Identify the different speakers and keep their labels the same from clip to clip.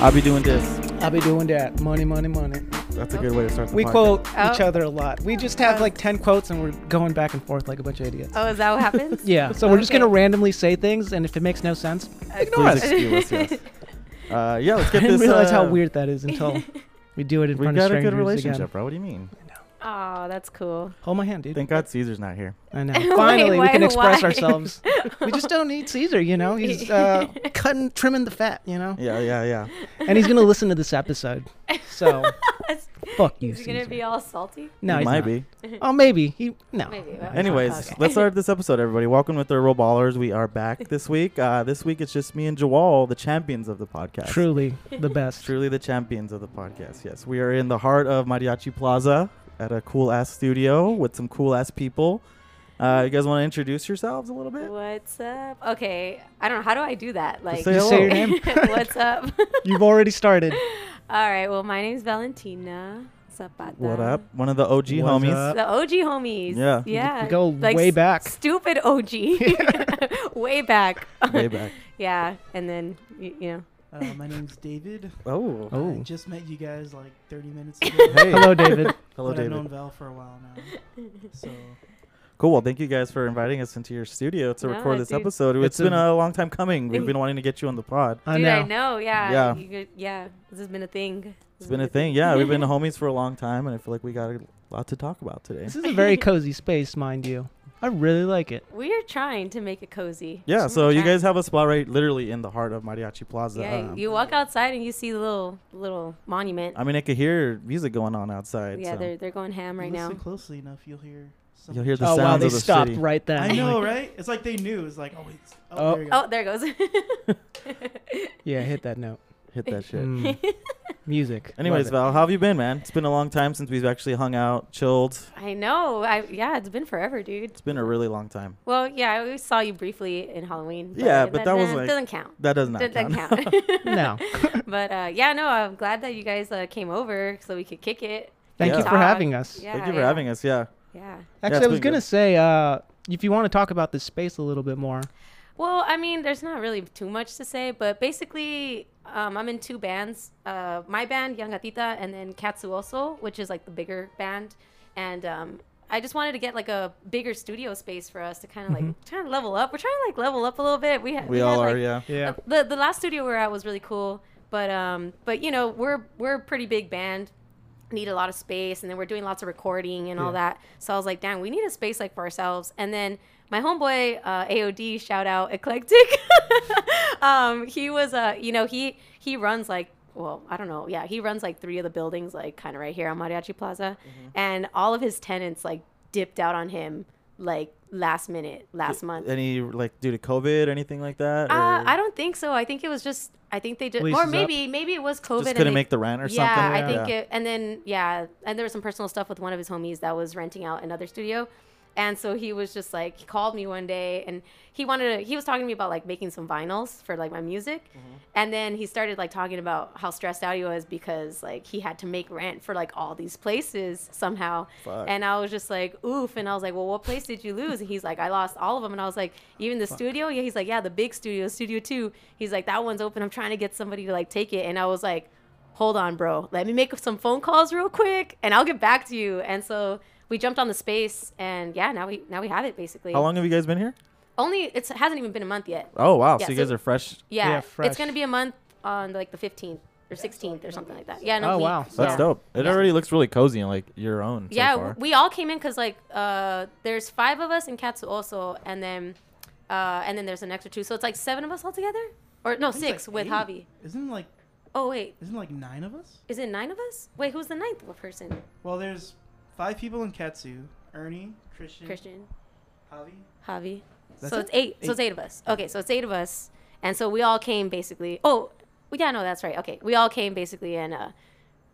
Speaker 1: I'll be doing this.
Speaker 2: I'll be doing that. Money, money, money.
Speaker 1: That's a good way to start the
Speaker 2: We
Speaker 1: podcast.
Speaker 2: quote
Speaker 3: Oh.
Speaker 2: each other a lot. We just have like 10 quotes and we're going back and forth like a bunch of idiots.
Speaker 3: Oh, is that what happens?
Speaker 2: Yeah, so we're just
Speaker 3: Okay.
Speaker 2: going to randomly say things, and if it makes no sense, ignore
Speaker 1: Please
Speaker 2: us.
Speaker 1: excuse us. Yes. Uh, yeah, let's
Speaker 2: I
Speaker 1: get
Speaker 2: didn't
Speaker 1: this.
Speaker 2: realize how
Speaker 1: uh,
Speaker 2: weird that is until we do it in
Speaker 1: We
Speaker 2: front of
Speaker 1: got a
Speaker 2: strangers
Speaker 1: good relationship,
Speaker 2: again.
Speaker 1: bro. What do you mean?
Speaker 3: Oh, that's cool.
Speaker 2: Hold my hand, dude.
Speaker 1: Thank God Caesar's not here.
Speaker 2: I know.
Speaker 3: Wait,
Speaker 2: Finally, we
Speaker 3: why-
Speaker 2: can express
Speaker 3: why?
Speaker 2: ourselves. we just don't need Caesar, you know. He's uh, cutting, trimming the fat, you know.
Speaker 1: Yeah, yeah, yeah.
Speaker 2: And he's gonna listen to this episode. So, fuck you,
Speaker 3: Is he gonna
Speaker 2: Caesar.
Speaker 3: be all salty?
Speaker 2: no,
Speaker 1: it
Speaker 2: he's
Speaker 1: might
Speaker 2: not.
Speaker 1: be.
Speaker 2: Oh, maybe he. No.
Speaker 3: Maybe.
Speaker 1: Anyways,
Speaker 3: Okay.
Speaker 1: let's start this episode, everybody. Welcome to Third World Ballers. We are back this week. Uh, this week it's just me and Jawal, the champions of the podcast.
Speaker 2: Truly the best.
Speaker 1: Truly the champions of the podcast. Yes, we are in the heart of Mariachi Plaza at a cool ass studio with some cool ass people. Uh, you guys want to introduce yourselves a little bit?
Speaker 3: What's up? Okay, I don't know. How do I do that? Like,
Speaker 1: say
Speaker 2: Just say your name.
Speaker 3: what's up?
Speaker 2: You've already started.
Speaker 3: all right. Well, my name's Valentina Zapata.
Speaker 1: What up? One of the OG
Speaker 2: What's
Speaker 1: homies.
Speaker 2: up?
Speaker 3: The OG homies.
Speaker 1: Yeah.
Speaker 3: Yeah.
Speaker 2: We go way
Speaker 3: s-
Speaker 2: back.
Speaker 3: Stupid OG. way back.
Speaker 1: Way back.
Speaker 3: yeah. And then, y- you know.
Speaker 4: Uh, my name's David.
Speaker 1: Oh.
Speaker 4: I
Speaker 2: Oh,
Speaker 4: just met you guys like 30 minutes ago.
Speaker 1: Hey.
Speaker 2: hello, David.
Speaker 1: Hello,
Speaker 4: but I've known
Speaker 1: David.
Speaker 4: Val for a while now. So
Speaker 1: Cool. Well, thank you guys for inviting us into your studio to
Speaker 3: No,
Speaker 1: record this
Speaker 3: dude.
Speaker 1: episode.
Speaker 2: It's
Speaker 1: it's been
Speaker 2: a-
Speaker 1: a long time coming. We've been wanting to get you on the pod.
Speaker 2: I
Speaker 3: Dude,
Speaker 2: know.
Speaker 3: I know. Yeah.
Speaker 1: Yeah.
Speaker 3: You could, yeah. This has been a thing. This
Speaker 1: It's been a thing. Yeah, we've been homies for a long time, and I feel like we got a lot to talk about today.
Speaker 2: This is a very cozy space, mind you. I really like it.
Speaker 3: We are trying to make it cozy.
Speaker 1: Yeah, so you
Speaker 3: trying.
Speaker 1: guys have a spot right literally in the heart of Mariachi Plaza.
Speaker 3: Yeah,
Speaker 1: Um,
Speaker 3: you walk outside and you see the little little monument.
Speaker 1: I mean, I could hear music going on outside.
Speaker 3: yeah,
Speaker 1: so.
Speaker 3: they're they're going ham right now.
Speaker 4: listen closely enough, you'll hear. Something.
Speaker 1: You'll hear The
Speaker 2: oh wow,
Speaker 1: sounds
Speaker 2: they
Speaker 1: of the
Speaker 2: stopped
Speaker 1: city.
Speaker 2: right then.
Speaker 4: I
Speaker 2: Like,
Speaker 4: know, right? It's like they knew. It's like, oh wait. it's- Oh,
Speaker 2: Oh.
Speaker 4: There you go.
Speaker 3: Oh, there it goes.
Speaker 2: Yeah, hit that note.
Speaker 1: Hit that shit.
Speaker 2: Mm. Music. Love
Speaker 1: Anyways,
Speaker 2: it.
Speaker 1: Val, how have you been, man? It's been a long time since we've actually hung out, chilled.
Speaker 3: I know. I yeah, it's been forever, dude.
Speaker 1: It's been a really long time.
Speaker 3: Well, yeah, I always saw you briefly in Halloween.
Speaker 1: Yeah, but that was
Speaker 3: nah,
Speaker 1: like-
Speaker 3: doesn't count.
Speaker 1: That does not
Speaker 3: Doesn't
Speaker 1: count.
Speaker 3: count.
Speaker 2: No.
Speaker 3: but uh, yeah, no, I'm glad that you guys uh, came over so we could kick it.
Speaker 2: Thank
Speaker 1: Yeah.
Speaker 2: you for having us.
Speaker 3: Yeah,
Speaker 1: Thank you for
Speaker 3: yeah,
Speaker 1: having us. Yeah.
Speaker 3: Yeah.
Speaker 2: Actually,
Speaker 1: it's
Speaker 2: I was
Speaker 1: been good.
Speaker 2: gonna say, uh, if you want to talk about this space a little bit more,
Speaker 3: Well, I mean, there's not really too much to say, but basically, um, I'm in two bands. Uh, my band, Yangatita, and then Katsuoso, which is like the bigger band. And um, I just wanted to get like a bigger studio space for us to kind of like try to level up. We're trying to like level up a little bit. We, ha-
Speaker 1: Mm-hmm. We
Speaker 3: had,
Speaker 1: all
Speaker 3: like,
Speaker 1: are, yeah.
Speaker 2: yeah,
Speaker 3: uh, the the last studio we were at was really cool, but um, but you know we're we're a pretty big band, need a lot of space, and then we're doing lots of recording and all that. So I was like, damn, we need a space like for ourselves. And then my homeboy uh, AOD, shout out Eclectic, um, he was uh, you know he he runs like. Well, I don't know. Yeah, he runs like three of the buildings, like kind of right here on Mariachi Plaza, and all of his tenants like dipped out on him like last minute, last month.
Speaker 1: Any, like, due to COVID, anything like that?
Speaker 3: Uh,
Speaker 1: or
Speaker 3: I don't think so. I think it was just. I think they did,
Speaker 2: Lease
Speaker 3: or
Speaker 2: is up.
Speaker 3: maybe maybe it was COVID.
Speaker 1: just
Speaker 3: and
Speaker 1: couldn't
Speaker 3: they-
Speaker 1: make the rent or
Speaker 3: yeah,
Speaker 1: something?
Speaker 3: I think
Speaker 1: yeah.
Speaker 3: it. And then yeah, and there was some personal stuff with one of his homies that was renting out another studio, and so he was just like he called me one day and he wanted to. He was talking to me about like making some vinyls for like my music,
Speaker 1: Mm-hmm.
Speaker 3: and then he started like talking about how stressed out he was because like he had to make rent for like all these places somehow,
Speaker 1: Fuck.
Speaker 3: and I was just like oof, and I was like, well, what place did you lose? And he's like, I lost all of them, and I was like, even the studio. Yeah, he's like, yeah, the big studio, Studio Two. He's like, that one's open. I'm trying to get somebody to like take it, and I was like hold on, bro. Let me make some phone calls real quick, and I'll get back to you. And so we jumped on the space, and yeah, now we now we have it basically.
Speaker 1: How long have you guys been here?
Speaker 3: Only it's, it hasn't even been a month yet.
Speaker 1: Oh, wow.
Speaker 3: Yeah,
Speaker 1: so you guys
Speaker 3: so-
Speaker 1: are fresh.
Speaker 2: Yeah,
Speaker 3: Yeah,
Speaker 2: fresh.
Speaker 3: it's gonna be a month on like the fifteenth or sixteenth or something like that. Yeah, in a
Speaker 2: Oh,
Speaker 3: week.
Speaker 2: wow.
Speaker 1: That's
Speaker 3: yeah.
Speaker 1: dope. It
Speaker 3: Yeah.
Speaker 1: already looks really cozy and, like, your own. so
Speaker 3: yeah,
Speaker 1: far.
Speaker 3: we all came in because like uh, there's five of us in Katsu also, and then uh, and then there's an extra two, so it's like seven of us all together, or no,
Speaker 4: I think
Speaker 3: six
Speaker 4: it's, like,
Speaker 3: with
Speaker 4: eight.
Speaker 3: Javi.
Speaker 4: Isn't it, like
Speaker 3: Oh wait,
Speaker 4: isn't it, like nine of us?
Speaker 3: is it nine of us? Wait, who's the ninth person?
Speaker 4: Well, there's five people in Katsu. Ernie, Christian,
Speaker 3: Christian.
Speaker 4: Javi.
Speaker 3: Javi.
Speaker 4: That's
Speaker 3: so
Speaker 4: it?
Speaker 3: it's eight. So it's eight of us. Okay, so it's eight of us, and so we all came basically. Oh, yeah, no, that's right. Okay, we all came basically and uh,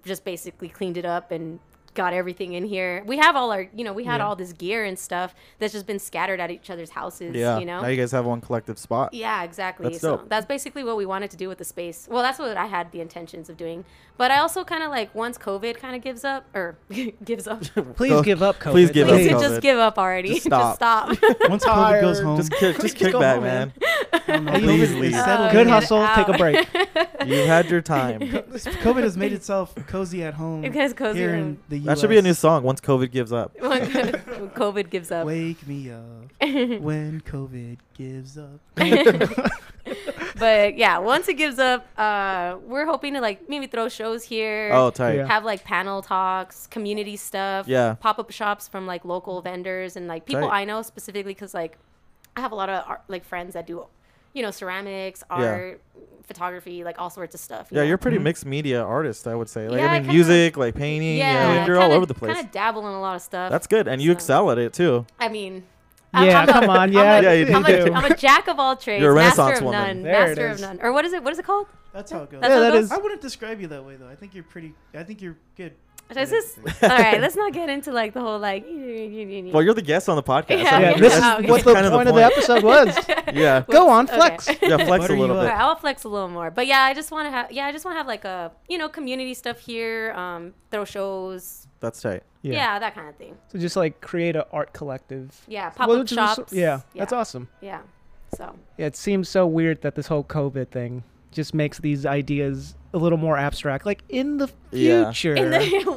Speaker 3: just basically cleaned it up and got everything in here. We have all our, you know, we had
Speaker 2: Yeah.
Speaker 3: all this gear and stuff that's just been scattered at each other's houses.
Speaker 1: Yeah.
Speaker 3: you know.
Speaker 1: Now you guys have one collective spot.
Speaker 3: Yeah, exactly.
Speaker 1: That's
Speaker 3: so
Speaker 1: dope.
Speaker 3: that's basically what we wanted to do with the space. Well, that's what I had the intentions of doing. But I also kind of like once COVID kind of gives up or gives up.
Speaker 2: please
Speaker 1: Go-
Speaker 2: give up. COVID.
Speaker 1: please give up
Speaker 3: Please
Speaker 1: COVID.
Speaker 3: just give up already.
Speaker 1: Just stop.
Speaker 3: stop.
Speaker 4: Once COVID goes
Speaker 2: Tired.
Speaker 4: home,
Speaker 1: Just kick, just kick
Speaker 2: go
Speaker 1: back,
Speaker 2: home,
Speaker 1: man.
Speaker 2: man.
Speaker 4: no,
Speaker 1: Please
Speaker 4: COVID is
Speaker 1: leave.
Speaker 4: settled.
Speaker 2: Good hustle, take a break.
Speaker 1: You've had your time.
Speaker 4: COVID has made itself cozy at home.
Speaker 3: It has cozy
Speaker 4: here
Speaker 3: at
Speaker 4: in
Speaker 3: home.
Speaker 4: the US.
Speaker 1: That should be a new song. Once COVID gives up.
Speaker 3: When COVID gives up.
Speaker 4: Wake me up when COVID gives up.
Speaker 3: but yeah, once it gives up, uh, we're hoping to like maybe throw shows here.
Speaker 1: Oh, tight.
Speaker 2: Yeah.
Speaker 3: have like panel talks, community stuff,
Speaker 1: Yeah.
Speaker 3: pop-up shops from like local vendors and like people
Speaker 1: Right.
Speaker 3: I know specifically cuz like I have a lot of art, like friends that do you know ceramics,
Speaker 1: Yeah.
Speaker 3: art, photography, like all sorts of stuff. you
Speaker 1: Yeah,
Speaker 3: know?
Speaker 1: you're a pretty mixed media artist, I would say. Like,
Speaker 3: Yeah,
Speaker 1: I
Speaker 3: I
Speaker 1: mean,
Speaker 3: kinda-
Speaker 1: music, like painting. Yeah, like, you're all over the place.
Speaker 3: Kind of dabble in a lot of stuff.
Speaker 1: That's good, and you
Speaker 3: So-
Speaker 1: excel at it too.
Speaker 3: I mean, I-
Speaker 2: Yeah,
Speaker 3: I'm a-
Speaker 2: come on.
Speaker 3: I'm
Speaker 2: Yeah,
Speaker 3: a-
Speaker 1: Yeah, you
Speaker 3: I'm,
Speaker 1: do.
Speaker 3: a, I'm a jack of all trades,
Speaker 1: You're a
Speaker 3: master
Speaker 1: Renaissance
Speaker 3: of
Speaker 1: woman.
Speaker 3: none,
Speaker 2: There it
Speaker 3: master of
Speaker 2: is.
Speaker 3: none, or what is it? What is it called?
Speaker 4: That's how it goes.
Speaker 3: That's
Speaker 2: Yeah,
Speaker 3: how it
Speaker 2: that
Speaker 3: goes?
Speaker 2: is-
Speaker 4: I wouldn't describe you that way though. I think you're pretty. I think you're good. at
Speaker 3: This is
Speaker 4: everything.
Speaker 3: all right. Let's not get into like the whole like.
Speaker 1: Well, you're the guest on the podcast.
Speaker 3: Yeah,
Speaker 1: I mean,
Speaker 2: yeah, this is
Speaker 3: Oh, okay.
Speaker 2: what the
Speaker 1: Kinda
Speaker 2: point
Speaker 1: the
Speaker 2: of the
Speaker 1: point.
Speaker 2: episode was.
Speaker 1: yeah,
Speaker 2: Go on,
Speaker 3: Okay.
Speaker 2: flex.
Speaker 1: yeah, flex a
Speaker 4: Butter
Speaker 1: little
Speaker 4: you
Speaker 1: bit.
Speaker 4: up.
Speaker 3: Alright, I'll flex a little more. But yeah, I just want to have yeah, I just want to have like a you know community stuff here, um, throw shows,
Speaker 1: That's tight.
Speaker 3: yeah, that kind of thing.
Speaker 2: So just like create an art collective.
Speaker 3: Yeah, pop
Speaker 2: Well,
Speaker 3: up
Speaker 2: which is also-
Speaker 3: shops.
Speaker 2: yeah, that's awesome.
Speaker 3: Yeah, so
Speaker 2: Yeah, it seems so weird that this whole COVID thing just makes these ideas a little more abstract. Like in the
Speaker 1: Yeah.
Speaker 2: future,
Speaker 3: in the whenever,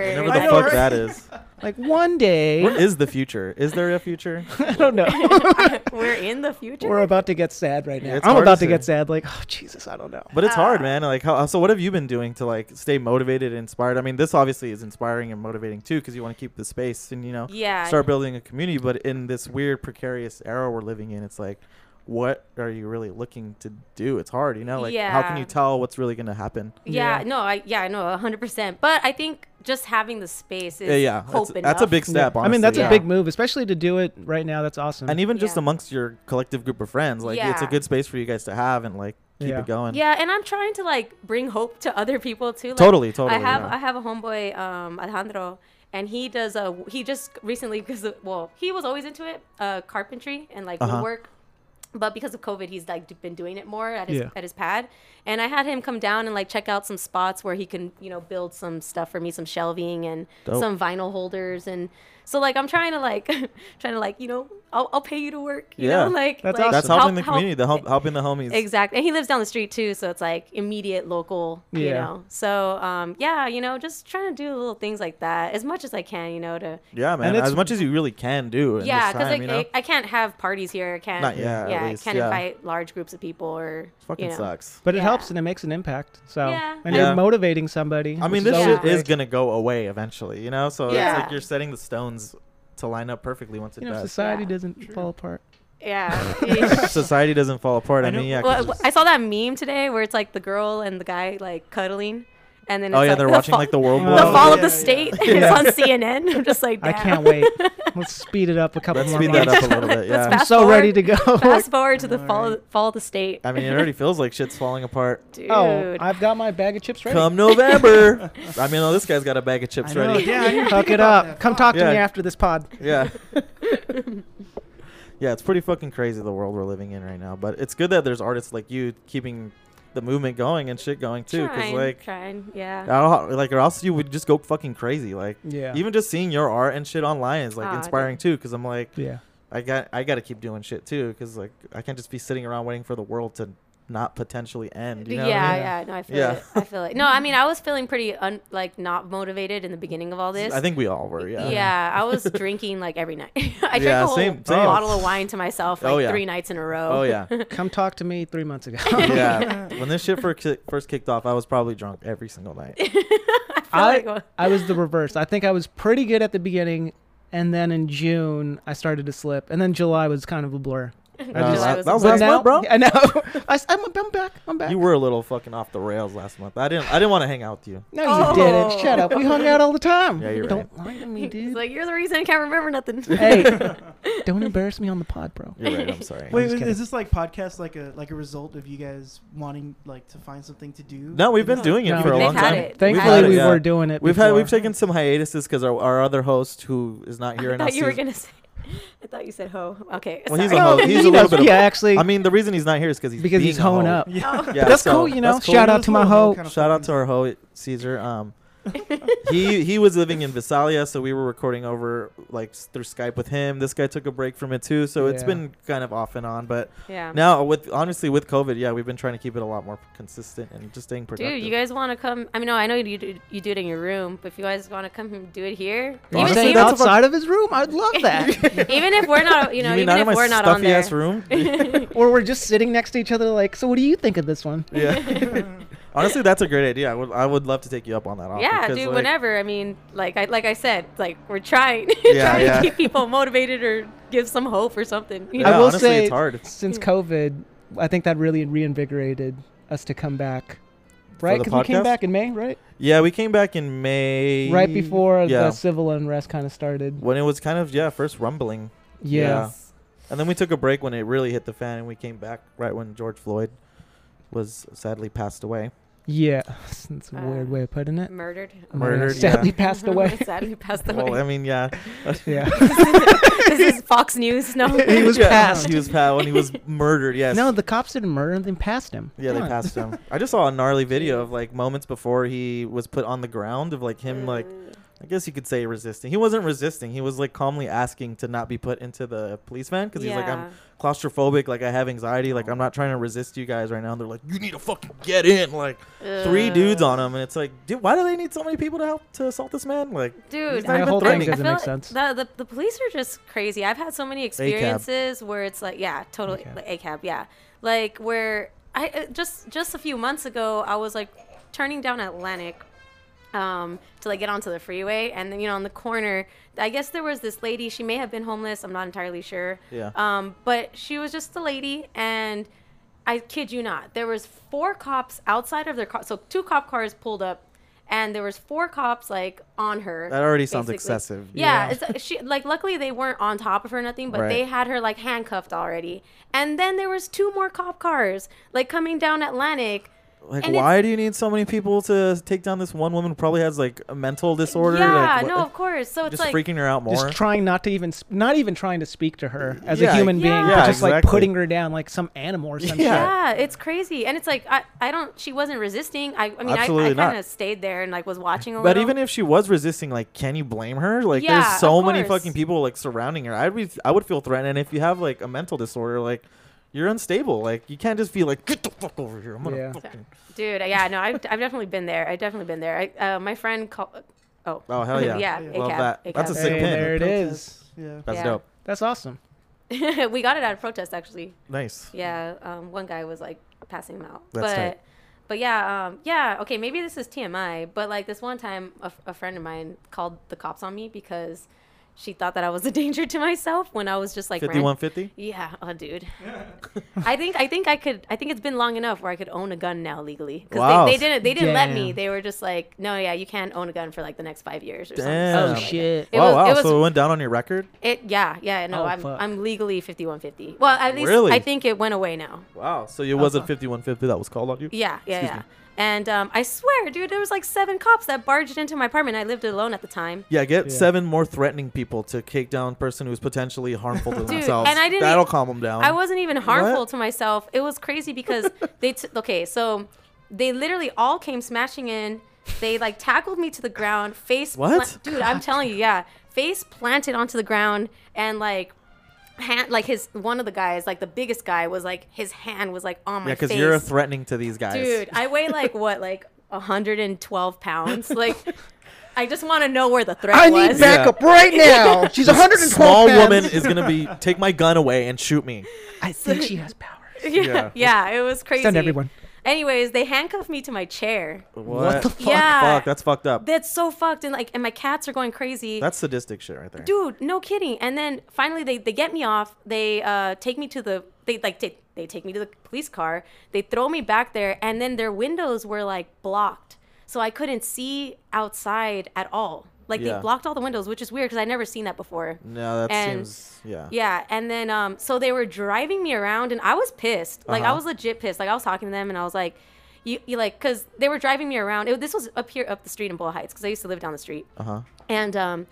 Speaker 1: Whatever the
Speaker 4: I
Speaker 3: that
Speaker 4: know,
Speaker 1: fuck
Speaker 4: right?
Speaker 1: that is.
Speaker 2: like one day,
Speaker 1: What is the future? Is there a future?
Speaker 2: I don't know.
Speaker 3: is, we're in the future.
Speaker 2: We're about to get sad right now.
Speaker 1: It's
Speaker 2: I'm
Speaker 1: hard
Speaker 2: about
Speaker 1: to
Speaker 2: to get
Speaker 1: say.
Speaker 2: sad. Like, oh Jesus, I don't know.
Speaker 1: But it's hard,
Speaker 3: Ah.
Speaker 1: man. Like, how, so what have you been doing to like stay motivated and inspired? I mean, this obviously is inspiring and motivating too, because you want to keep the space and you know
Speaker 3: yeah,
Speaker 1: start building a community. But in this weird, precarious era we're living in, it's like, what are you really looking to do? It's hard, you know. Like, how can
Speaker 3: Yeah.
Speaker 1: you tell what's really going to happen?
Speaker 3: yeah,
Speaker 2: Yeah.
Speaker 3: no, I yeah, I know, hundred percent. But I think just having the space is
Speaker 1: Yeah, yeah.
Speaker 3: hope
Speaker 1: That's,
Speaker 3: enough.
Speaker 1: that's a big step.
Speaker 2: Yeah.
Speaker 1: Honestly.
Speaker 2: I mean, that's
Speaker 1: yeah.
Speaker 2: a big move, especially to do it right now. That's awesome.
Speaker 1: and even just
Speaker 3: Yeah.
Speaker 1: amongst your collective group of friends, like it's a
Speaker 3: Yeah.
Speaker 1: good space for you guys to have and like keep
Speaker 2: Yeah.
Speaker 1: it going.
Speaker 3: Yeah, and I'm trying to like bring hope to other people too. Like,
Speaker 1: Totally, totally,
Speaker 3: I have
Speaker 1: yeah.
Speaker 3: I have a homeboy, um, Alejandro, and he does a he just recently because well he was always into it, uh, carpentry and like
Speaker 1: Uh-huh.
Speaker 3: woodwork, but because of COVID he's like d- been doing it more at his
Speaker 2: Yeah.
Speaker 3: at his pad, and I had him come down and like check out some spots where he can you know build some stuff for me, some shelving and
Speaker 1: Dope.
Speaker 3: some vinyl holders and so like I'm trying to like trying to like you know I'll, I'll pay you to work you
Speaker 1: Yeah.
Speaker 3: know like
Speaker 2: That's
Speaker 3: like,
Speaker 2: awesome.
Speaker 1: That's
Speaker 3: help-
Speaker 1: helping the
Speaker 3: help-
Speaker 1: community, the help, helping the homies.
Speaker 3: Exactly. And he lives down the street too, so it's like immediate local, you
Speaker 2: Yeah.
Speaker 3: know. So um yeah, you know, just trying to do little things like that as much as I can, you know, to
Speaker 1: Yeah, man.
Speaker 2: it's-
Speaker 1: As much as you really can do. In
Speaker 3: Yeah,
Speaker 1: this
Speaker 3: cuz
Speaker 1: time,
Speaker 3: I,
Speaker 1: you know?
Speaker 3: I, I can't have parties here. I can't
Speaker 1: Not yet, at
Speaker 3: Yeah,
Speaker 1: least,
Speaker 3: I can't
Speaker 1: yeah.
Speaker 3: invite large groups of people or
Speaker 1: fucking
Speaker 3: you know.
Speaker 1: sucks.
Speaker 2: but it
Speaker 3: Yeah.
Speaker 2: helps and it makes an impact. So
Speaker 3: Yeah.
Speaker 2: and
Speaker 1: Yeah.
Speaker 2: you're motivating somebody.
Speaker 1: I
Speaker 2: which
Speaker 1: mean,
Speaker 2: is
Speaker 1: this
Speaker 2: always
Speaker 1: shit is
Speaker 2: great.
Speaker 1: gonna go away eventually, you know. So it's
Speaker 3: Yeah.
Speaker 1: like you're setting the stones to line up perfectly once it
Speaker 2: You know, if
Speaker 1: does.
Speaker 2: society
Speaker 3: Yeah.
Speaker 2: doesn't fall apart.
Speaker 3: Yeah.
Speaker 1: society doesn't fall apart. I,
Speaker 4: I know-
Speaker 1: mean, yeah. 'cause
Speaker 3: well,
Speaker 1: it's-
Speaker 3: I saw that meme today where it's like the girl and the guy like cuddling and then
Speaker 1: oh
Speaker 3: it's
Speaker 1: yeah,
Speaker 3: like
Speaker 1: they're
Speaker 3: the
Speaker 1: watching
Speaker 3: fall,
Speaker 1: like the world
Speaker 2: the
Speaker 1: blow.
Speaker 3: the
Speaker 1: up.
Speaker 3: fall of
Speaker 4: Yeah,
Speaker 3: the
Speaker 4: yeah.
Speaker 3: state
Speaker 2: Yeah.
Speaker 3: and it's on CNN. I'm just like,
Speaker 2: I
Speaker 3: damn.
Speaker 2: can't wait. Let's speed it up a couple
Speaker 1: Let's
Speaker 2: more.
Speaker 1: speed that
Speaker 2: months.
Speaker 1: up a little bit.
Speaker 3: Let's
Speaker 1: Yeah.
Speaker 2: I'm
Speaker 3: fast
Speaker 2: so
Speaker 3: forward.
Speaker 2: ready to go.
Speaker 3: Fast forward to the
Speaker 4: All
Speaker 3: fall,
Speaker 4: right.
Speaker 3: fall of the state.
Speaker 1: I mean, it already feels like shit's falling apart.
Speaker 3: Dude.
Speaker 2: oh, I've got my bag of chips ready.
Speaker 1: Come November. I mean, oh, this guy's got a bag of chips
Speaker 4: I know,
Speaker 1: ready.
Speaker 4: yeah. I didn't
Speaker 2: Hook
Speaker 4: think
Speaker 2: it
Speaker 4: about
Speaker 2: up.
Speaker 4: that.
Speaker 2: Come talk to me
Speaker 1: Yeah.
Speaker 2: after this pod.
Speaker 1: Yeah. yeah, it's pretty fucking crazy the world we're living in right now. But it's good that there's artists like you keeping the movement going and shit going too. Because
Speaker 3: Trying,
Speaker 1: like, uh,
Speaker 3: trying,
Speaker 1: I
Speaker 3: yeah.
Speaker 1: don't know, like or else you would just go fucking crazy. Like,
Speaker 2: Yeah.
Speaker 1: even just seeing your art and shit online is like
Speaker 3: Aw,
Speaker 1: inspiring too. Because I'm like,
Speaker 2: Yeah.
Speaker 1: I got I got to keep doing shit too. Because like, I can't just be sitting around waiting for the world to not potentially end. You know what I
Speaker 3: yeah,
Speaker 1: mean?
Speaker 3: yeah, no, I feel
Speaker 1: Yeah.
Speaker 3: it. I feel it. No, I mean, I was feeling pretty un- like not motivated in the beginning of all this.
Speaker 1: I think we all were. Yeah.
Speaker 3: yeah. I was drinking like every night. I drank
Speaker 1: Yeah,
Speaker 3: a whole
Speaker 1: same- same.
Speaker 3: bottle of wine to myself like
Speaker 1: Oh, yeah.
Speaker 3: three nights in a row.
Speaker 1: Oh yeah.
Speaker 2: Come talk to me three months ago.
Speaker 1: yeah. When this shit first ki- first kicked off, I was probably drunk every single night.
Speaker 3: like
Speaker 2: I,
Speaker 3: what-
Speaker 2: I was the reverse. I think I was pretty good at the beginning, and then in June I started to slip, and then July was kind of a blur. I
Speaker 1: Uh,
Speaker 3: July
Speaker 1: that-
Speaker 3: was
Speaker 1: that was
Speaker 2: but
Speaker 1: last
Speaker 2: now-
Speaker 1: month, bro.
Speaker 2: I know. I, am I'm back. I'm back.
Speaker 1: You were a little fucking off the rails last month. I didn't. I didn't want to hang out with you.
Speaker 2: no, you
Speaker 3: Oh.
Speaker 2: didn't. Shut up. We hung out all the time.
Speaker 1: Yeah, you're
Speaker 2: Don't lie to me,
Speaker 3: He's
Speaker 2: dude.
Speaker 3: like, you're the reason I can't remember nothing.
Speaker 2: hey, don't embarrass me on the pod, bro.
Speaker 1: You're right. I'm sorry.
Speaker 4: Wait,
Speaker 2: just
Speaker 4: wait,
Speaker 2: kidding.
Speaker 4: is this like podcast like a like a result of you guys wanting like to find something to do?
Speaker 1: no, we've been doing it
Speaker 2: No,
Speaker 1: for a
Speaker 2: They've
Speaker 1: long
Speaker 3: had
Speaker 1: time.
Speaker 3: it. We've
Speaker 2: Thankfully,
Speaker 3: had it,
Speaker 2: we
Speaker 1: yeah.
Speaker 2: were doing it.
Speaker 1: We've had we've
Speaker 2: before.
Speaker 1: taken some hiatuses because our, our other host who is not here
Speaker 3: I
Speaker 1: and
Speaker 3: thought you were gonna say. I thought you said ho. Okay.
Speaker 1: Well, he's
Speaker 3: sorry.
Speaker 1: a ho-
Speaker 2: No,
Speaker 1: he's a
Speaker 2: Oh, he
Speaker 1: little
Speaker 2: knows-
Speaker 1: bit of-
Speaker 2: Yeah, actually,
Speaker 1: I mean, the reason he's not here is because he's
Speaker 2: because
Speaker 1: being
Speaker 2: he's
Speaker 1: a
Speaker 2: honed
Speaker 1: hoe.
Speaker 2: up.
Speaker 4: Yeah.
Speaker 1: Yeah,
Speaker 2: That's
Speaker 1: so
Speaker 2: cool, you know.
Speaker 1: that's cool.
Speaker 2: Shout out to my
Speaker 4: Those little
Speaker 2: hoe.
Speaker 4: kind of
Speaker 1: Shout out
Speaker 4: fucking-
Speaker 1: to our hoe Caesar. Um, he he was living in Visalia, so we were recording over like s- through Skype with him. This guy took a break from it too, so it's
Speaker 2: Yeah.
Speaker 1: been kind of off and on. But
Speaker 3: yeah.
Speaker 1: now with honestly with COVID, yeah, we've been trying to keep it a lot more consistent and just staying productive.
Speaker 3: Dude, you guys want to come? I mean, no, I know you do, you do it in your room, but if you guys want to come and do it here,
Speaker 2: You're
Speaker 1: Honestly,
Speaker 2: saying
Speaker 1: that's what-
Speaker 2: outside of his room? I'd love that.
Speaker 3: even if we're not, you know,
Speaker 1: mean
Speaker 3: even
Speaker 1: in
Speaker 3: if
Speaker 1: my
Speaker 3: we're not on
Speaker 1: stuffy
Speaker 3: there.
Speaker 1: ass room?
Speaker 2: or we're just sitting next to each other, like, so what do you think of this one?
Speaker 1: yeah. honestly, that's a great idea. I would I would love to take you up on that offer.
Speaker 3: yeah,
Speaker 1: 'cause,
Speaker 3: dude.
Speaker 1: like,
Speaker 3: whenever I mean, like I like I said, like we're trying,
Speaker 1: Yeah,
Speaker 3: trying
Speaker 1: yeah.
Speaker 3: to keep people motivated or give some hope or something. you
Speaker 1: Yeah,
Speaker 3: know?
Speaker 2: I will
Speaker 1: honestly,
Speaker 2: say
Speaker 1: it's hard. It's-
Speaker 2: Since COVID, I think that really reinvigorated us to come back. Right?
Speaker 1: the
Speaker 2: Because we came
Speaker 1: podcast?
Speaker 2: back in May, right?
Speaker 1: Yeah, we came back in May.
Speaker 2: Right before
Speaker 1: yeah.
Speaker 2: the civil unrest kind of started.
Speaker 1: when it was kind of yeah first rumbling,
Speaker 2: Yeah.
Speaker 1: Yeah. and then we took a break when it really hit the fan, and we came back right when George Floyd was sadly passed away.
Speaker 2: Yeah. That's a weird
Speaker 3: Uh,
Speaker 2: way of putting it.
Speaker 3: Murdered. Oh
Speaker 1: Murdered,
Speaker 2: Sadly
Speaker 1: yeah.
Speaker 2: passed away.
Speaker 3: Sadly passed away.
Speaker 1: Well, I mean, yeah,
Speaker 2: yeah.
Speaker 3: this is Fox News. No,
Speaker 2: He was
Speaker 1: Yeah,
Speaker 2: passed.
Speaker 1: He was passed when he was murdered. Yes.
Speaker 2: No, the cops didn't murder him. They passed him.
Speaker 1: yeah, they
Speaker 2: Come on.
Speaker 1: passed him. I just saw a gnarly video of like moments before he was put on the ground of like
Speaker 2: Mm.
Speaker 1: him like I guess you could say resisting. He wasn't resisting. He was like calmly asking to not be put into the police van because he's like I'm claustrophobic, like I have anxiety, like I'm not trying to resist you guys right now. And they're like, you need to fucking get in, like three dudes on him, and it's like, dude, why do they need so many people to help to assault this man? Like,
Speaker 3: Dude,
Speaker 1: not
Speaker 3: I-
Speaker 1: even
Speaker 2: the whole
Speaker 1: threatening.
Speaker 2: thing doesn't
Speaker 3: I feel
Speaker 2: make
Speaker 3: like
Speaker 2: sense.
Speaker 3: The, the, the police are just crazy. I've had so many experiences where it's like, yeah, totally,
Speaker 2: ACAB.
Speaker 3: like, ACAB, yeah. Like where I uh, just just a few months ago, I was like turning down Atlantic um, to like get onto the freeway, and then you know on the corner, I guess there was this lady. She may have been homeless. I'm not entirely sure.
Speaker 1: Yeah.
Speaker 3: Um, but she was just a lady, and I kid you not, there was four cops outside of their car. So two cop cars pulled up, and there was four cops like on her.
Speaker 1: That already sounds excessive.
Speaker 3: Yeah,
Speaker 1: Yeah.
Speaker 3: It's, uh, she like luckily they weren't on top of her or nothing, but
Speaker 1: Right.
Speaker 3: they had her like handcuffed already. And then there was two more cop cars like coming down Atlantic.
Speaker 1: like
Speaker 3: And
Speaker 1: why do you need so many people to take down this one woman who probably has like a mental disorder?
Speaker 3: yeah,
Speaker 1: like, what-
Speaker 3: no, of course. So it's
Speaker 1: just
Speaker 3: like
Speaker 1: freaking her out more.
Speaker 2: Just trying not to even, sp- not even trying to speak to her as
Speaker 1: Yeah,
Speaker 2: a human being,
Speaker 3: yeah.
Speaker 2: but
Speaker 3: Yeah,
Speaker 2: just like
Speaker 1: exactly.
Speaker 2: putting her down like some animal or some
Speaker 1: Yeah.
Speaker 2: shit.
Speaker 3: yeah, it's crazy. And it's like I, I don't she wasn't resisting. I, I mean I,
Speaker 1: Absolutely
Speaker 3: I
Speaker 1: not.
Speaker 3: kind of stayed there and like was watching a
Speaker 1: but
Speaker 3: little.
Speaker 1: even if she was resisting, like, can you blame her? Like,
Speaker 3: Yeah,
Speaker 1: there's so
Speaker 3: of
Speaker 1: many
Speaker 3: course.
Speaker 1: fucking people like surrounding her. I'd be, I would feel threatened. And if you have like a mental disorder, like, you're unstable. Like, you can't just be like, get the fuck over here. I'm gonna
Speaker 2: Yeah.
Speaker 1: fucking.
Speaker 3: Dude, yeah, no, I've, I've definitely been there. I've definitely been there. I, uh, my friend called. Oh.
Speaker 1: Oh hell yeah.
Speaker 3: yeah.
Speaker 4: Love
Speaker 3: ACAB,
Speaker 1: that. That's a
Speaker 3: ACAB.
Speaker 1: sick
Speaker 2: Hey,
Speaker 1: pin.
Speaker 2: there it is.
Speaker 4: Protest, Yeah.
Speaker 1: That's
Speaker 3: Yeah.
Speaker 1: dope.
Speaker 2: That's awesome.
Speaker 3: we got it at a protest actually.
Speaker 1: Nice.
Speaker 3: Yeah, um, one guy was like passing them out.
Speaker 1: That's
Speaker 3: but
Speaker 1: tight.
Speaker 3: but yeah, um, yeah, okay, maybe this is TMI, but like this one time a, f- a friend of mine called the cops on me because she thought that I was a danger to myself when I was just like ran-
Speaker 1: Fifty-one fifty.
Speaker 3: Yeah, oh dude. I think I think I could I think it's been long enough where I could own a gun now legally cuz
Speaker 1: Wow.
Speaker 3: they, they didn't they didn't let me.
Speaker 2: Damn.
Speaker 3: They were just like, "No, yeah, you can't own a gun for like the next 5 years or
Speaker 1: Damn.
Speaker 3: something."
Speaker 1: Oh,
Speaker 3: something like that.
Speaker 2: shit.
Speaker 3: It
Speaker 1: wow,
Speaker 3: was,
Speaker 1: wow.
Speaker 3: It was
Speaker 1: so it went down on your record?
Speaker 3: it yeah, yeah, no,
Speaker 2: Oh,
Speaker 3: I'm
Speaker 2: fuck.
Speaker 3: I'm legally 5150. Well, at least
Speaker 1: Really?
Speaker 3: I think it went away now.
Speaker 1: Wow. So it was a
Speaker 2: fuck.
Speaker 1: 5150 that was called on you?
Speaker 3: Yeah, yeah,
Speaker 1: Excuse
Speaker 3: yeah.
Speaker 1: me.
Speaker 3: And um, I swear, dude, there was like seven cops that barged into my apartment. I lived alone at the time.
Speaker 1: Yeah, get
Speaker 2: Yeah.
Speaker 1: seven more threatening people to kick down a person who's potentially harmful to themselves.
Speaker 3: and I didn't
Speaker 1: That'll
Speaker 3: e-
Speaker 1: calm them down.
Speaker 3: I wasn't even harmful
Speaker 1: Um, What?
Speaker 3: to myself. It was crazy because they t- okay, so they literally all came smashing in. They like tackled me to the ground, face pla-
Speaker 1: What?
Speaker 3: dude. I'm telling you, yeah, face planted onto the ground and like. Hand, like his one of the guys, like the biggest guy, was like his hand was like on my
Speaker 1: yeah,
Speaker 3: face.
Speaker 1: because you're threatening to these guys.
Speaker 3: Dude, I weigh like what, like 112 pounds. Like, I just want to know where the threat
Speaker 2: I
Speaker 3: was.
Speaker 2: need backup right now. She's 112
Speaker 1: Small
Speaker 2: pounds.
Speaker 1: woman is gonna be take my gun away and shoot me.
Speaker 2: I think she has powers.
Speaker 1: Yeah.
Speaker 3: Yeah, yeah, it was crazy.
Speaker 2: Send everyone.
Speaker 3: Anyways, they handcuffed me to my chair.
Speaker 1: What,
Speaker 2: the fuck?
Speaker 3: Yeah.
Speaker 1: Fuck, that's fucked up.
Speaker 3: That's so fucked, and like, and my cats are going crazy.
Speaker 1: That's sadistic shit right there.
Speaker 3: Dude, no kidding. And then finally, they they get me off. They uh take me to the they like take they take me to the police car. They throw me back there, and then their windows were like blocked, so I couldn't see outside at all. Like
Speaker 1: Yeah. Mm.
Speaker 3: they blocked all the windows, which is weird because I never seen that before.
Speaker 1: no, that
Speaker 3: and-
Speaker 1: seems yeah.
Speaker 3: Yeah, and then um, so they were driving me around, and I was pissed. Like I
Speaker 1: Uh-huh.
Speaker 3: was legit pissed. Like I was talking to them, and I was like, "You, you like?" Because they were driving me around. It, this was up here, up the street in Bull Heights, because I used to live down the street.
Speaker 1: Uh huh.
Speaker 3: And um,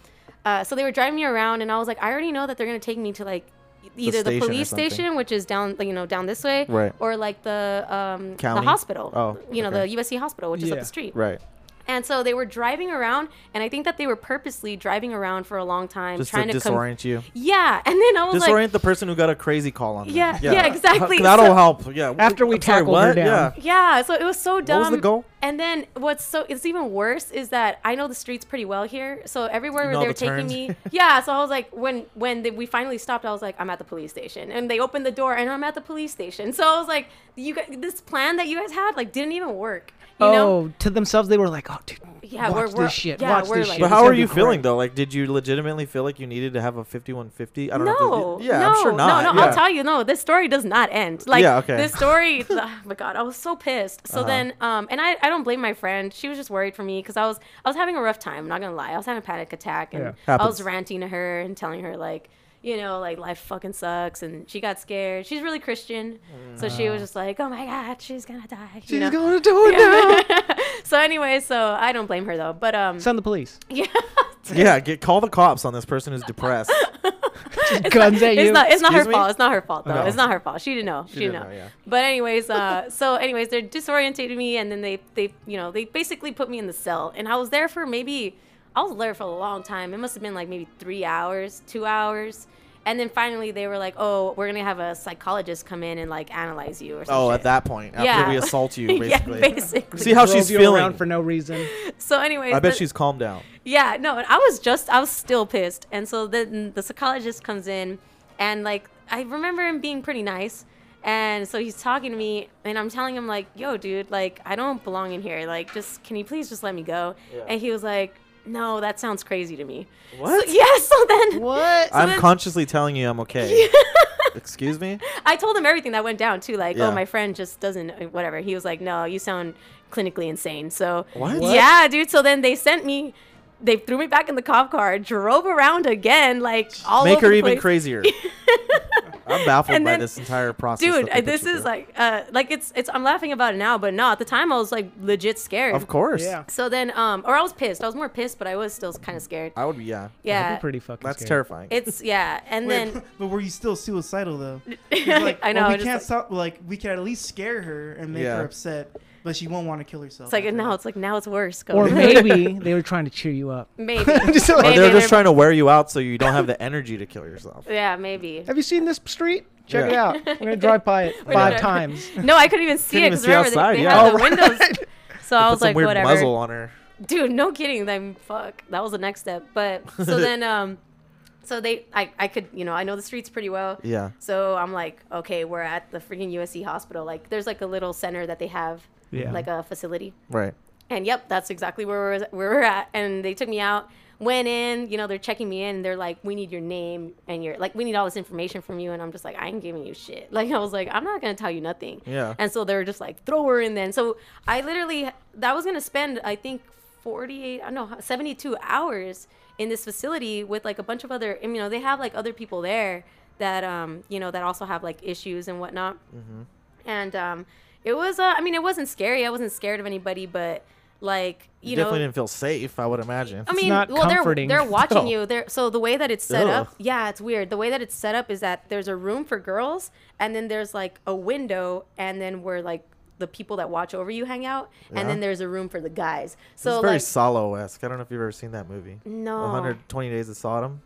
Speaker 3: uh, so they were driving me around, and I was like, "I already know that they're gonna take me to like e-, either the,
Speaker 1: station or
Speaker 3: police
Speaker 1: something.
Speaker 3: station, which is down, like, you know, down this way,
Speaker 1: Right.
Speaker 3: or like the um, the
Speaker 1: County?
Speaker 3: hospital,
Speaker 1: Oh,
Speaker 3: you know,
Speaker 1: okay.
Speaker 3: the USC hospital, which is up
Speaker 2: Yeah.
Speaker 3: the street,
Speaker 1: Right.
Speaker 3: And so they were driving around, and I think that they were purposely driving around for a long time,
Speaker 1: Just to
Speaker 3: trying to, com-
Speaker 1: disorient you.
Speaker 3: yeah, and then I was
Speaker 1: Disorient
Speaker 3: like,
Speaker 1: the person who got a crazy call on them.
Speaker 3: Yeah, yeah,
Speaker 2: Uh,
Speaker 3: exactly.
Speaker 1: H- That'll
Speaker 3: So-
Speaker 1: help. Yeah.
Speaker 2: After we
Speaker 1: I'm sorry,
Speaker 2: tackled her
Speaker 1: what?
Speaker 2: down.
Speaker 1: Yeah.
Speaker 3: yeah. So it was so dumb.
Speaker 1: What was the goal?
Speaker 3: And then what's so it's even worse is that I know the streets pretty well here, so everywhere
Speaker 1: You know
Speaker 3: they
Speaker 1: all
Speaker 3: were
Speaker 1: the
Speaker 3: taking
Speaker 1: turns.
Speaker 3: me, yeah. So I was like, when when they, we finally stopped, I was like, I'm at the police station, and they opened the door, and I'm at the police station. So I was like, you guys, this plan that you guys had like didn't even work. You
Speaker 2: oh,
Speaker 3: know?
Speaker 2: to themselves they were like, "Oh, dude,
Speaker 3: Yeah,
Speaker 2: watch
Speaker 3: we're-
Speaker 2: this
Speaker 3: we're-
Speaker 2: shit.
Speaker 3: yeah,
Speaker 2: watch
Speaker 3: we're
Speaker 2: this
Speaker 3: like-
Speaker 2: shit."
Speaker 1: But
Speaker 2: It's
Speaker 1: how
Speaker 2: gonna
Speaker 1: are
Speaker 2: be
Speaker 1: you feeling
Speaker 2: great.
Speaker 1: though? Like, did you legitimately feel like you needed to have a 5150? I don't know.
Speaker 3: no,
Speaker 1: if this- Yeah,
Speaker 3: no,
Speaker 1: I'm sure not.
Speaker 3: no, no.
Speaker 1: yeah.
Speaker 3: I'll tell you, no, this story does not end. Like,
Speaker 1: Yeah, okay. Uh-huh.
Speaker 3: this story, oh my God, I was so pissed. So then, um, and I, I don't blame my friend. She was just worried for me because I was, I was having a rough time. I'm not gonna lie, I was having a panic attack, and
Speaker 2: Yeah.
Speaker 3: I was
Speaker 1: Happens.
Speaker 3: ranting to her and telling her like, you know, like life fucking sucks, and she got scared. She's really Christian, so she
Speaker 1: Mm.
Speaker 3: was just like, oh my God, she's gonna die. you
Speaker 2: She's
Speaker 3: know?
Speaker 2: going to do it now.
Speaker 3: so anyway, so I don't blame her though, but um,
Speaker 2: Send the police.
Speaker 3: yeah,
Speaker 1: Yeah, get call the cops on this person who's depressed.
Speaker 2: Guns at you.
Speaker 3: it's not it's not her
Speaker 1: Excuse me?
Speaker 3: fault. It's not her fault though.
Speaker 1: No.
Speaker 3: It's not her fault. She didn't know. She, didn't know.
Speaker 1: yeah.
Speaker 3: But anyways, uh, so anyways, they disorientated me, and then they they you know they basically put me in the cell, and I was there for maybe I was there for a long time. It must have been like maybe three hours, two hours. And then finally, they were like, "Oh, we're gonna have a psychologist come in and like analyze you or something."
Speaker 1: Oh, at that point, after
Speaker 3: Yeah.
Speaker 1: we assault you, basically.
Speaker 3: yeah, basically.
Speaker 1: See how
Speaker 2: Drove
Speaker 1: she's
Speaker 2: you
Speaker 1: feeling.
Speaker 2: around for no reason.
Speaker 3: so, anyways,
Speaker 1: I bet
Speaker 3: the-
Speaker 1: she's calmed down.
Speaker 3: yeah, no, and I was just, I was still pissed. And so then the psychologist comes in, and like, I remember him being pretty nice. And so he's talking to me, and I'm telling him, like, yo, dude, like, I don't belong in here. Like, just, can you please just let me go?
Speaker 1: Yeah.
Speaker 3: And he was like, no, that sounds crazy to me.
Speaker 1: What?
Speaker 3: So, yeah, so then
Speaker 2: What?
Speaker 1: I'm
Speaker 3: then-
Speaker 1: consciously telling you I'm okay. Excuse me?
Speaker 3: I told him everything that went down, too. Like,
Speaker 1: Yeah.
Speaker 3: oh, my friend just doesn't, whatever. He was like, no, you sound clinically insane. So,
Speaker 1: What?
Speaker 2: What?
Speaker 3: Yeah, dude. So then they sent me. They threw me back in the cop car, drove around again, like all
Speaker 1: Make
Speaker 3: over
Speaker 1: her
Speaker 3: the
Speaker 1: even
Speaker 3: place.
Speaker 1: crazier. I'm baffled
Speaker 3: And
Speaker 1: by
Speaker 3: then-
Speaker 1: this entire process.
Speaker 3: Dude,
Speaker 1: that they
Speaker 3: I- this
Speaker 1: put you
Speaker 3: is
Speaker 1: through.
Speaker 3: like, uh, like it's it's. I'm laughing about it now, but no, at the time I was like legit scared.
Speaker 1: Of course.
Speaker 2: Yeah.
Speaker 3: So then, um, or I was pissed. I was more pissed, but I was still kind of scared.
Speaker 1: I would be, yeah.
Speaker 2: That'd
Speaker 3: Yeah,
Speaker 2: be pretty fucking
Speaker 1: That's
Speaker 2: scary.
Speaker 1: terrifying.
Speaker 3: it's yeah, and
Speaker 4: Wait,
Speaker 3: then
Speaker 4: but were you still suicidal though? 'Cause,
Speaker 3: I know,
Speaker 4: well,
Speaker 3: I
Speaker 4: we
Speaker 3: just
Speaker 4: can't
Speaker 3: like-
Speaker 4: stop. Like we can at least scare her and make
Speaker 1: Yeah.
Speaker 4: her upset, but she won't want to kill herself.
Speaker 3: it's like
Speaker 4: after
Speaker 3: now
Speaker 4: that.
Speaker 3: it's like now it's worse. Go
Speaker 2: Or maybe they were trying to cheer you up.
Speaker 3: maybe,
Speaker 2: Just like-
Speaker 1: or
Speaker 3: maybe
Speaker 1: they're
Speaker 3: they're-
Speaker 1: just trying to wear you out so you don't have the energy to kill yourself.
Speaker 3: yeah, maybe.
Speaker 2: Have you seen this street? Check it
Speaker 1: Yeah.
Speaker 2: out. We're gonna drive by it
Speaker 3: We're
Speaker 2: five
Speaker 3: gonna-
Speaker 2: times.
Speaker 3: No, I couldn't even see
Speaker 1: Couldn't
Speaker 3: it
Speaker 1: even
Speaker 3: because
Speaker 1: see
Speaker 3: remember
Speaker 1: outside,
Speaker 3: they, they
Speaker 1: yeah.
Speaker 3: had
Speaker 1: Oh,
Speaker 3: the windows. So I
Speaker 1: Put some
Speaker 3: was like,
Speaker 1: weird
Speaker 3: whatever.
Speaker 1: muzzle on her.
Speaker 3: dude no kidding then fuck that was the next step but so then um so they i i could you know i know the streets pretty well
Speaker 1: Yeah.
Speaker 3: so i'm like okay we're at the freaking usc hospital like there's like a little center that they have
Speaker 2: Yeah.
Speaker 3: like a facility
Speaker 1: Right.
Speaker 3: and yep that's exactly where we're, where we're at and they took me out went in you know they're checking me in they're like we need your name and your like we need all this information from you and i'm just like i ain't giving you shit like i was like i'm not gonna tell you nothing
Speaker 1: Yeah.
Speaker 3: and so they were just like throw her in then so i literally that was gonna spend i think 48 i know 72 hours in this facility with like a bunch of other and, you know they have like other people there that um you know that also have like issues and whatnot and um it was uh, i mean it wasn't scary i wasn't scared of anybody but like you,
Speaker 1: You,
Speaker 3: know
Speaker 1: definitely didn't feel safe, I would imagine.
Speaker 3: I mean,
Speaker 2: not
Speaker 3: well,
Speaker 2: comforting.
Speaker 3: they're they're watching
Speaker 1: No.
Speaker 3: you. They're so the way that it's set
Speaker 1: Ugh.
Speaker 3: up. Yeah, it's weird. The way that it's set up is that there's a room for girls, and then there's like a window, and then where like the people that watch over you hang out,
Speaker 1: Yeah.
Speaker 3: and then there's a room for the guys.
Speaker 1: It's
Speaker 3: So
Speaker 1: very
Speaker 3: like,
Speaker 1: Solo esque. I don't know if you've ever seen that movie.
Speaker 3: No.
Speaker 1: 120 Days of Sodom.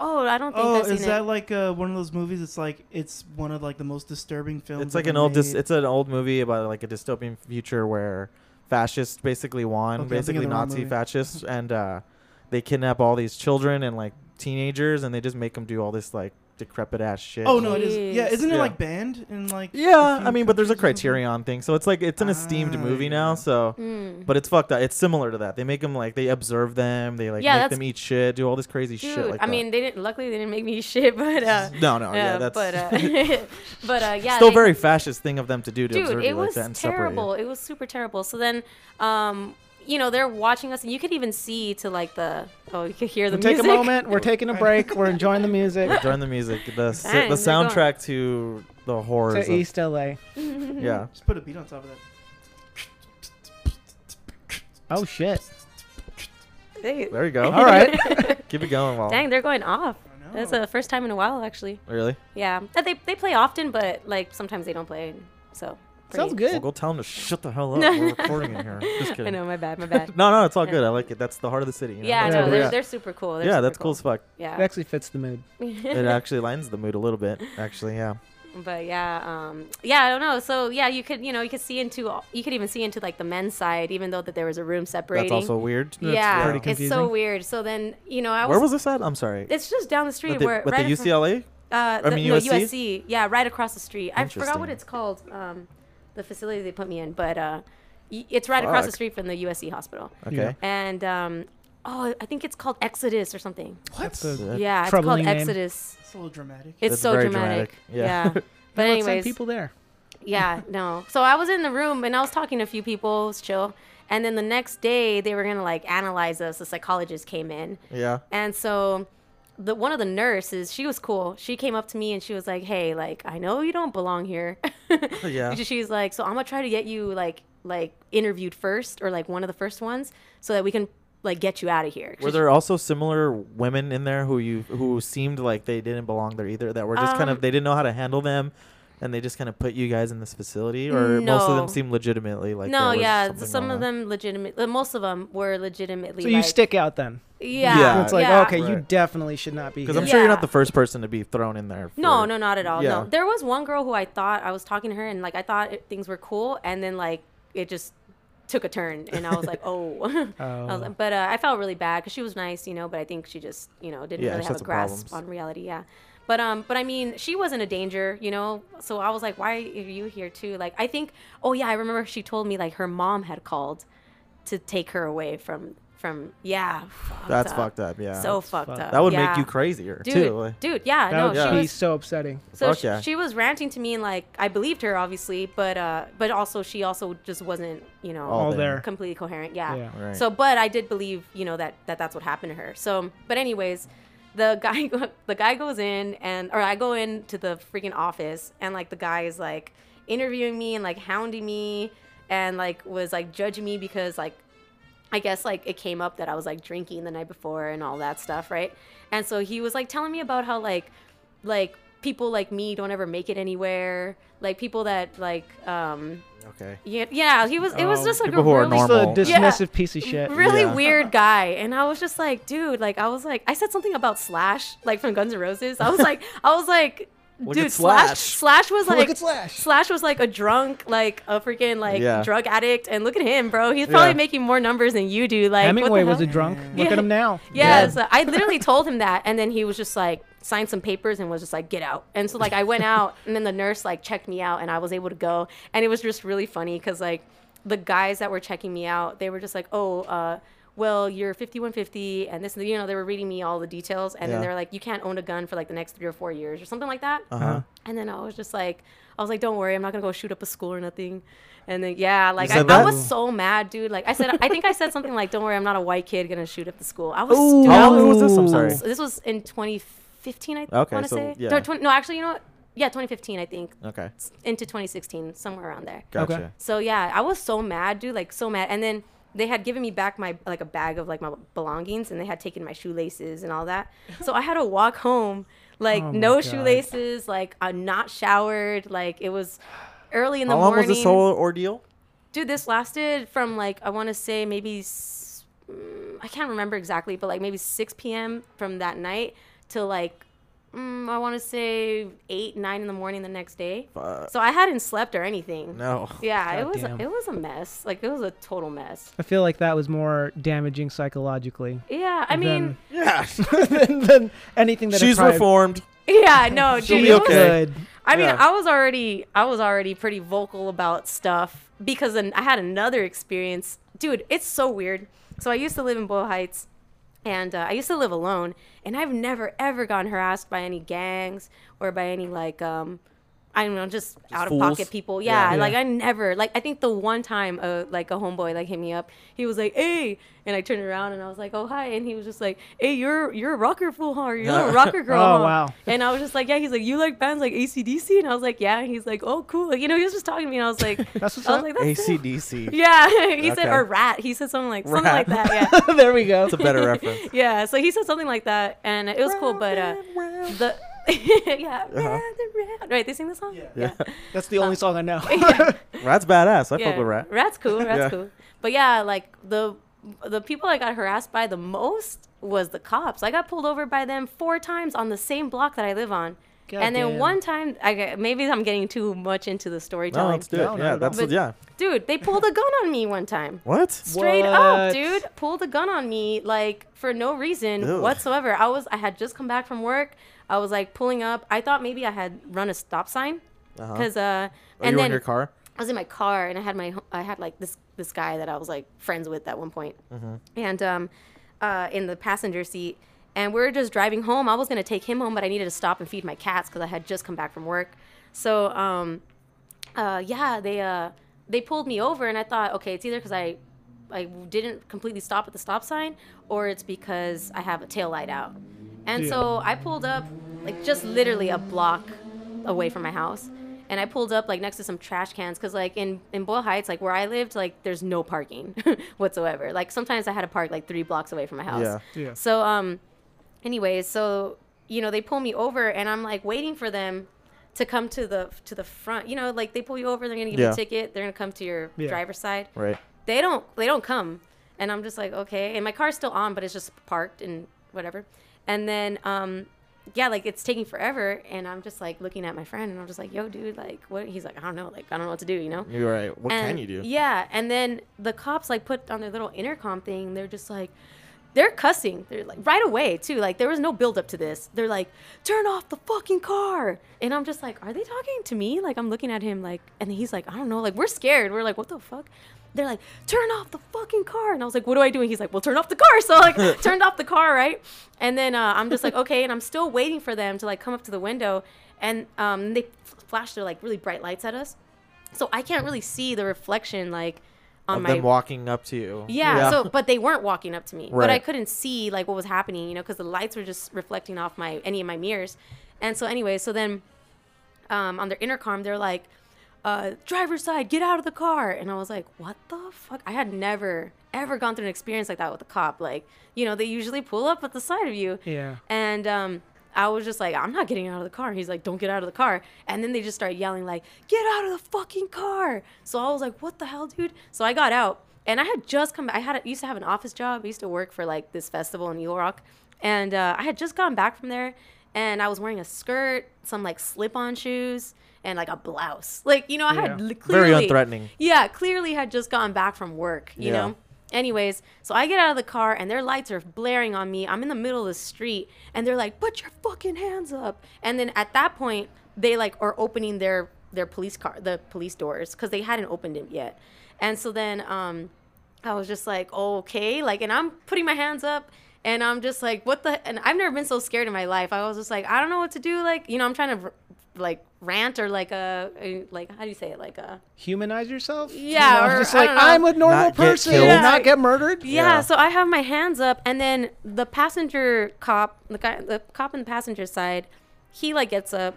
Speaker 3: oh, I don't think
Speaker 4: Oh,
Speaker 3: I've seen
Speaker 4: is that
Speaker 3: it.
Speaker 4: like uh, one of those movies? It's like it's one of like the most disturbing films.
Speaker 1: It's like
Speaker 4: ever
Speaker 1: an old. Dis-
Speaker 4: made.
Speaker 1: it's an old movie about like a dystopian future where fascists basically won,
Speaker 4: Okay, I'm thinking of
Speaker 1: basically
Speaker 4: the wrong
Speaker 1: Nazi
Speaker 4: movie.
Speaker 1: fascists, and uh, they kidnap all these children and like teenagers, and they just make them do all this like decrepit ass shit.
Speaker 4: Oh no, it is. Yeah,
Speaker 3: Jeez.
Speaker 4: isn't it
Speaker 1: Yeah.
Speaker 4: like banned in like? a
Speaker 1: Yeah,
Speaker 4: few
Speaker 1: I mean, but there's a
Speaker 4: countries or something?
Speaker 1: Criterion thing, so it's like it's an esteemed
Speaker 4: Ah,
Speaker 1: movie
Speaker 4: yeah.
Speaker 1: now. So,
Speaker 3: Mm.
Speaker 1: but it's fucked up. It's similar to that. They make them like they observe them, they like
Speaker 3: Yeah,
Speaker 1: make
Speaker 3: that's-
Speaker 1: them eat shit, do all this crazy
Speaker 3: Dude,
Speaker 1: shit. Like
Speaker 3: I
Speaker 1: that.
Speaker 3: mean, they didn't. Luckily, they didn't make me shit, but uh,
Speaker 1: no, no, yeah, that's
Speaker 3: but uh, but uh, yeah,
Speaker 1: still
Speaker 3: they-
Speaker 1: very fascist thing of them to do to
Speaker 3: dude
Speaker 1: observe
Speaker 3: it
Speaker 1: you
Speaker 3: was
Speaker 1: like that and
Speaker 3: terrible it was super terrible so then um you know they're watching us and you could even see to like the oh you could hear the
Speaker 2: We'll take a
Speaker 3: music
Speaker 2: moment. We're taking a break. We're enjoying the music.
Speaker 1: separate you. During the music, the s-
Speaker 3: Dang,
Speaker 1: the
Speaker 3: they're going.
Speaker 1: soundtrack to the horrors.
Speaker 2: to
Speaker 1: of-
Speaker 2: East LA.
Speaker 3: Mm-hmm.
Speaker 1: yeah,
Speaker 4: Just put a beat on top of that.
Speaker 2: Oh shit.
Speaker 3: They-
Speaker 1: there you go.
Speaker 2: All right.
Speaker 1: keep it going, Wall.
Speaker 3: dang they're going off
Speaker 4: I know.
Speaker 3: that's the first time in a while actually
Speaker 1: Really?
Speaker 3: yeah And they, they play often but like sometimes they don't play so Pretty-
Speaker 2: Sounds good.
Speaker 1: Well, go tell him to shut the hell up. We're recording in here. Just
Speaker 3: I
Speaker 1: kidding.
Speaker 3: know, my bad, my bad.
Speaker 1: No, no, it's all
Speaker 3: Yeah.
Speaker 1: good. I like it. That's the heart of the city. You know?
Speaker 3: yeah,
Speaker 1: That's
Speaker 3: no,
Speaker 1: what
Speaker 3: they're,
Speaker 1: we're at.
Speaker 3: they're super cool. They're
Speaker 1: yeah,
Speaker 3: super
Speaker 1: that's cool uh, as fuck.
Speaker 2: It
Speaker 3: Yeah.
Speaker 2: actually fits the mood.
Speaker 1: It actually lines the mood a little bit, actually. Yeah.
Speaker 3: but yeah, um, yeah, I don't know. So yeah, you could you know you could see into all- you could even see into like the men's side, even though that there was a room separating.
Speaker 1: That's also weird.
Speaker 3: yeah,
Speaker 2: pretty
Speaker 3: it's so
Speaker 2: confusing.
Speaker 3: weird. So then you know I was,
Speaker 1: Where was this at? I'm sorry.
Speaker 3: it's just down the street
Speaker 1: With the,
Speaker 3: where
Speaker 1: with
Speaker 3: right
Speaker 1: the
Speaker 3: across-
Speaker 1: UCLA?
Speaker 3: Uh,
Speaker 1: I
Speaker 3: the-
Speaker 1: mean,
Speaker 3: no,
Speaker 1: USC?
Speaker 3: USC. Yeah, right across the street. I forgot what
Speaker 1: Interesting.
Speaker 3: it's called. Um, the facility they put me in, but uh, y- it's right across the
Speaker 1: Fuck.
Speaker 3: street from the USC hospital.
Speaker 1: Okay.
Speaker 3: And um, oh, I think it's called Exodus or something.
Speaker 4: What?
Speaker 2: That's a-
Speaker 4: It's
Speaker 1: That-
Speaker 3: yeah, it's called
Speaker 2: troubling name.
Speaker 3: Exodus.
Speaker 4: a little dramatic.
Speaker 3: It's
Speaker 1: That's
Speaker 3: so
Speaker 1: very
Speaker 3: dramatic.
Speaker 1: Yeah.
Speaker 3: Yeah. But
Speaker 2: Let's send
Speaker 3: anyways,
Speaker 2: people there.
Speaker 3: yeah, no. So I was in the room and I was talking to a few people. It was chill. And then the next day they were gonna like analyze us. The psychologist came in.
Speaker 1: yeah.
Speaker 3: And so the one of the nurses, she was cool. She came up to me and she was like, "Hey, like I know you don't belong here."
Speaker 1: Oh, Yeah.
Speaker 3: She's like, "So I'm going to try to get you like like interviewed first or like one of the first ones so that we can like get you out of here."
Speaker 1: Were there also similar women in there who you who seemed like they didn't belong there either? That were just kind
Speaker 3: Um,
Speaker 1: of they didn't know how to handle them, and they just kind of put you guys in this facility, or most of
Speaker 3: No.
Speaker 1: them seemed legitimately like
Speaker 3: no,
Speaker 1: there was
Speaker 3: yeah,
Speaker 1: something
Speaker 3: some
Speaker 1: going
Speaker 3: of
Speaker 1: on.
Speaker 3: them legitimate. uh, Most of them were legitimately.
Speaker 2: So you
Speaker 3: like-
Speaker 2: stick out then.
Speaker 3: Yeah,
Speaker 1: Yeah.
Speaker 2: It's like,
Speaker 3: yeah.
Speaker 2: okay, you
Speaker 1: Right.
Speaker 2: definitely should not be here.
Speaker 1: Because I'm sure you're
Speaker 3: Yeah.
Speaker 1: not the first person to be thrown in there.
Speaker 3: No,
Speaker 1: for-
Speaker 3: no, not at all.
Speaker 1: Yeah.
Speaker 3: No, there was one girl who I thought I was talking to her, and like I thought it, things were cool, and then like it just took a turn, and I was like, oh. I was
Speaker 2: Oh.
Speaker 3: like- but uh, I felt really bad because she was nice, you know, but I think she just, you know, didn't
Speaker 1: Yeah,
Speaker 3: really
Speaker 1: she
Speaker 3: have
Speaker 1: had
Speaker 3: a
Speaker 1: some
Speaker 3: grasp
Speaker 1: problems.
Speaker 3: on reality. Yeah. But um, but I mean, she wasn't a danger, you know. So I was like, why are you here too? Like, I think, oh yeah, I remember she told me like her mom had called to take her away from from yeah. fucked
Speaker 1: That's
Speaker 3: up.
Speaker 1: fucked up. Yeah.
Speaker 3: So fucked
Speaker 2: fucked.
Speaker 3: up.
Speaker 1: that would
Speaker 3: Yeah.
Speaker 1: make you crazier
Speaker 3: Dude,
Speaker 1: too. like-
Speaker 3: dude, yeah,
Speaker 2: That
Speaker 3: no,
Speaker 2: would
Speaker 1: yeah.
Speaker 3: she
Speaker 2: be
Speaker 3: was
Speaker 2: so upsetting.
Speaker 3: so
Speaker 1: Fuck
Speaker 3: sh-
Speaker 1: yeah.
Speaker 3: she was ranting to me, and like I believed her, obviously, but uh, but also she also just wasn't, you know,
Speaker 1: All
Speaker 2: All
Speaker 1: there.
Speaker 2: there.
Speaker 3: completely coherent. Yeah.
Speaker 2: Yeah.
Speaker 1: Right.
Speaker 3: So, but I did believe, you know, that, that that's what happened to her. So, but anyways, the guy the guy goes in and or I go into the freaking office and like the guy is like interviewing me and like hounding me and like was like judging me because like I guess like it came up that I was like drinking the night before and all that stuff, right? And so he was like telling me about how like like people like me don't ever make it anywhere, like people that like um
Speaker 1: Okay.
Speaker 3: yeah, yeah he was it was
Speaker 2: Oh,
Speaker 3: just like a
Speaker 1: people who are
Speaker 3: really
Speaker 2: Just a
Speaker 1: normal.
Speaker 2: dismissive piece of shit.
Speaker 3: really
Speaker 1: Yeah.
Speaker 3: weird guy and i was just like dude like i was like i said something about slash like from guns n' roses i was like i was like
Speaker 1: Look
Speaker 3: dude
Speaker 1: at
Speaker 3: slash.
Speaker 1: Slash.
Speaker 3: slash was
Speaker 2: Look
Speaker 3: like
Speaker 2: at Slash.
Speaker 3: slash was like a drunk like a freaking like
Speaker 1: Yeah.
Speaker 3: drug addict and look at him bro he's probably
Speaker 1: Yeah.
Speaker 3: making more numbers than you do like
Speaker 2: Hemingway
Speaker 3: what
Speaker 2: was
Speaker 3: the
Speaker 2: a
Speaker 3: hell?
Speaker 2: drunk.
Speaker 4: Yeah.
Speaker 2: Look at him now.
Speaker 3: yeah, so I literally told him that, and then he was just like signed some papers and was just like get out. And so like I went out, and then the nurse like checked me out, and I was able to go. And it was just really funny because like the guys that were checking me out, they were just like, oh, uh, well you're 5150, and this and the, you know they were reading me all the details, and then
Speaker 1: Yeah.
Speaker 3: they were like, you can't own a gun for like the next three or four years or something like that.
Speaker 1: Uh huh.
Speaker 3: And then I was just like, I was like, don't worry, I'm not gonna go shoot up a school or nothing. And then yeah, like I,
Speaker 1: said
Speaker 3: I
Speaker 1: that?
Speaker 3: was so mad, dude. Like I said, I think I said something like, don't worry, I'm not a white kid gonna shoot up the school. I was
Speaker 2: Ooh.
Speaker 3: dude, I
Speaker 1: How
Speaker 3: was-
Speaker 1: old was this? I'm sorry.
Speaker 3: so this was in 2015, I
Speaker 1: Okay,
Speaker 3: want to
Speaker 1: so,
Speaker 3: say.
Speaker 1: yeah.
Speaker 3: No, 20, no, actually, you know what? Yeah, 2015, I think,
Speaker 1: Okay.
Speaker 3: s- into 2016, somewhere around there.
Speaker 1: Gotcha.
Speaker 3: So yeah, I was so mad, dude, like so mad. And then they had given me back my like a bag of like my belongings, and they had taken my shoelaces and all that. So I had to walk home like
Speaker 2: Oh my
Speaker 3: no
Speaker 2: God.
Speaker 3: shoelaces, like I'm not showered, like it was early in the
Speaker 1: How long
Speaker 3: morning.
Speaker 1: was this whole ordeal?
Speaker 3: Dude, this lasted from like I want to say maybe s- mm, I can't remember exactly, but like maybe 6 p.m. from that night till like mm, I want to say eight, nine in the morning the next day.
Speaker 1: Fuck.
Speaker 3: So I hadn't slept or anything.
Speaker 1: No.
Speaker 3: Yeah, it was
Speaker 2: Goddamn.
Speaker 3: it was a mess. Like it was a total mess.
Speaker 2: I feel like that was more damaging psychologically
Speaker 3: Yeah, I mean,
Speaker 1: Yeah.
Speaker 2: than, than anything that
Speaker 1: She's
Speaker 2: deprived-
Speaker 1: reformed.
Speaker 3: yeah, no,
Speaker 1: She'll
Speaker 3: dude,
Speaker 1: be
Speaker 3: it was-
Speaker 1: okay.
Speaker 2: Good.
Speaker 3: I mean,
Speaker 1: Yeah.
Speaker 3: I was already I was already pretty vocal about stuff because then I had another experience. Dude, it's so weird. So I used to live in Boyle Heights and uh, I used to live alone and I've never ever gotten harassed by any gangs or by any like um I don't know, just, out of pocket
Speaker 1: fools.
Speaker 3: people. Yeah,
Speaker 1: Yeah.
Speaker 3: like I never like I think the one time uh, like a homeboy like hit me up, he was like, "Hey," and I turned around and I was like, "Oh hi," and he was just like, "Hey, you're you're a rocker fool, huh? You're a little rocker girl."
Speaker 2: Oh,
Speaker 3: huh?"
Speaker 2: wow.
Speaker 3: And I was just like, yeah. He's like, you like bands like ACDC? And I was like, yeah. And he's like, oh, cool. You know, he was just talking to me, and I was like,
Speaker 2: That's what's
Speaker 3: I was
Speaker 2: up.
Speaker 3: like, that's cool.
Speaker 1: ACDC.
Speaker 3: Yeah, he said
Speaker 1: Okay.
Speaker 3: or rat. He said something like something like
Speaker 1: Rat.
Speaker 3: that. Yeah,
Speaker 2: there we go.
Speaker 1: It's a better reference.
Speaker 3: yeah. So he said something like that, and it was cool. But uh, the yeah,
Speaker 1: Uh-huh.
Speaker 3: round and round. Right, they sing the song.
Speaker 4: Yeah.
Speaker 1: Yeah.
Speaker 2: That's the only song I know.
Speaker 3: yeah.
Speaker 1: Rat's badass. I fuck
Speaker 3: yeah.
Speaker 1: with Rat.
Speaker 3: Rat's cool. Rat's
Speaker 1: Yeah.
Speaker 3: cool. But yeah, like the the people I got harassed by the most was the cops. I got pulled over by them four times on the same block that I live on. and then
Speaker 2: Goddamn.
Speaker 3: one time, I got, maybe I'm getting too much into the
Speaker 1: No,
Speaker 3: storytelling.
Speaker 1: let's do
Speaker 2: No,
Speaker 1: it.
Speaker 2: no,
Speaker 1: Yeah,
Speaker 2: no.
Speaker 1: that's
Speaker 3: But-
Speaker 1: yeah.
Speaker 3: Dude, they pulled a gun on me one time.
Speaker 1: What?
Speaker 3: Straight up,
Speaker 2: What?
Speaker 3: dude, pulled a gun on me like for no reason
Speaker 1: Ew.
Speaker 3: whatsoever. I was I had just come back from work. I was like pulling up. I thought maybe I had run a stop sign
Speaker 1: Uh-huh.
Speaker 3: because uh,
Speaker 1: Are you
Speaker 3: and
Speaker 1: in
Speaker 3: then
Speaker 1: your car?
Speaker 3: I was in my car and I had my I had like this this guy that I was like friends with at one point, and um, uh, in the passenger seat, and we were just driving home. I was gonna take him home, but I needed to stop and feed my cats because I had just come back from work. So um, uh, yeah, they uh, they pulled me over, and I thought, okay, it's either because I I didn't completely stop at the stop sign, or it's because I have a tail light out. And
Speaker 2: Yeah.
Speaker 3: so I pulled up, like just literally a block away from my house, and I pulled up like next to some trash cans, cause like in in Boyle Heights, like where I lived, like there's no parking whatsoever. Like sometimes I had to park like three blocks away from my house.
Speaker 1: Yeah.
Speaker 2: Yeah.
Speaker 3: So um, anyways, so you know they pull me over, and I'm like waiting for them to come to the to the front. You know, like they pull you over, they're gonna give you
Speaker 1: Yeah.
Speaker 3: a ticket, they're gonna come to your
Speaker 2: Yeah.
Speaker 3: driver's side
Speaker 1: Right.
Speaker 3: they don't they don't come and i'm just like okay and my car's still on but it's just parked and whatever and then um yeah like it's taking forever and i'm just like looking at my friend and i'm just like yo dude like what he's like i don't know like i don't know what to do you know
Speaker 1: You're right. What can
Speaker 3: and-
Speaker 1: you do?
Speaker 3: Yeah, and then the cops like put on their little intercom thing. They're just like, they're cussing. They're like right away too. Like there was no build up to this. They're like, turn off the fucking car. And I'm just like, are they talking to me? Like I'm looking at him like, and he's like, I don't know. Like we're scared. We're like, what the fuck? They're like, turn off the fucking car. And I was like, what do I do? And he's like, well, turn off the car. So like, turned off the car, right? And then uh, I'm just like, okay. And I'm still waiting for them to like come up to the window, and um, they f- flash their like really bright lights at us so I can't really see the reflection like on
Speaker 1: Of
Speaker 3: my
Speaker 1: them walking up to you.
Speaker 3: yeah, So, but they weren't walking up to me, but I
Speaker 1: Right.
Speaker 3: couldn't see like what was happening, you know, because the lights were just reflecting off my any of my mirrors. And so anyway, so then um, on their intercom, they're like, uh, "Driver's side, get out of the car!" And I was like, "What the fuck?" I had never ever gone through an experience like that with a cop. Like, you know, they usually pull up at the side of you,
Speaker 2: Yeah.
Speaker 3: and um, I was just like, I'm not getting out of the car. He's like, don't get out of the car. And then they just started yelling, like, get out of the fucking car. So I was like, what the hell, dude? So I got out and I had just come I had used to have an office job. I used to work for like this festival in Eagle Rock. And uh, I had just gotten back from there and I was wearing a skirt, some like slip on shoes, and like a blouse. Like, you know, I had
Speaker 2: Yeah.
Speaker 3: li- clearly.
Speaker 1: Very unthreatening.
Speaker 3: Yeah, clearly had just gotten back from work,
Speaker 1: Yeah.
Speaker 3: you know? Anyways, so I get out of the car and their lights are blaring on me. I'm in the middle of the street and they're like, "Put your fucking hands up." And then at that point, they like are opening their their police car, the police doors cuz they hadn't opened it yet. And so then um I was just like, "Okay," like and I'm putting my hands up and I'm just like, "What the and I've never been so scared in my life. I was just like, "I don't know what to do." Like, you know, I'm trying to r- like rant or like a like how do you say it? Like a
Speaker 2: Humanize yourself.
Speaker 3: Yeah,
Speaker 2: You know,
Speaker 3: or-
Speaker 2: just
Speaker 3: I
Speaker 2: like
Speaker 3: don't know.
Speaker 2: I'm a normal
Speaker 1: Not get
Speaker 2: person,
Speaker 1: killed.
Speaker 3: Yeah.
Speaker 2: not get murdered.
Speaker 3: yeah,
Speaker 1: Yeah.
Speaker 3: so I have my hands up, and then the passenger cop, the guy, the cop on the passenger side, he like gets up,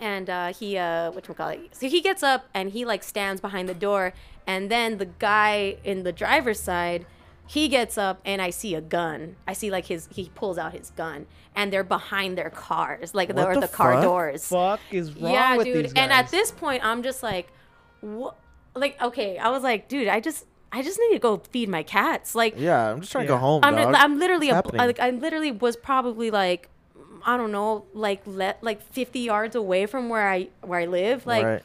Speaker 3: and uh, he uh, what call it? So he gets up and he like stands behind the door, and then the guy in the driver's side, he gets up and I see a gun. I see like his he pulls out his gun, and they're behind their cars, like the,
Speaker 1: What
Speaker 3: or
Speaker 1: the
Speaker 3: the car
Speaker 1: fuck?
Speaker 3: doors
Speaker 2: Fuck is wrong
Speaker 3: yeah,
Speaker 2: with
Speaker 3: dude.
Speaker 2: these guys.
Speaker 3: And at this point, I'm just like, what? Like, okay, I was like, dude, I just, I just need to go feed my cats. Like,
Speaker 1: Yeah, I'm just trying to go
Speaker 2: Yeah.
Speaker 1: home.
Speaker 3: I'm,
Speaker 1: dog.
Speaker 3: I'm literally,
Speaker 1: What's
Speaker 3: a,
Speaker 1: happening?
Speaker 3: like, I literally was probably like, I don't know, like, let like 50 yards away from where I where I live. Like,
Speaker 1: Right.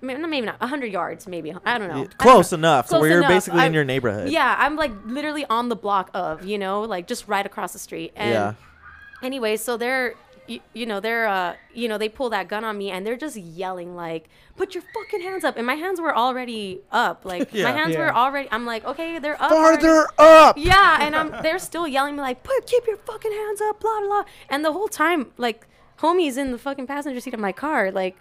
Speaker 3: ma- no, maybe not 100 yards, maybe I don't know. I
Speaker 1: Yeah,
Speaker 3: don't
Speaker 1: Close
Speaker 3: know.
Speaker 1: enough.
Speaker 3: Close
Speaker 1: where you're
Speaker 3: enough.
Speaker 1: basically
Speaker 3: I'm-
Speaker 1: in your neighborhood.
Speaker 3: Yeah, I'm like literally on the block of, you know, like just right across the street. And
Speaker 1: Yeah.
Speaker 3: anyway, so they're you, you know they're uh you know they pull that gun on me and they're just yelling like put your fucking hands up and my hands were already up like
Speaker 1: Yeah.
Speaker 3: my hands
Speaker 2: Yeah.
Speaker 3: were already I'm like okay they're up already.
Speaker 1: Farther up.
Speaker 3: yeah and I'm they're still yelling me like put keep your fucking hands up blah blah blah. and the whole time like homie's in the fucking passenger seat of my car like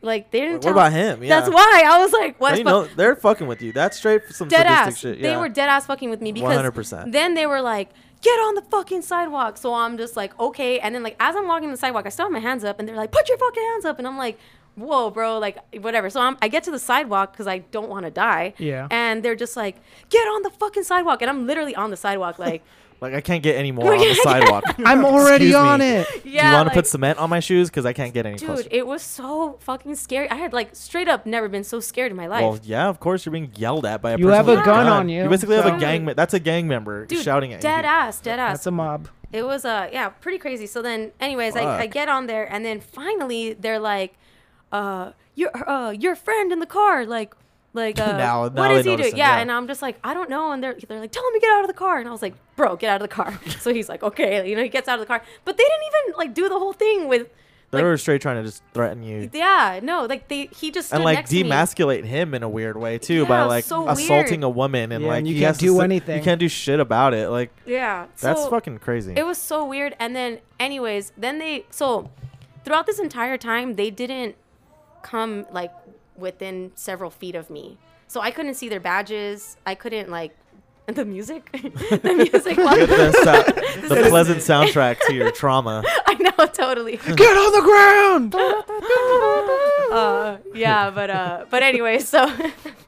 Speaker 3: like they didn't
Speaker 1: What
Speaker 3: tell
Speaker 1: about him?
Speaker 3: that's
Speaker 1: Yeah.
Speaker 3: why I was like what
Speaker 1: They know, they're fucking with you. That's straight for some
Speaker 3: dead
Speaker 1: sadistic
Speaker 3: ass.
Speaker 1: shit.
Speaker 3: They
Speaker 1: yeah.
Speaker 3: were dead ass fucking with me because
Speaker 1: 100%.
Speaker 3: then they were like, "Get on the fucking sidewalk." So I'm just like, "Okay." And then like as I'm walking the sidewalk, I still have my hands up, and they're like, "Put your fucking hands up," and I'm like. Whoa, bro! Like whatever. So I'm, I get to the sidewalk because I don't want to die.
Speaker 2: Yeah.
Speaker 3: And they're just like, get on the fucking sidewalk, and I'm literally on the sidewalk, like,
Speaker 1: Like I can't get any more on the sidewalk.
Speaker 2: I'm already
Speaker 1: Excuse
Speaker 2: on
Speaker 1: me.
Speaker 2: it.
Speaker 3: Yeah,
Speaker 1: Do you want to
Speaker 3: like-
Speaker 1: put cement on my shoes? Because I can't get any
Speaker 3: Dude,
Speaker 1: closer.
Speaker 3: it was so fucking scary. I had like straight up never been so scared in my life.
Speaker 1: Well, yeah, of course you're being yelled at by a
Speaker 2: You
Speaker 1: person
Speaker 2: have
Speaker 1: with
Speaker 2: a
Speaker 3: gun
Speaker 2: on you,
Speaker 1: You basically have
Speaker 2: so-
Speaker 1: a gang. Me- that's a gang member
Speaker 3: Dude,
Speaker 1: shouting at
Speaker 3: dead
Speaker 1: you.
Speaker 3: ass, dead ass.
Speaker 2: That's a mob.
Speaker 3: It was uh yeah, pretty crazy. So then anyways, I, I
Speaker 1: Fuck.
Speaker 3: get on there and then finally they're like, uh your uh your friend in the car, like like uh
Speaker 1: Now- now
Speaker 3: what
Speaker 1: they
Speaker 3: is he doing?
Speaker 1: noticing,
Speaker 3: Yeah,
Speaker 1: yeah.
Speaker 3: and I'm just like, I don't know, and they're they're like, Tell him to get out of the car and I was like, Bro, get out of the car. so he's like, Okay, you know, he gets out of the car. But they didn't even like do the whole thing with
Speaker 1: They
Speaker 3: like-
Speaker 1: were straight trying to just threaten you
Speaker 3: Yeah, no, like they he just stood
Speaker 1: and like
Speaker 3: next to me.
Speaker 1: demasculate him in a weird way too by
Speaker 3: Yeah,
Speaker 1: like
Speaker 3: so
Speaker 1: assaulting
Speaker 3: weird.
Speaker 1: a woman and
Speaker 2: Yeah,
Speaker 1: like
Speaker 2: and you
Speaker 1: he
Speaker 2: can't
Speaker 1: has to
Speaker 2: do
Speaker 1: sit-
Speaker 2: anything.
Speaker 1: You can't do shit about it. Like
Speaker 3: Yeah.
Speaker 1: that's
Speaker 3: so-
Speaker 1: fucking crazy.
Speaker 3: It was so weird. And then, anyways, then they so throughout this entire time they didn't come like within several feet of me, so I couldn't see their badges. I couldn't like the music. the music.
Speaker 1: Get the,
Speaker 3: was-
Speaker 1: sou- uh, the pleasant soundtrack to your trauma.
Speaker 3: I know totally.
Speaker 2: Get on the ground.
Speaker 3: uh, yeah, but uh, but anyway, so,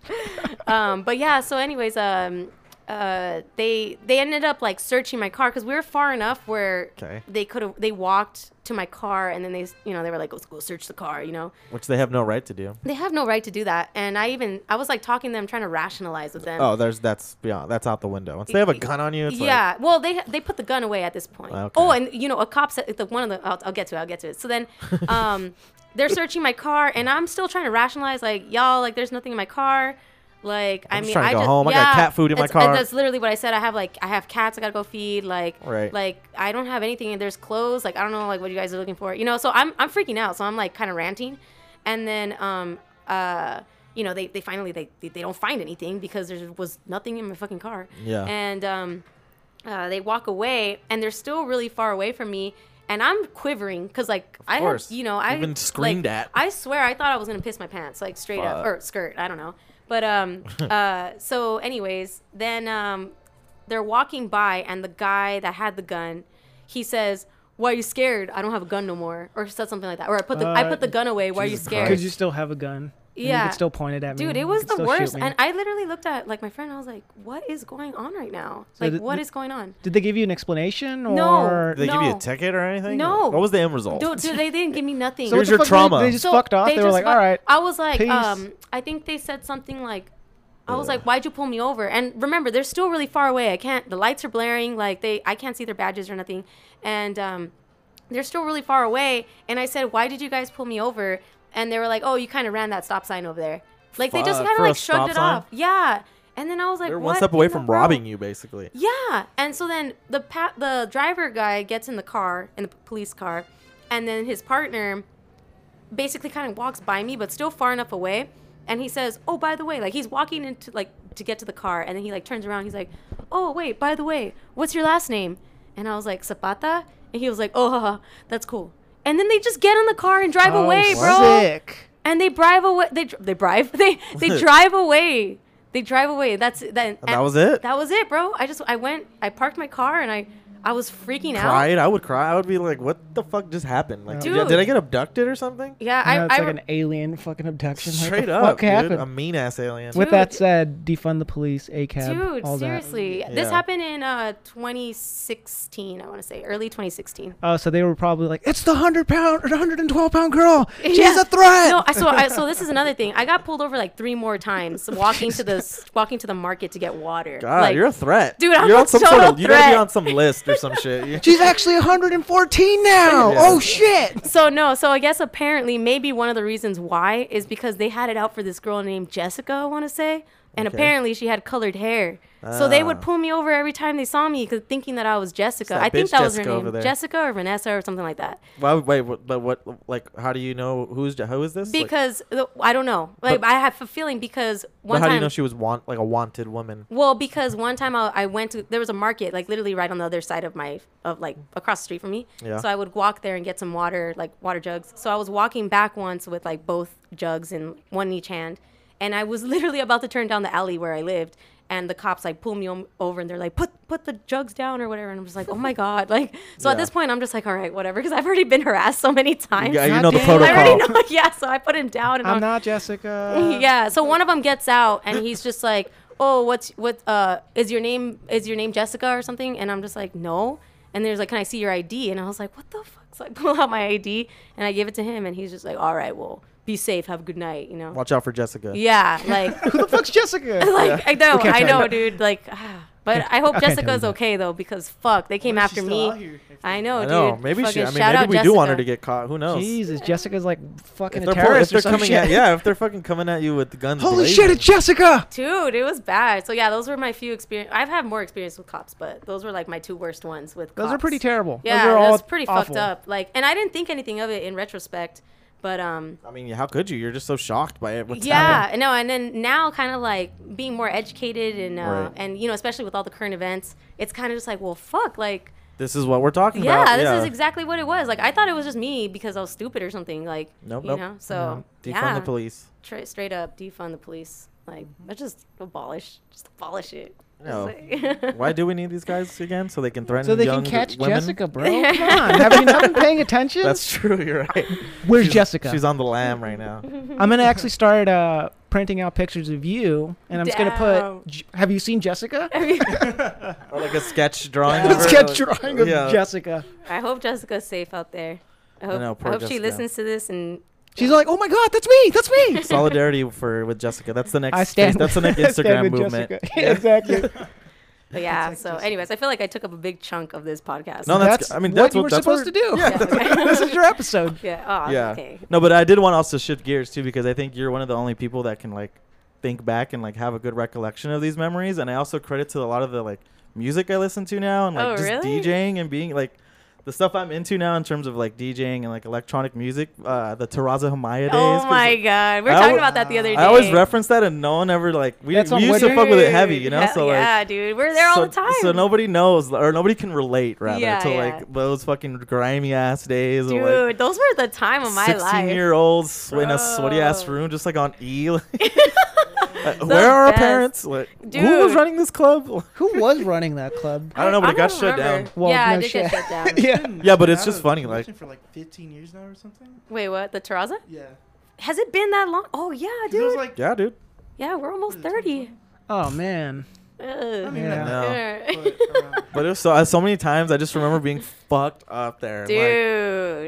Speaker 3: um, but yeah, so anyways, um, uh, they they ended up like searching my car because we were far enough where
Speaker 1: 'Kay.
Speaker 3: they could have they walked to my car and then they s- you know they were like let's go search the car you know
Speaker 1: Which they have no right to do.
Speaker 3: they have no right to do that and I even I was like talking to them trying to rationalize with them
Speaker 1: Oh, there's that's beyond that's out the window. Once they have a gun on you, it's
Speaker 3: yeah. well, they they put the gun away at this point.
Speaker 1: Okay.
Speaker 3: Oh, and you know, a cop said the one of the. I'll, I'll get to it. I'll get to it. So then, um, they're searching my car, and I'm still trying to rationalize, like, y'all, like, there's nothing in my car. Like, i
Speaker 1: I'm just
Speaker 3: mean,
Speaker 1: trying to
Speaker 3: I
Speaker 1: go
Speaker 3: just,
Speaker 1: home. I got
Speaker 3: yeah,
Speaker 1: cat food in my
Speaker 3: it's-
Speaker 1: car.
Speaker 3: That's literally what I said. I have like, I have cats. I gotta go feed. Like,
Speaker 1: Right.
Speaker 3: like I don't have anything. And there's clothes. Like, I don't know, like, what you guys are looking for. You know, so I'm I'm freaking out. So I'm like, kind of ranting, and then um uh. You know, they, they finally they, they they don't find anything because there was nothing in my fucking car.
Speaker 1: Yeah.
Speaker 3: And um, uh, they walk away and they're still really far away from me and i'm quivering because like i had,
Speaker 1: course.
Speaker 3: you know i
Speaker 1: You've been
Speaker 3: like,
Speaker 1: screamed at.
Speaker 3: i swear i thought i was gonna piss my pants like straight up
Speaker 1: Fuck.
Speaker 3: or skirt i don't know but um uh so anyways then um they're walking by and the guy that had the gun he says why are you scared i don't have a gun no more or said something like that or i put the i
Speaker 2: Uh,
Speaker 3: put the gun away why are you
Speaker 1: Jesus
Speaker 3: scared
Speaker 1: Christ.
Speaker 2: Because you still have a gun. and You
Speaker 3: Yeah.
Speaker 2: could still point it at me.
Speaker 3: dude
Speaker 2: and
Speaker 3: it
Speaker 2: you
Speaker 3: was
Speaker 2: could
Speaker 3: the
Speaker 2: still shoot
Speaker 3: worst
Speaker 2: me.
Speaker 3: and i literally looked at like my friend i was like what is going on right now
Speaker 2: So
Speaker 3: like
Speaker 2: th-
Speaker 3: what
Speaker 2: th-
Speaker 3: is going on
Speaker 2: Did they give you an explanation or?
Speaker 3: No.
Speaker 1: Did they give you
Speaker 3: No.
Speaker 1: a ticket or anything?
Speaker 3: No.
Speaker 1: What was the end result?
Speaker 3: Dude, dude, they didn't give me nothing.
Speaker 2: So what
Speaker 1: Here's
Speaker 2: the
Speaker 1: your
Speaker 2: fuck did
Speaker 1: trauma.
Speaker 2: They, they just
Speaker 3: So
Speaker 2: fucked off. They, were
Speaker 3: just
Speaker 2: like,
Speaker 3: fu-
Speaker 2: all right.
Speaker 3: I was like,
Speaker 2: peace."
Speaker 3: um, I think they said something like, I was like, why'd you pull me over? And remember, they're still really far away. I can't. The lights are blaring. Like they, I can't see their badges or nothing. And um, they're still really far away. And I said, why did you guys pull me over? And they were like, oh, you kind of ran that stop sign over there. Like they just
Speaker 1: Fuck,
Speaker 3: kind
Speaker 1: for
Speaker 3: of
Speaker 1: a
Speaker 3: like shrugged
Speaker 1: stop
Speaker 3: it
Speaker 1: sign?
Speaker 3: off. Yeah. And then I was like,
Speaker 1: They're
Speaker 3: what
Speaker 1: one step away
Speaker 3: in the
Speaker 1: from
Speaker 3: world?"
Speaker 1: robbing you, basically.
Speaker 3: Yeah, and so then the pa- the driver guy gets in the car in the p- police car, and then his partner basically kind of walks by me, but still far enough away, and he says, "Oh, by the way," like he's walking into like to get to the car, and then he like turns around, he's like, "Oh, wait, by the way, what's your last name?" And I was like, "Zapata," and he was like, "Oh, haha, that's cool." And then they just get in the car and
Speaker 1: Oh,
Speaker 3: drive away, bro.
Speaker 2: Sick.
Speaker 3: And they drive away. They dr- they drive. They they drive away. They drive away. That's that. And
Speaker 1: that was it?
Speaker 3: That was it, bro. I just I went. I parked my car and I I was freaking out.
Speaker 1: Cried. I would cry. I would be like, "What the fuck just happened? Like, did,
Speaker 3: Dude.
Speaker 1: did I get abducted or something?"
Speaker 3: Yeah,
Speaker 2: I,
Speaker 3: I,
Speaker 2: it's
Speaker 3: I
Speaker 2: like
Speaker 3: re-
Speaker 2: an alien fucking abduction. Like,
Speaker 1: Straight
Speaker 2: the
Speaker 1: up,
Speaker 2: fuck
Speaker 1: dude.
Speaker 2: happened?
Speaker 1: A mean ass alien.
Speaker 2: With that
Speaker 3: Dude.
Speaker 2: said, defund the police, ACAB,
Speaker 3: dude.
Speaker 2: all
Speaker 3: Seriously, this
Speaker 1: Yeah.
Speaker 3: happened in uh 2016. I want to say early 2016.
Speaker 2: that. Oh, so they were probably like, "It's the hundred pound or hundred and twelve pound girl. She's
Speaker 3: Yeah.
Speaker 2: a threat."
Speaker 3: No, I, so I, so this is another thing. I got pulled over like three more times walking to the s- walking to the market to get water.
Speaker 1: God,
Speaker 3: like,
Speaker 1: you're a threat,
Speaker 3: Dude, I'm
Speaker 1: you're
Speaker 3: a
Speaker 1: on some sort
Speaker 3: total
Speaker 1: of. You gotta be
Speaker 3: threat.
Speaker 1: on some list or some shit. You-
Speaker 2: She's actually 114 now.
Speaker 1: Yeah.
Speaker 2: Oh shit!
Speaker 3: So no, so I guess apparently maybe one of the reasons why is because they had it out for this girl named Jessica, I want to say, and
Speaker 1: Okay.
Speaker 3: apparently she had colored hair. So they
Speaker 1: Ah.
Speaker 3: would pull me over every time they saw me, 'cause- thinking that I was Jessica.
Speaker 1: that
Speaker 3: I think
Speaker 1: bitch
Speaker 3: that was her
Speaker 1: Jessica over
Speaker 3: name,
Speaker 1: there.
Speaker 3: Jessica or Vanessa or something like that.
Speaker 1: Why, wait, what, but what? Like, how do you know who's who is this? Like,
Speaker 3: Because the- I don't know, like
Speaker 1: But-
Speaker 3: I have a feeling because
Speaker 1: but
Speaker 3: one
Speaker 1: how do you
Speaker 3: time,
Speaker 1: know she was want like a wanted woman?
Speaker 3: well, because one time I, I went to there was a market like literally right on the other side of my of like across the street from me.
Speaker 1: Yeah.
Speaker 3: So I would walk there and get some water, like water jugs. So I was walking back once with like both jugs in one in each hand, and I was literally about to turn down the alley where I lived, and the cops like pull me o- over and they're like put put the jugs down or whatever, and I'm just like oh my god, like so at
Speaker 1: Yeah.
Speaker 3: this point I'm just like all right whatever because I've already been harassed so many times.
Speaker 1: Yeah, you
Speaker 2: God
Speaker 1: know the
Speaker 2: damn it.
Speaker 3: I already
Speaker 1: protocol.
Speaker 3: know. Yeah, so I put him down and
Speaker 2: I'm
Speaker 3: I'm,
Speaker 1: Um,
Speaker 2: not Jessica.
Speaker 3: yeah. So one of them gets out and he's just like, oh, what's what? Uh, is your name is your name Jessica or something? And I'm just like, no. And there's like, can I see your ID? And I was like, what the fuck? So I pull out my ID and I give it to him, and he's just like, all right, well, be safe, have a good night, you know.
Speaker 1: Watch out for Jessica.
Speaker 3: Yeah, like
Speaker 2: Who the fuck's Jessica?
Speaker 3: like I know,
Speaker 2: We can't
Speaker 3: I
Speaker 2: tell
Speaker 3: know,
Speaker 2: you.
Speaker 3: dude. Like, ah. but I hope
Speaker 2: I can't tell
Speaker 3: Jessica's
Speaker 2: you.
Speaker 3: okay though, because fuck, they came
Speaker 4: What if
Speaker 3: after
Speaker 4: she's still out
Speaker 3: me.
Speaker 4: here? If
Speaker 3: I
Speaker 4: they-
Speaker 3: know,
Speaker 1: I
Speaker 3: dude.
Speaker 1: know. Maybe she.
Speaker 3: Fucking
Speaker 1: I mean,
Speaker 3: shout
Speaker 1: maybe
Speaker 3: out
Speaker 1: we do want her
Speaker 3: Jessica.
Speaker 1: to get caught. Who knows?
Speaker 2: Jesus, Jessica's like fucking
Speaker 1: If
Speaker 2: a
Speaker 1: they're, pull- if
Speaker 2: terrorist
Speaker 1: they're
Speaker 2: or some
Speaker 1: coming
Speaker 2: shit.
Speaker 1: at, yeah, if they're fucking coming at you with guns.
Speaker 2: Holy shit,
Speaker 1: blazing.
Speaker 2: it's Jessica!
Speaker 3: Dude, it was bad. So yeah, those were my few experience. I've had more experience with cops, but those were like my two worst ones with.
Speaker 2: Those
Speaker 3: cops.
Speaker 2: are pretty terrible.
Speaker 3: Yeah,
Speaker 2: Those are all
Speaker 3: that's pretty
Speaker 2: awful.
Speaker 3: fucked up. Like, and I didn't think anything of it in retrospect, but um,
Speaker 1: I mean, how could you? You're just so shocked by it. What's
Speaker 3: yeah,
Speaker 1: happened.
Speaker 3: no, and then now kind of like being more educated and uh,
Speaker 1: Right.
Speaker 3: and you know especially with all the current events, it's kind of just like well fuck like
Speaker 1: This is what we're talking
Speaker 3: yeah
Speaker 1: about.
Speaker 3: this is exactly what it was like I thought it was just me because I was stupid or something like
Speaker 1: Nope,
Speaker 3: you
Speaker 1: nope. Mm-hmm.
Speaker 3: know so
Speaker 2: Mm-hmm.
Speaker 1: Defund
Speaker 3: yeah
Speaker 1: the police.
Speaker 3: Tra- straight up defund the police like let's just abolish just abolish it Just
Speaker 1: No.
Speaker 3: like-
Speaker 1: Why do we need these guys again? So they can threaten
Speaker 2: So they
Speaker 1: young
Speaker 2: can catch
Speaker 1: women?
Speaker 2: Jessica, bro. Come on. Have you not been paying attention?
Speaker 1: That's true. You're right.
Speaker 2: Where's
Speaker 1: She's-
Speaker 2: Jessica?
Speaker 1: She's on the lam right now.
Speaker 2: I'm gonna actually start uh, printing out pictures of you, and I'm just gonna
Speaker 3: Damn.
Speaker 2: put. J- Have you seen Jessica?
Speaker 1: Or like a sketch drawing. of
Speaker 2: Let's
Speaker 1: her,
Speaker 2: get
Speaker 1: like-
Speaker 2: drawing of
Speaker 1: yeah.
Speaker 2: Jessica.
Speaker 3: I hope Jessica's safe out there I hope,
Speaker 1: know, poor
Speaker 3: I hope she
Speaker 1: Jessica.
Speaker 3: listens to this and
Speaker 2: She's like, oh my god, that's me, that's me.
Speaker 1: Solidarity for with Jessica. That's the next.
Speaker 2: I stand.
Speaker 1: That's the next
Speaker 2: I stand
Speaker 1: Instagram
Speaker 2: with
Speaker 1: movement.
Speaker 2: Jessica. Yeah, exactly.
Speaker 3: but yeah
Speaker 4: Protect
Speaker 3: so
Speaker 4: Jessica.
Speaker 3: anyways I feel like I took up a big chunk of this podcast
Speaker 1: No, that's- I mean, that's
Speaker 2: what you
Speaker 1: what-
Speaker 2: were
Speaker 1: that's
Speaker 2: supposed to
Speaker 1: what-
Speaker 2: do.
Speaker 3: Yeah, okay.
Speaker 2: this is your episode.
Speaker 3: yeah oh
Speaker 1: Yeah.
Speaker 3: okay
Speaker 1: No, but I did want to also shift gears too because I think you're one of the only people that can like think back and like have a good recollection of these memories. And I also credit to a lot of the like music I listen to now and like
Speaker 3: Oh,
Speaker 1: just
Speaker 3: really?
Speaker 1: DJing and being like the stuff I'm into now in terms of like DJing and like electronic music. Uh, the Teraza Hamaya days.
Speaker 3: Oh
Speaker 1: 'cause,
Speaker 3: my
Speaker 1: like,
Speaker 3: god, we
Speaker 1: I
Speaker 3: were talking
Speaker 1: alwa-
Speaker 3: about that the other day.
Speaker 1: I always reference that, and no one ever like we,
Speaker 2: That's on
Speaker 1: we used to
Speaker 2: Wizard.
Speaker 1: fuck with it heavy, you know.
Speaker 3: Hell
Speaker 1: so like,
Speaker 3: yeah, dude, we're there all
Speaker 1: so,
Speaker 3: the time.
Speaker 1: So nobody knows or nobody can relate rather
Speaker 3: Yeah,
Speaker 1: to
Speaker 3: yeah.
Speaker 1: like those fucking grimy ass days. of,
Speaker 3: dude,
Speaker 1: like,
Speaker 3: those were the time of Oh, my life.
Speaker 1: year olds in a sweaty ass
Speaker 3: Bro.
Speaker 1: room, just like on E. like, Uh, where are our
Speaker 3: best.
Speaker 1: parents? Like, who was
Speaker 3: Dude.
Speaker 1: running this club?
Speaker 2: Who was running that club?
Speaker 1: I don't know, but it got
Speaker 3: don't
Speaker 1: shut
Speaker 3: remember.
Speaker 1: down.
Speaker 2: Well,
Speaker 3: yeah,
Speaker 2: no
Speaker 3: I did get
Speaker 2: shit.
Speaker 3: shut down.
Speaker 2: yeah.
Speaker 4: Been
Speaker 1: Yeah, but
Speaker 4: out
Speaker 1: it's just
Speaker 4: of
Speaker 1: funny, like-
Speaker 4: production for like 15 years now or something.
Speaker 3: Wait, what? The Terraza?
Speaker 4: Yeah,
Speaker 3: Has it been that long? Oh yeah,
Speaker 4: 'Cause it
Speaker 3: dude.
Speaker 4: was like
Speaker 1: Yeah, dude.
Speaker 3: yeah, we're almost
Speaker 4: What is it,
Speaker 3: thirty.
Speaker 2: Oh man.
Speaker 3: Ugh.
Speaker 4: I mean,
Speaker 2: Yeah.
Speaker 1: No.
Speaker 4: but, around-
Speaker 1: But it was so, uh, so many times I just remember being fucked up there. Like-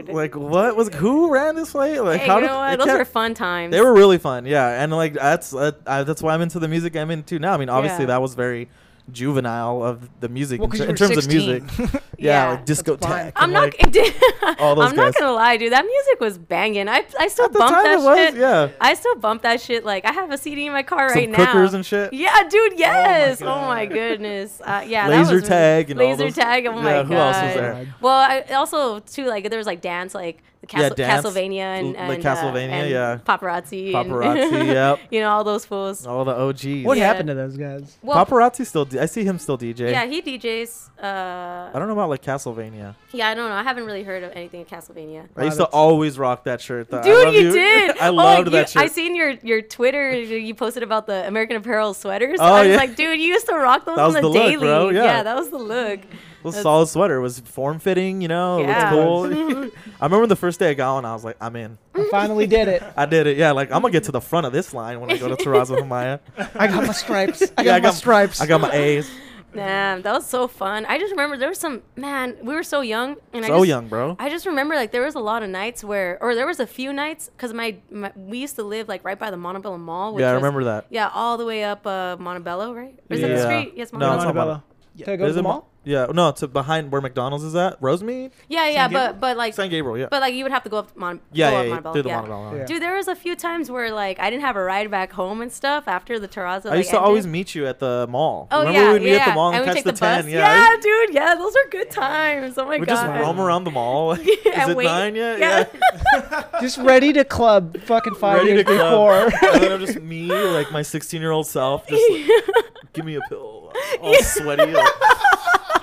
Speaker 3: dude.
Speaker 1: Like, what was who ran this play? Like
Speaker 3: hey,
Speaker 1: how
Speaker 3: you
Speaker 1: did
Speaker 3: know
Speaker 1: it
Speaker 3: what? Those
Speaker 1: kept-
Speaker 3: were fun times.
Speaker 1: They were really fun, yeah. And like that's uh, I, that's why I'm into the music I'm into now. I mean, obviously
Speaker 3: Yeah.
Speaker 1: that was very juvenile of the music
Speaker 2: Well,
Speaker 1: in,
Speaker 2: 'cause
Speaker 1: ter-
Speaker 2: you
Speaker 1: in
Speaker 2: were
Speaker 1: terms of
Speaker 2: 16.
Speaker 1: music. Yeah,
Speaker 3: Yeah.
Speaker 1: like
Speaker 2: That's fine.
Speaker 1: discotheque. and,
Speaker 3: I'm not.
Speaker 1: like, all
Speaker 3: all
Speaker 1: those
Speaker 3: I'm
Speaker 1: guys.
Speaker 3: not gonna lie, dude. That music was banging. I I still
Speaker 1: at the
Speaker 3: bump
Speaker 1: time
Speaker 3: that
Speaker 1: it was,
Speaker 3: shit.
Speaker 1: yeah.
Speaker 3: I still bump that shit. Like I have a CD in my car
Speaker 1: Some
Speaker 3: right now.
Speaker 1: cookers and shit.
Speaker 3: Yeah, dude. Yes. Oh my,
Speaker 4: God.
Speaker 3: goodness. Uh, yeah. that
Speaker 1: Laser
Speaker 3: was really-
Speaker 1: tag and all
Speaker 3: laser
Speaker 1: those-
Speaker 3: tag. Oh my
Speaker 1: yeah,
Speaker 3: god.
Speaker 1: who else was
Speaker 2: there?
Speaker 3: Well, I also too like there was like dance like the
Speaker 1: Yeah,
Speaker 3: Castle,
Speaker 1: dance.
Speaker 3: Castlevania and,
Speaker 1: L- like
Speaker 3: and, uh,
Speaker 1: Castlevania,
Speaker 3: and
Speaker 1: yeah.
Speaker 3: paparazzi. and-
Speaker 1: Paparazzi, yep.
Speaker 3: You know all those fools.
Speaker 1: All the OGs.
Speaker 2: What
Speaker 3: Yeah.
Speaker 2: happened to those guys?
Speaker 3: Well,
Speaker 1: Paparazzi still. D- I see him still DJ.
Speaker 3: yeah, he DJs. Uh,
Speaker 1: I don't know about like Castlevania.
Speaker 3: yeah, I don't know. I haven't really heard of anything in Castlevania.
Speaker 1: I
Speaker 2: Wow,
Speaker 1: used to
Speaker 2: that's-
Speaker 1: always rock that shirt. though. I
Speaker 3: Dude,
Speaker 1: love
Speaker 3: you, did.
Speaker 1: I
Speaker 3: Oh,
Speaker 1: loved
Speaker 3: you-
Speaker 1: that shirt.
Speaker 3: I seen your your Twitter. You posted about the American Apparel sweaters.
Speaker 1: Oh,
Speaker 3: I was
Speaker 1: yeah.
Speaker 3: like, dude, you used to rock those
Speaker 1: That was
Speaker 3: on the,
Speaker 1: the look,
Speaker 3: daily.
Speaker 1: bro, yeah.
Speaker 3: that was the look.
Speaker 1: Little solid sweater. It was form fitting. You know, it
Speaker 3: Yeah.
Speaker 1: was cool. I remember the first day I got on, I was like, I'm in.
Speaker 2: I finally did it.
Speaker 1: I did it. Yeah, like I'm gonna get to the front of this line when I go to Terrazzo Hamaya.
Speaker 2: I got my stripes. I got
Speaker 1: Yeah, I
Speaker 2: my
Speaker 1: got-
Speaker 2: stripes.
Speaker 1: I got my A's.
Speaker 3: Damn, that was so fun. I just remember there was some man. We were so young, and I
Speaker 1: So
Speaker 3: just,
Speaker 1: young, bro.
Speaker 3: I just remember like there was a lot of nights where, or there was a few nights because my, my we used to live like right by the Montebello Mall. Which
Speaker 1: Yeah, I
Speaker 3: was-
Speaker 1: remember that.
Speaker 3: Yeah, all the way up uh, Montebello, right? Or is it
Speaker 2: Yeah.
Speaker 3: the street? Yes,
Speaker 1: No,
Speaker 3: Montebello.
Speaker 1: it's not
Speaker 2: Montebello.
Speaker 4: Yeah.
Speaker 2: To go to
Speaker 1: There's
Speaker 2: the
Speaker 1: a mo-
Speaker 2: mall.
Speaker 1: Yeah, no, to behind where McDonald's is at. Rosemead,
Speaker 3: yeah, yeah,
Speaker 4: San Gabriel?
Speaker 3: but but like
Speaker 1: San Gabriel. Yeah,
Speaker 3: but like you would have to go up Mon-
Speaker 1: yeah,
Speaker 3: go
Speaker 1: yeah,
Speaker 3: up
Speaker 1: yeah,
Speaker 3: Montebello.
Speaker 1: through the
Speaker 3: yeah.
Speaker 1: Montebello.
Speaker 2: Yeah.
Speaker 3: Dude, there was a few times where like I didn't have a ride back home and stuff after the terrazzo.
Speaker 1: I
Speaker 3: like,
Speaker 1: used to
Speaker 3: ended.
Speaker 1: always meet you at the mall.
Speaker 3: Oh
Speaker 1: Remember
Speaker 3: yeah,
Speaker 1: we'd be
Speaker 3: yeah.
Speaker 1: at the mall and,
Speaker 3: we'd
Speaker 1: catch
Speaker 3: take
Speaker 1: the,
Speaker 3: the
Speaker 1: ten.
Speaker 3: bus.
Speaker 1: Yeah,
Speaker 3: yeah, dude. Yeah, those are good times. Oh my
Speaker 1: we
Speaker 3: god.
Speaker 1: just roam around the mall. Is
Speaker 3: and
Speaker 1: it
Speaker 3: wait.
Speaker 1: nine yet?
Speaker 3: Yeah.
Speaker 1: Yeah.
Speaker 2: Just ready to club fucking five
Speaker 1: Ready to
Speaker 2: years
Speaker 1: go.
Speaker 2: before.
Speaker 1: and then I'm just me, like my 16 year old self, just like, give me a pill, all sweaty. Like,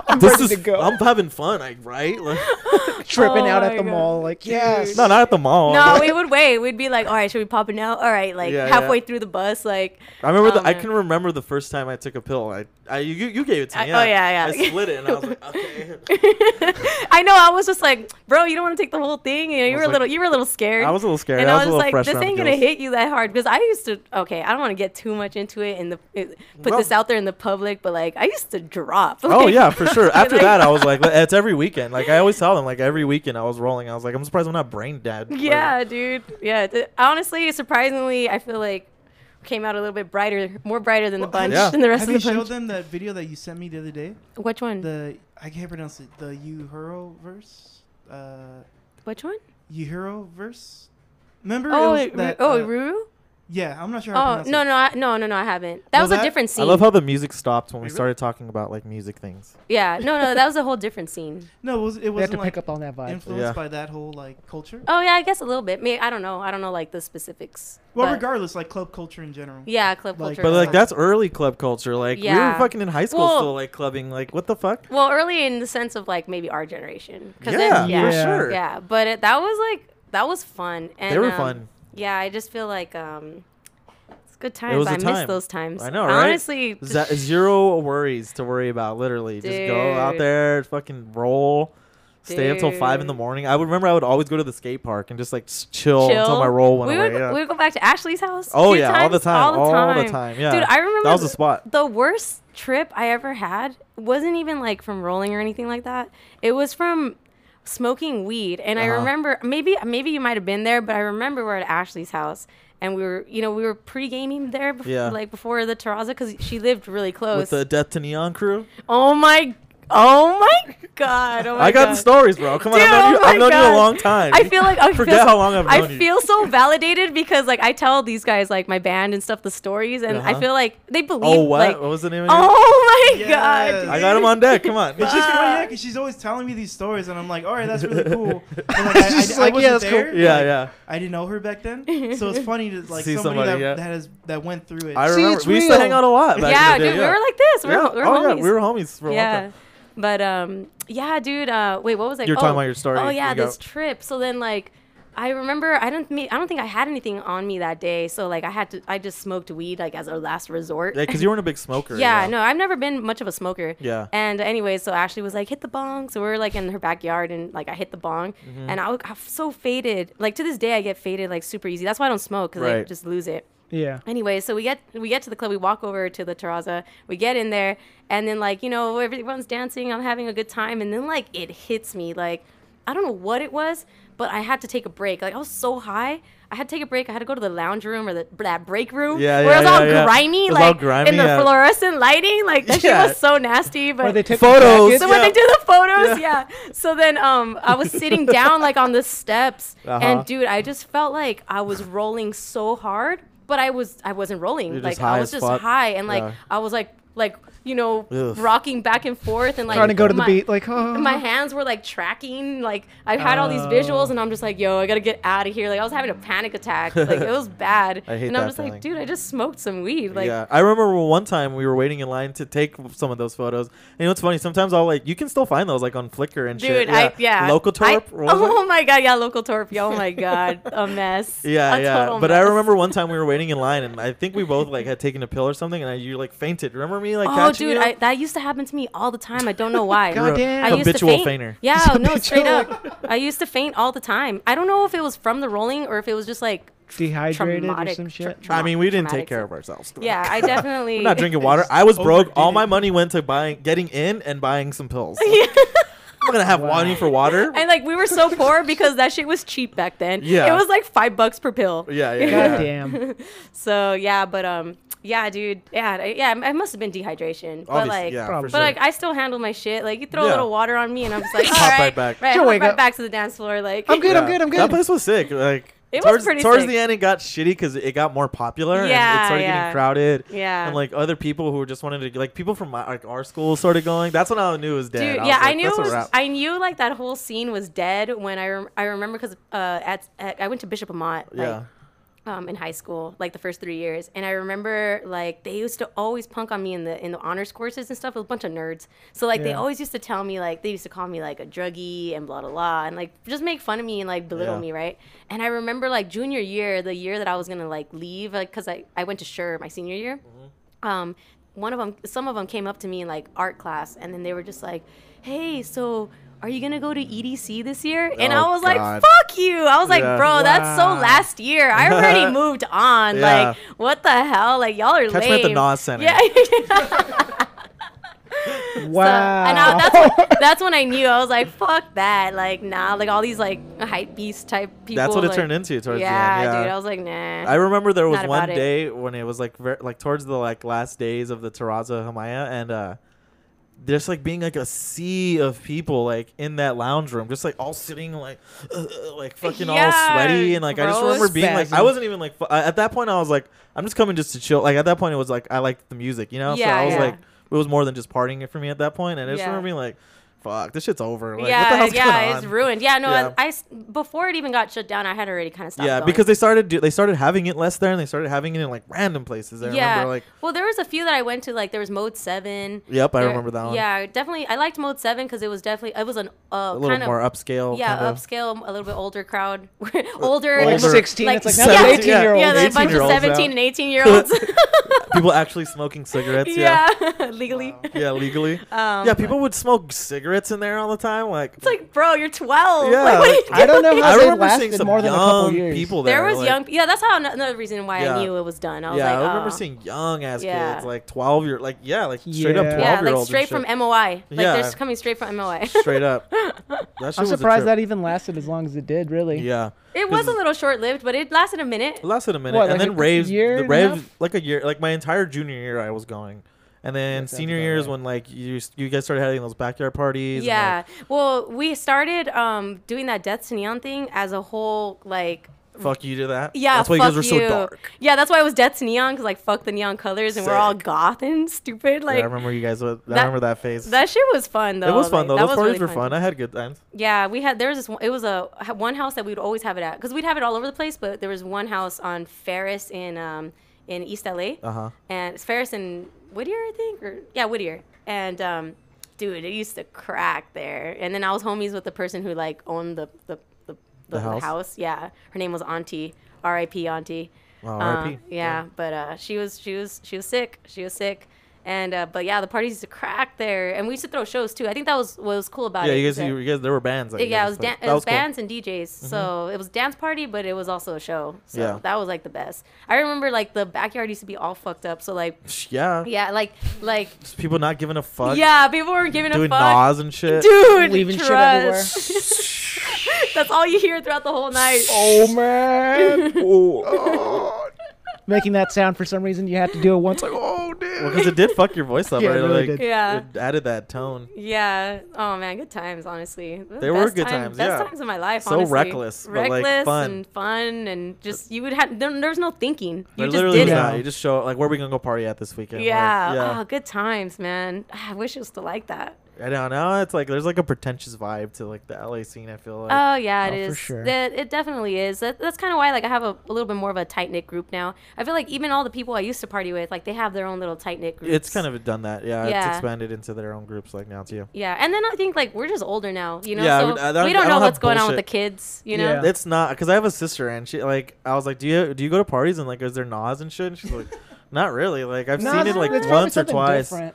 Speaker 2: I'm
Speaker 1: this
Speaker 2: ready
Speaker 1: is.
Speaker 2: to go.
Speaker 1: I'm having fun, like, right? Like,
Speaker 2: tripping
Speaker 3: Oh
Speaker 2: out
Speaker 3: my
Speaker 2: at the
Speaker 3: God.
Speaker 2: mall, like yes.
Speaker 1: No, not at the mall.
Speaker 3: No, we would wait. We'd be like, all right, should we pop it now? All right, like
Speaker 1: Yeah,
Speaker 3: halfway
Speaker 1: yeah.
Speaker 3: through the bus, like
Speaker 1: I remember.
Speaker 3: Oh,
Speaker 1: the, I
Speaker 3: man.
Speaker 1: can remember the first time I took a pill. I, I you, you gave it to
Speaker 3: I-
Speaker 1: me.
Speaker 3: oh, yeah, yeah.
Speaker 1: I split it and I was like, okay.
Speaker 3: I know. I was just like, bro, you don't want to take the whole thing. You know, you
Speaker 1: I
Speaker 3: were
Speaker 1: was
Speaker 3: a
Speaker 1: like-
Speaker 3: little, you were a little scared.
Speaker 1: I was a little scared.
Speaker 3: and
Speaker 1: I
Speaker 3: I
Speaker 1: was,
Speaker 3: was
Speaker 1: a little
Speaker 3: like,
Speaker 1: fresh
Speaker 3: this
Speaker 1: around
Speaker 3: ain't
Speaker 1: the
Speaker 3: gonna
Speaker 1: gills.
Speaker 3: hit you that hard because I used to. Okay, I don't want to get too much into it and the it, put
Speaker 1: No.
Speaker 3: this out there in the public, but like I used to drop.
Speaker 1: Oh
Speaker 3: Like,
Speaker 1: yeah, for sure. After
Speaker 3: like-
Speaker 1: that, I was like, it's every weekend. Like I always tell them, like every weekend I was rolling. I was like, I'm surprised I'm not brain dead. Like,
Speaker 3: Yeah, dude. Yeah. th- honestly, surprisingly, I feel like came out a little bit brighter, more brighter than the bunch,
Speaker 1: Yeah.
Speaker 3: than the rest
Speaker 4: Have you
Speaker 3: of the
Speaker 4: showed
Speaker 3: bunch.
Speaker 4: them that video that you sent me the other day?
Speaker 3: Which one?
Speaker 4: The I can't pronounce it. The Uhuro verse. Uh,
Speaker 3: Which one?
Speaker 4: Uhuro verse. Remember? it
Speaker 3: Oh,
Speaker 4: was
Speaker 3: it,
Speaker 4: that,
Speaker 3: oh,
Speaker 4: uh,
Speaker 3: Ruru.
Speaker 4: yeah. I'm not sure. How
Speaker 3: Oh
Speaker 4: to pronounce
Speaker 3: no,
Speaker 4: it.
Speaker 3: no, I, no, no, no. I haven't. That
Speaker 4: Well,
Speaker 3: was a
Speaker 4: that-
Speaker 3: different
Speaker 1: I
Speaker 3: scene.
Speaker 1: love how the music stopped when we
Speaker 4: Really?
Speaker 1: started talking about like music things.
Speaker 3: yeah. No, no. That was a whole different scene.
Speaker 4: no. It was it
Speaker 2: We have
Speaker 4: wasn't
Speaker 2: to
Speaker 4: like
Speaker 2: pick up on that vibe.
Speaker 4: influenced
Speaker 1: Yeah.
Speaker 4: by that whole like culture.
Speaker 3: Oh yeah, I guess a little bit. Me, I don't know. I don't know like the specifics.
Speaker 4: well,
Speaker 3: but-
Speaker 4: regardless, like club culture in general.
Speaker 3: Yeah, club
Speaker 4: Like-
Speaker 3: culture.
Speaker 1: But
Speaker 3: is
Speaker 1: like
Speaker 4: Right.
Speaker 1: that's early club culture. Like we
Speaker 3: Yeah.
Speaker 1: were fucking in high school
Speaker 3: Well-
Speaker 1: still like clubbing. Like what the fuck?
Speaker 3: Well, early in the sense of like maybe our generation. 'Cause
Speaker 1: Yeah,
Speaker 3: then- yeah,
Speaker 1: for
Speaker 2: Yeah.
Speaker 1: sure.
Speaker 3: yeah. But it, that was like that was fun. And,
Speaker 1: They were
Speaker 3: um,
Speaker 1: fun.
Speaker 3: Yeah, I just feel like um, it's good times.
Speaker 1: was
Speaker 3: I
Speaker 1: a
Speaker 3: miss
Speaker 1: time.
Speaker 3: those times.
Speaker 1: I know, right?
Speaker 3: Honestly,
Speaker 1: Z- zero worries to worry about. Literally, just go out
Speaker 3: Dude.
Speaker 1: there, fucking roll, stay up till five in the
Speaker 3: Dude.
Speaker 1: morning. I would remember I would always go to the skate park and just like s- chill, until
Speaker 3: Chill.
Speaker 1: my roll went
Speaker 3: we
Speaker 1: away.
Speaker 3: would,
Speaker 1: yeah.
Speaker 3: we would go back to Ashley's house.
Speaker 1: oh
Speaker 3: two
Speaker 1: yeah, all
Speaker 3: times,
Speaker 1: the time, all the time, Yeah,
Speaker 3: Dude, I remember
Speaker 1: that was the
Speaker 3: th-
Speaker 1: spot.
Speaker 3: the worst trip I ever had wasn't even like from rolling or anything like that. It was from smoking weed, and I
Speaker 1: Uh-huh.
Speaker 3: remember maybe maybe you might have been there, but I remember we're at Ashley's house, and we were you know we were pre gaming there, bef-
Speaker 1: Yeah.
Speaker 3: like before the Terraza because she lived really
Speaker 1: With
Speaker 3: close.
Speaker 1: the Death to Neon crew,
Speaker 3: oh my, oh my god, oh my
Speaker 1: I got
Speaker 3: God.
Speaker 1: the stories, bro. Come on,
Speaker 3: Dude,
Speaker 1: I've known,
Speaker 3: oh
Speaker 1: you,
Speaker 3: my
Speaker 1: I've known you
Speaker 3: God.
Speaker 1: a long time.
Speaker 3: I feel like I
Speaker 1: forget
Speaker 3: feel,
Speaker 1: how long I've known
Speaker 3: I
Speaker 1: you.
Speaker 3: feel so validated because like I tell these guys like my band and stuff the stories, and I
Speaker 1: Uh-huh.
Speaker 3: feel like they believe.
Speaker 1: Oh what?
Speaker 3: Like,
Speaker 1: what was the name of it?
Speaker 3: oh my
Speaker 4: Yes.
Speaker 3: god!
Speaker 1: I got him on deck. Come on.
Speaker 4: It's just funny because she's always telling me these stories, and I'm like, all right, that's really cool. But, like, I,
Speaker 2: She's
Speaker 4: I, I
Speaker 2: like,
Speaker 4: wasn't
Speaker 2: yeah, that's cool.
Speaker 4: there.
Speaker 1: yeah,
Speaker 4: like,
Speaker 1: yeah.
Speaker 4: I didn't know her back then, so it's funny to like
Speaker 1: See
Speaker 4: somebody,
Speaker 1: somebody,
Speaker 4: that,
Speaker 1: yeah.
Speaker 4: that has that went through it.
Speaker 1: I
Speaker 2: See,
Speaker 1: remember
Speaker 2: it's
Speaker 1: we used to
Speaker 2: real.
Speaker 1: hang out a lot. Back in
Speaker 3: yeah,
Speaker 1: the
Speaker 3: dude,
Speaker 1: day,
Speaker 3: we
Speaker 1: yeah.
Speaker 3: were like this. We're,
Speaker 1: Yeah.
Speaker 3: we're
Speaker 1: oh
Speaker 3: homies.
Speaker 1: yeah, we were homies for a long
Speaker 3: yeah.
Speaker 1: time.
Speaker 3: But um, yeah, dude. Uh, wait, what was I?
Speaker 1: You were
Speaker 3: oh,
Speaker 1: talking about your story.
Speaker 3: Oh yeah,
Speaker 1: You go.
Speaker 3: this trip. So then like. I remember I don't me I don't think I had anything on me that day, so like I had to I just smoked weed like as a last resort.
Speaker 1: Yeah, because you weren't a big smoker.
Speaker 3: yeah, no, I've never been much of a smoker.
Speaker 1: Yeah.
Speaker 3: And anyway, so Ashley was like, hit the bong. So we were like in her backyard and like I hit the bong
Speaker 1: Mm-hmm.
Speaker 3: and I was, I was so faded. Like to this day, I get faded like super easy. That's why I don't smoke because I
Speaker 1: Right.
Speaker 3: just lose it.
Speaker 2: yeah.
Speaker 3: Anyway, so we get we get to the club. We walk over to the terraza. We get in there, and then like you know everyone's dancing. I'm having a good time, and then like it hits me. Like I don't know what it was, but I had to take a break. Like I was so high, I had to take a break. I had to go to the lounge room or the that break room
Speaker 1: Yeah,
Speaker 3: where it
Speaker 1: yeah,
Speaker 3: was all
Speaker 1: yeah, yeah.
Speaker 3: grimy,
Speaker 1: It was all
Speaker 3: like
Speaker 1: grimy,
Speaker 3: in the
Speaker 1: yeah.
Speaker 3: fluorescent lighting. Like that
Speaker 1: Yeah.
Speaker 3: shit was so nasty. But
Speaker 2: Or they take
Speaker 1: Photos.
Speaker 2: The
Speaker 3: so
Speaker 2: jacket.
Speaker 3: when
Speaker 1: Yeah.
Speaker 3: they do the photos, yeah. So then um I was sitting down like on the steps
Speaker 1: Uh-huh.
Speaker 3: and dude, I just felt like I was rolling so hard, but I was I wasn't rolling.
Speaker 1: You're
Speaker 3: like
Speaker 1: just high
Speaker 3: I was
Speaker 1: as
Speaker 3: just
Speaker 1: fuck.
Speaker 3: high and like
Speaker 1: Yeah.
Speaker 3: I was like like you know
Speaker 1: Oof.
Speaker 3: rocking back and forth and like
Speaker 2: trying to go to the
Speaker 3: my-
Speaker 2: beat, like oh.
Speaker 3: my hands were like tracking like i had all these
Speaker 2: Oh.
Speaker 3: visuals and i'm just like yo i gotta get out of here like i was having a panic attack like it was bad
Speaker 1: I hate
Speaker 3: and i'm
Speaker 1: that
Speaker 3: just like
Speaker 1: feeling.
Speaker 3: dude i just smoked some weed like
Speaker 1: yeah, I remember one time we were waiting in line to take some of those photos. And you know what's funny? Sometimes I'll like you can still find those like on Flickr and shit.
Speaker 3: Dude, I yeah.
Speaker 1: Local
Speaker 3: I-
Speaker 1: Torp. what was it?
Speaker 3: oh my god, yeah, local torp. Yeah, oh my god, a mess.
Speaker 1: Yeah,
Speaker 3: a
Speaker 1: yeah.
Speaker 3: total
Speaker 1: But I
Speaker 3: mess.
Speaker 1: remember one time we were waiting in line, and I think we both like had taken a pill or something, and I, you like fainted. Remember me like
Speaker 3: Oh,
Speaker 1: catching
Speaker 3: dude,
Speaker 1: you?
Speaker 3: I, that used to happen to me all the time. I don't know why.
Speaker 1: You're a
Speaker 2: Goddamn.
Speaker 3: I used
Speaker 1: habitual
Speaker 3: to faint.
Speaker 1: fainter.
Speaker 3: Yeah,
Speaker 2: He's
Speaker 3: no, straight
Speaker 2: habitual.
Speaker 3: up. I used to faint all the time. I don't know if it was from the rolling or if it was just like
Speaker 2: Dehydrated
Speaker 3: traumatic.
Speaker 2: or some shit.
Speaker 1: I mean, we didn't take
Speaker 3: traumatic
Speaker 1: care of ourselves.
Speaker 3: Yeah, I definitely.
Speaker 1: We're not drinking water. I was
Speaker 2: Oh
Speaker 4: Overdid
Speaker 1: broke. All my
Speaker 4: it.
Speaker 1: money went to buying, getting in, and buying some pills. I'm not gonna have money for water.
Speaker 3: And like we were so poor because that shit was cheap back then.
Speaker 1: Yeah.
Speaker 3: it was like five bucks per pill.
Speaker 1: Yeah, yeah, yeah.
Speaker 2: God damn.
Speaker 3: So yeah, but um, yeah, dude, yeah, I- yeah, I must have been dehydration, but
Speaker 1: Obviously,
Speaker 3: like,
Speaker 1: yeah,
Speaker 2: Probably.
Speaker 1: for
Speaker 3: but
Speaker 1: sure.
Speaker 3: like I still handle my shit. Like you throw a
Speaker 1: Yeah.
Speaker 3: little water on me, and I'm just like, all
Speaker 1: Pop
Speaker 3: right,
Speaker 1: right
Speaker 3: right
Speaker 1: back.
Speaker 3: right,
Speaker 2: She'll
Speaker 3: hop
Speaker 2: wake
Speaker 3: right
Speaker 2: up.
Speaker 3: back to the dance floor. Like
Speaker 2: I'm good. I'm good. I'm
Speaker 1: That
Speaker 2: good.
Speaker 1: place was sick. Like
Speaker 3: It was
Speaker 1: towards,
Speaker 3: pretty
Speaker 1: towards
Speaker 3: sick.
Speaker 1: the end, it got shitty because it got more popular and
Speaker 3: Yeah,
Speaker 1: it started
Speaker 3: yeah.
Speaker 1: getting crowded.
Speaker 3: Yeah.
Speaker 1: and like other people who just wanted to like people from my like our school started going. That's when I knew it was dead.
Speaker 3: Dude,
Speaker 1: was
Speaker 3: yeah, I
Speaker 1: like,
Speaker 3: knew
Speaker 1: That's
Speaker 3: it
Speaker 1: a
Speaker 3: was,
Speaker 1: wrap.
Speaker 3: I knew like that whole scene was dead when I rem- I remember because uh at, at I went to Bishop Amat like,
Speaker 1: yeah,
Speaker 3: um, in high school, like the first three years. And I remember like they used to always punk on me in the in the honors courses and stuff with a bunch of nerds. So like they
Speaker 2: Yeah.
Speaker 3: always used to tell me like they used to call me like a druggie and blah blah blah and like just make fun of me and like belittle
Speaker 1: Yeah.
Speaker 3: me, right? And I remember like junior year, the year that I was gonna like leave, like because I I went to Sure my senior year um, one of them, some of them came up to me in like art class, and then they were just like, "Hey, so are you gonna go to EDC this year?" And
Speaker 5: Oh,
Speaker 3: I was
Speaker 5: God.
Speaker 3: like, "Fuck you!" I was like,
Speaker 1: Yeah.
Speaker 3: "Bro, that's so
Speaker 4: Wow.
Speaker 3: last year. I already moved on.
Speaker 1: Yeah.
Speaker 3: Like, what the hell? Like, y'all are
Speaker 1: Catch
Speaker 3: lame."
Speaker 1: me at the Nas Center.
Speaker 3: Yeah.
Speaker 2: Wow.
Speaker 3: So- and I, that's, when, that's when I knew. I was like, fuck that. Like, nah, like all these like hype beast type people.
Speaker 1: That's what it
Speaker 3: like-
Speaker 1: turned into towards
Speaker 3: yeah,
Speaker 1: the end. Yeah,
Speaker 3: dude. I was like, nah.
Speaker 1: I remember there was
Speaker 3: Not
Speaker 1: one
Speaker 3: about it.
Speaker 1: day when it was like ver- like towards the like last days of the Terraza Hamaya and uh there's like being like a sea of people like in that lounge room just like all sitting like uh, like fucking all
Speaker 3: Yeah,
Speaker 1: sweaty and like I just
Speaker 3: gross.
Speaker 1: remember being like I
Speaker 2: Spasm.
Speaker 1: wasn't even like fu- I- at that point I was like I'm just coming just to chill like at that point it was like I liked the music you know so
Speaker 3: Yeah,
Speaker 1: I was
Speaker 3: yeah.
Speaker 1: like it was more than just partying for me at that point and I just
Speaker 3: Yeah.
Speaker 1: remember being like fuck this shit's over like what the
Speaker 3: yeah,
Speaker 1: hell's going
Speaker 3: yeah,
Speaker 1: on?
Speaker 3: it's ruined. Yeah, no,
Speaker 1: Yeah.
Speaker 3: I, I s- before it even got shut down, I had already kind of stopped.
Speaker 1: yeah
Speaker 3: going.
Speaker 1: because they started do- they started having it less there and they started having it in like random places I
Speaker 3: yeah,
Speaker 1: remember like
Speaker 3: well, there was a few that I went to. Like there was Mode Seven.
Speaker 1: Yep, I
Speaker 3: There-
Speaker 1: remember that one.
Speaker 3: Yeah, definitely. I liked Mode Seven because it was definitely it was an uh,
Speaker 1: a little
Speaker 3: kind of
Speaker 1: more upscale.
Speaker 3: yeah
Speaker 1: kinda.
Speaker 3: upscale, a little bit older crowd, older,
Speaker 1: Like
Speaker 2: Like
Speaker 3: and-
Speaker 1: Older.
Speaker 2: 16.
Speaker 3: like-
Speaker 2: it's like that's an
Speaker 1: yeah,
Speaker 2: 18 year old.
Speaker 3: yeah, the
Speaker 1: 18
Speaker 3: bunch
Speaker 1: year
Speaker 3: of
Speaker 1: olds
Speaker 3: seventeen
Speaker 1: out.
Speaker 3: and eighteen year olds.
Speaker 1: People actually smoking cigarettes. Yeah.
Speaker 3: yeah, legally.
Speaker 4: Wow.
Speaker 1: Yeah, legally.
Speaker 3: Um,
Speaker 1: yeah, people would smoke cigarettes in there all the time. Like,
Speaker 3: It's like, bro, you're twelve.
Speaker 1: Yeah,
Speaker 3: Like, what are you
Speaker 2: I don't know
Speaker 3: doing?
Speaker 2: how
Speaker 1: I
Speaker 2: they
Speaker 1: remember seeing
Speaker 2: lasted
Speaker 1: some
Speaker 2: more than a couple
Speaker 1: young
Speaker 2: years.
Speaker 1: people there.
Speaker 3: There was
Speaker 1: like-
Speaker 3: young. Yeah, that's how another reason why
Speaker 1: Yeah.
Speaker 3: I knew it was done. I was
Speaker 1: yeah,
Speaker 3: like,
Speaker 1: I remember
Speaker 3: oh.
Speaker 1: seeing young ass
Speaker 3: Yeah.
Speaker 1: kids, like twelve year, like yeah, like straight up
Speaker 2: Yeah.
Speaker 1: twelve
Speaker 2: Yeah,
Speaker 3: Yeah,
Speaker 1: year
Speaker 3: like
Speaker 1: olds.
Speaker 3: straight from MOI. Like
Speaker 1: Yeah.
Speaker 3: they're just coming straight from MOI.
Speaker 1: straight up. That shit
Speaker 2: I'm
Speaker 1: was a
Speaker 2: surprised that
Speaker 1: trip.
Speaker 2: even lasted as long as it did. Really.
Speaker 1: Yeah,
Speaker 3: It was a little short lived, but it lasted a minute.
Speaker 1: it lasted a minute,
Speaker 2: What,
Speaker 1: and
Speaker 2: like
Speaker 1: then
Speaker 2: a
Speaker 1: raves.
Speaker 2: year
Speaker 1: the
Speaker 2: and a
Speaker 1: raves
Speaker 2: half?
Speaker 1: like a year, like my entire junior year, I was going, and then
Speaker 2: That sounds
Speaker 1: senior
Speaker 2: about
Speaker 1: year is
Speaker 2: right.
Speaker 1: when like you you guys started having those backyard parties. and, like,
Speaker 3: Yeah. well, we started um, doing that Death to Neon thing as a whole, like.
Speaker 1: Fuck you to that.
Speaker 3: Yeah,
Speaker 1: that's why
Speaker 3: fuck
Speaker 1: you guys were so dark.
Speaker 3: Yeah, that's why it was Death to Neon because like fuck the neon colors and we're all
Speaker 1: Sick.
Speaker 3: goth and stupid.
Speaker 1: Yeah,
Speaker 3: Like
Speaker 1: I remember you guys. with- I
Speaker 3: that-
Speaker 1: remember that phase.
Speaker 3: that shit was fun though.
Speaker 1: it was fun
Speaker 3: Like,
Speaker 1: though.
Speaker 3: that
Speaker 1: Those
Speaker 3: was
Speaker 1: parties
Speaker 3: really
Speaker 1: were fun. I had good times.
Speaker 3: Yeah, we had there was this one- it was a ha- one house that we'd always have it at because we'd have it all over the place, but there was one house on Ferris in um in East LA.
Speaker 1: Uh huh.
Speaker 3: and it's Ferris and Whittier, I think, or yeah, Whittier. And um, dude, it used to crack there. And then I was homies with the person who like owned the the the, the,
Speaker 1: The house?
Speaker 3: house. Yeah, her name was Auntie, R.I.P. Auntie.
Speaker 1: Wow,
Speaker 3: Uh,
Speaker 1: RIP.
Speaker 3: Yeah, but uh, she was she was she was sick. She was sick. And uh, but yeah, the parties used to crack there, and we used to throw shows too. I think that was what was cool about
Speaker 1: Yeah,
Speaker 3: it.
Speaker 1: you
Speaker 3: is
Speaker 1: guys,
Speaker 3: that-
Speaker 1: you, you guys, there were bands. that you
Speaker 3: yeah,
Speaker 1: guys
Speaker 3: it was,
Speaker 1: played.
Speaker 3: dan- it
Speaker 1: That
Speaker 3: was
Speaker 1: cool. Mm-hmm.
Speaker 3: bands and DJs. So it was dance party, but it was also a show. So
Speaker 1: Yeah.
Speaker 3: that was like the best. I remember like the backyard used to be all fucked up. So like
Speaker 1: Psh, Yeah.
Speaker 3: yeah, like like
Speaker 1: Just people not giving a fuck.
Speaker 3: yeah, people weren't giving
Speaker 1: Doing
Speaker 3: a fuck.
Speaker 1: Nas and shit.
Speaker 3: Dude,
Speaker 2: Leaving shit everywhere.
Speaker 3: trust. That's all you hear throughout the whole night.
Speaker 2: Oh man.
Speaker 5: oh,
Speaker 2: Making that sound for some reason, you have to do it once.
Speaker 5: oh, dude.
Speaker 1: Because it did fuck your voice up.
Speaker 2: Yeah, it
Speaker 1: right?
Speaker 2: really
Speaker 1: like,
Speaker 2: did.
Speaker 3: Yeah.
Speaker 1: It added that tone.
Speaker 3: Yeah. Oh man, good times. Honestly, The
Speaker 1: They were
Speaker 3: best
Speaker 1: good
Speaker 3: time-
Speaker 1: times,
Speaker 3: Best
Speaker 1: yeah.
Speaker 3: times of my life.
Speaker 1: So
Speaker 3: honestly.
Speaker 1: reckless, but, like,
Speaker 3: reckless
Speaker 1: fun.
Speaker 3: and fun, and just you would have. There, there was no thinking. You
Speaker 1: There
Speaker 3: just
Speaker 1: literally
Speaker 3: did
Speaker 1: was
Speaker 3: it.
Speaker 1: not. You just show up, like, where are we gonna go party at this weekend? Like,
Speaker 3: Yeah.
Speaker 1: yeah.
Speaker 3: Oh, good times, man. I wish it was still like that.
Speaker 1: I don't know. It's like there's like a pretentious vibe to like the LA scene. I feel like.
Speaker 3: oh yeah, it
Speaker 2: Oh,
Speaker 3: is.
Speaker 2: for sure.
Speaker 3: That- it definitely is. That, that's kind of why like I have a, a little bit more of a tight knit group now. I feel like even all the people I used to party with, like they have their own little tight knit groups.
Speaker 1: it's kind of done that. Yeah,
Speaker 3: Yeah.
Speaker 1: It's expanded into their own groups like now too.
Speaker 3: Yeah, and then I think like we're just older now, you know.
Speaker 1: Yeah, I
Speaker 3: so
Speaker 1: would- I don't-
Speaker 3: we
Speaker 1: I
Speaker 3: don't
Speaker 1: don't
Speaker 3: know
Speaker 1: have
Speaker 3: what's going on with the
Speaker 1: bullshit.
Speaker 3: kids, you
Speaker 2: Yeah.
Speaker 3: know.
Speaker 1: It's not because I have a sister and she like I was like, do you do you go to parties and like is there Nas and shit? And she's like, not really. Like I've seen it like
Speaker 2: it's probably
Speaker 1: once or
Speaker 2: something
Speaker 1: twice.
Speaker 2: different.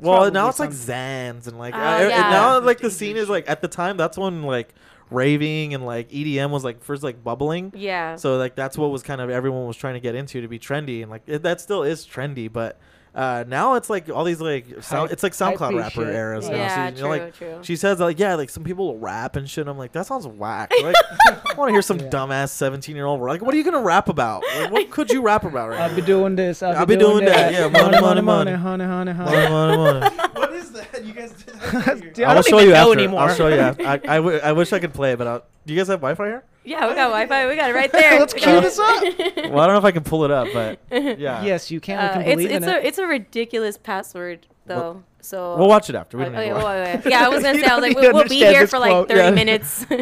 Speaker 1: Well,
Speaker 2: probably
Speaker 1: now it's like
Speaker 2: something.
Speaker 1: Zans and like
Speaker 3: Oh,
Speaker 1: I- and
Speaker 3: yeah.
Speaker 1: now like the scene is like at the time that's when like raving and like EDM was like first like bubbling.
Speaker 3: Yeah.
Speaker 1: So like that's what was kind of everyone was trying to get into to be trendy and like it, that still is trendy, but. Uh, now it's like all these like sound,
Speaker 2: Hype-
Speaker 1: it's like SoundCloud
Speaker 2: hypey
Speaker 1: rapper
Speaker 2: shit.
Speaker 1: eras. now.
Speaker 3: yeah,
Speaker 1: so,
Speaker 3: true,
Speaker 1: you know, like
Speaker 3: true.
Speaker 1: she says like, yeah, like some people will rap and shit. I'm like, that sounds whack. Like, I want to hear some
Speaker 2: Yeah.
Speaker 1: dumbass 17 year old. Like, what are you gonna rap about? Like, what could you rap about right
Speaker 2: I'll be
Speaker 1: now?
Speaker 2: doing this. I'll,
Speaker 1: I'll
Speaker 2: be, doing that.
Speaker 1: Yeah, money, money,
Speaker 2: honey, honey,
Speaker 1: Wanna-
Speaker 2: honey.
Speaker 1: wanna- wanna.
Speaker 4: what is that? You guys did that here.
Speaker 2: Dude,
Speaker 1: I
Speaker 2: I
Speaker 1: will
Speaker 2: don't
Speaker 1: show
Speaker 2: even
Speaker 1: you
Speaker 2: know
Speaker 1: after.
Speaker 2: anymore.
Speaker 1: I'll show you. af- I, I, w- I wish I could play it, but I'll, do you guys have Wi-Fi here?
Speaker 3: yeah, we got Wi-Fi. We got it right there.
Speaker 2: Let's cue this up.
Speaker 1: Well, I don't know if I can pull it up, but yeah.
Speaker 2: Yes, you can.
Speaker 3: Uh,
Speaker 2: I can
Speaker 3: it's
Speaker 2: believe
Speaker 3: it's
Speaker 2: in
Speaker 3: a
Speaker 2: it.
Speaker 3: it's a ridiculous password though. so
Speaker 1: We'll watch it after. We
Speaker 3: Oh,
Speaker 1: don't
Speaker 3: okay,
Speaker 1: need to
Speaker 3: well,
Speaker 1: watch.
Speaker 3: yeah, yeah, I was gonna
Speaker 2: You
Speaker 3: say I
Speaker 2: don't
Speaker 3: was like,
Speaker 2: need
Speaker 3: we'll,
Speaker 2: to
Speaker 3: we'll be
Speaker 2: understand
Speaker 3: here
Speaker 2: this
Speaker 3: for like
Speaker 2: quote,
Speaker 3: thirty
Speaker 1: yeah.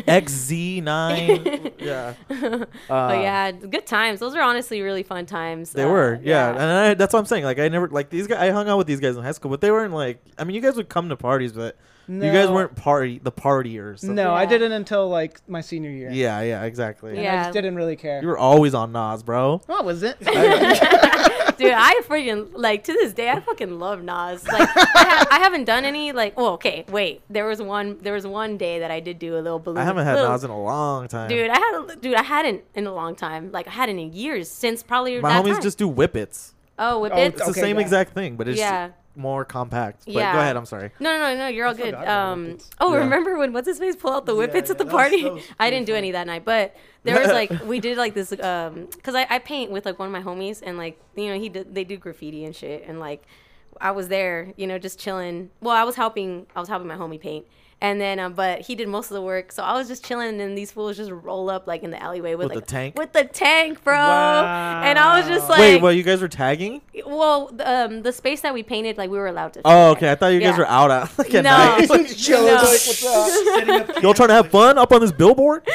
Speaker 3: minutes.
Speaker 1: XZ9. yeah. Uh,
Speaker 3: but yeah, good times. Those were honestly really fun times.
Speaker 1: They
Speaker 3: Uh,
Speaker 1: were, yeah, and I, that's what I'm saying. Like, I never like these guys. I hung out with these guys in high school, but they weren't like. I mean, you guys would come to parties, but you guys
Speaker 2: No.
Speaker 1: weren't party the partiers. so-
Speaker 2: No, I
Speaker 3: Yeah.
Speaker 2: didn't until like my senior year.
Speaker 1: Yeah, yeah, exactly.
Speaker 2: And I
Speaker 3: Yeah.
Speaker 2: just didn't really care.
Speaker 1: You were always on Nas, bro.
Speaker 2: What was it?
Speaker 3: Dude, I freaking like to this day I fucking love Nas. Like I, ha- I haven't done any like oh okay, wait. There was one there was one day that I did do a little balloon.
Speaker 1: I haven't had
Speaker 3: little-
Speaker 1: Nas in a long time.
Speaker 3: Dude, I had a- dude, I hadn't in a long time. Like I hadn't in years since probably
Speaker 1: my
Speaker 3: that
Speaker 1: homies
Speaker 3: time.
Speaker 1: just do whippets.
Speaker 3: Oh, with
Speaker 2: Oh,
Speaker 3: it.
Speaker 1: It's the
Speaker 2: Okay,
Speaker 1: same
Speaker 2: yeah.
Speaker 1: exact thing, but it's
Speaker 3: Yeah.
Speaker 1: more compact. But
Speaker 3: Yeah.
Speaker 1: go ahead. I'm sorry.
Speaker 3: No, no, no, no, you're all good.
Speaker 2: forgot about
Speaker 3: Um,
Speaker 2: whippets.
Speaker 3: oh,
Speaker 1: Yeah.
Speaker 3: remember when what's his face pulled out the
Speaker 4: Yeah,
Speaker 3: whippets
Speaker 4: yeah,
Speaker 3: at the
Speaker 4: that was-
Speaker 3: party?
Speaker 4: that was
Speaker 3: I
Speaker 4: pretty
Speaker 3: didn't do
Speaker 4: funny.
Speaker 3: any that night, but there was like we did like this um, cause I, I paint with like one of my homies, and like you know he did, they do graffiti and shit, and like I was there, you know, just chilling. Well, I was helping, I was helping my homie paint. And then, um, but he did most of the work, so I was just chilling. And then these fools just roll up like in the alleyway with,
Speaker 1: With
Speaker 3: like,
Speaker 1: the tank?
Speaker 3: with the tank, bro. And I was just
Speaker 2: Wow.
Speaker 3: like,
Speaker 1: Wait, well, you guys were tagging?
Speaker 3: well, th- um, the space that we painted, like we were allowed to.
Speaker 1: Oh, okay. I thought you guys
Speaker 3: Yeah.
Speaker 1: were out at like at
Speaker 3: No.
Speaker 1: night.
Speaker 2: Jill
Speaker 3: No.
Speaker 2: was like, "What's
Speaker 4: Setting up
Speaker 1: Y'all trying to have fun up on this billboard?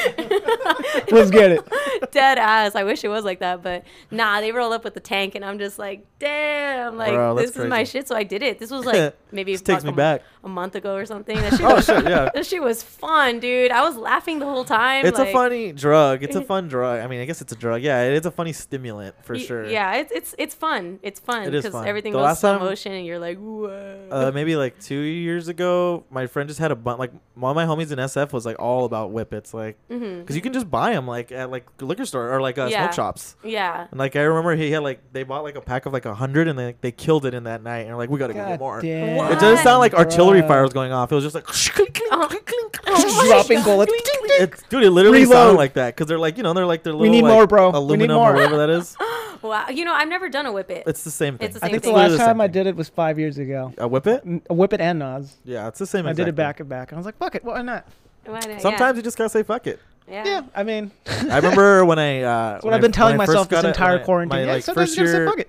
Speaker 2: up? Let's get it.
Speaker 3: dead ass. I wish it was like that, but nah, they roll up with the tank, and I'm just like, damn, like
Speaker 1: Bro,
Speaker 3: this
Speaker 1: that's
Speaker 3: is my
Speaker 1: crazy.
Speaker 3: shit. So I did it. This was like maybe
Speaker 1: This takes
Speaker 3: fuck,
Speaker 1: me
Speaker 3: a m-
Speaker 1: back.
Speaker 3: a month ago or something. That shit
Speaker 1: Oh,
Speaker 3: was,
Speaker 1: shit, yeah.
Speaker 3: that shit was fun, dude. I was laughing the whole time.
Speaker 1: It's
Speaker 3: like,
Speaker 1: a funny drug. It's a fun drug. I mean, I guess it's a drug. Yeah, it's a funny stimulant for
Speaker 3: y-
Speaker 1: sure.
Speaker 3: Yeah, it's it's it's fun. It's fun
Speaker 1: It is
Speaker 3: because
Speaker 1: fun.
Speaker 3: everything
Speaker 1: The
Speaker 3: goes
Speaker 1: last
Speaker 3: slow
Speaker 1: time-
Speaker 3: motion, and you're like, whoa.
Speaker 1: Uh, maybe like two years ago, my friend just had a bunch. Like one of my homies in SF was like all about whippets, like
Speaker 3: Mhm.
Speaker 1: because you can just buy them like at like liquor store or like uh,
Speaker 3: Yeah.
Speaker 1: smoke shops.
Speaker 3: Yeah.
Speaker 1: And like I remember he had like they bought like a pack of like a hundred and they like, they killed it in that night and like we gotta
Speaker 2: God
Speaker 1: get more.
Speaker 2: damn.
Speaker 3: What?
Speaker 1: It doesn't sound like artillery
Speaker 2: Bruh.
Speaker 1: fire was going off. It was just like clink, clink,
Speaker 3: Oh.
Speaker 1: clink, clink.
Speaker 3: Oh my
Speaker 2: Dropping
Speaker 3: God.
Speaker 2: bullets.
Speaker 1: It's- dude, it literally
Speaker 2: Reload.
Speaker 1: sounded like that because they're like you know they're like their little
Speaker 2: need
Speaker 1: like,
Speaker 2: more, bro. We need
Speaker 1: aluminum
Speaker 2: more.
Speaker 1: or whatever that is.
Speaker 3: Wow. You know, I've never done a whippet.
Speaker 1: It's the same thing.
Speaker 3: It's the
Speaker 2: I
Speaker 3: same
Speaker 2: think the
Speaker 3: thing.
Speaker 2: last
Speaker 1: Literally
Speaker 2: time I
Speaker 1: same thing.
Speaker 2: did it was five years ago.
Speaker 1: a whippet.
Speaker 2: N- A whip it and Nas.
Speaker 1: Yeah, it's the same.
Speaker 2: I did it
Speaker 1: exactly.
Speaker 2: back and back. I was like, fuck it, why not?
Speaker 3: Why not? Yeah.
Speaker 1: Sometimes you just gotta say fuck it.
Speaker 3: Yeah.
Speaker 2: Yeah, I mean,
Speaker 1: I remember when I uh,
Speaker 2: That's what I've been telling myself this entire
Speaker 1: quarantine.
Speaker 2: quarantine. yeah,
Speaker 1: like,
Speaker 2: sometimes
Speaker 1: first
Speaker 2: you gotta say
Speaker 1: year,
Speaker 2: fuck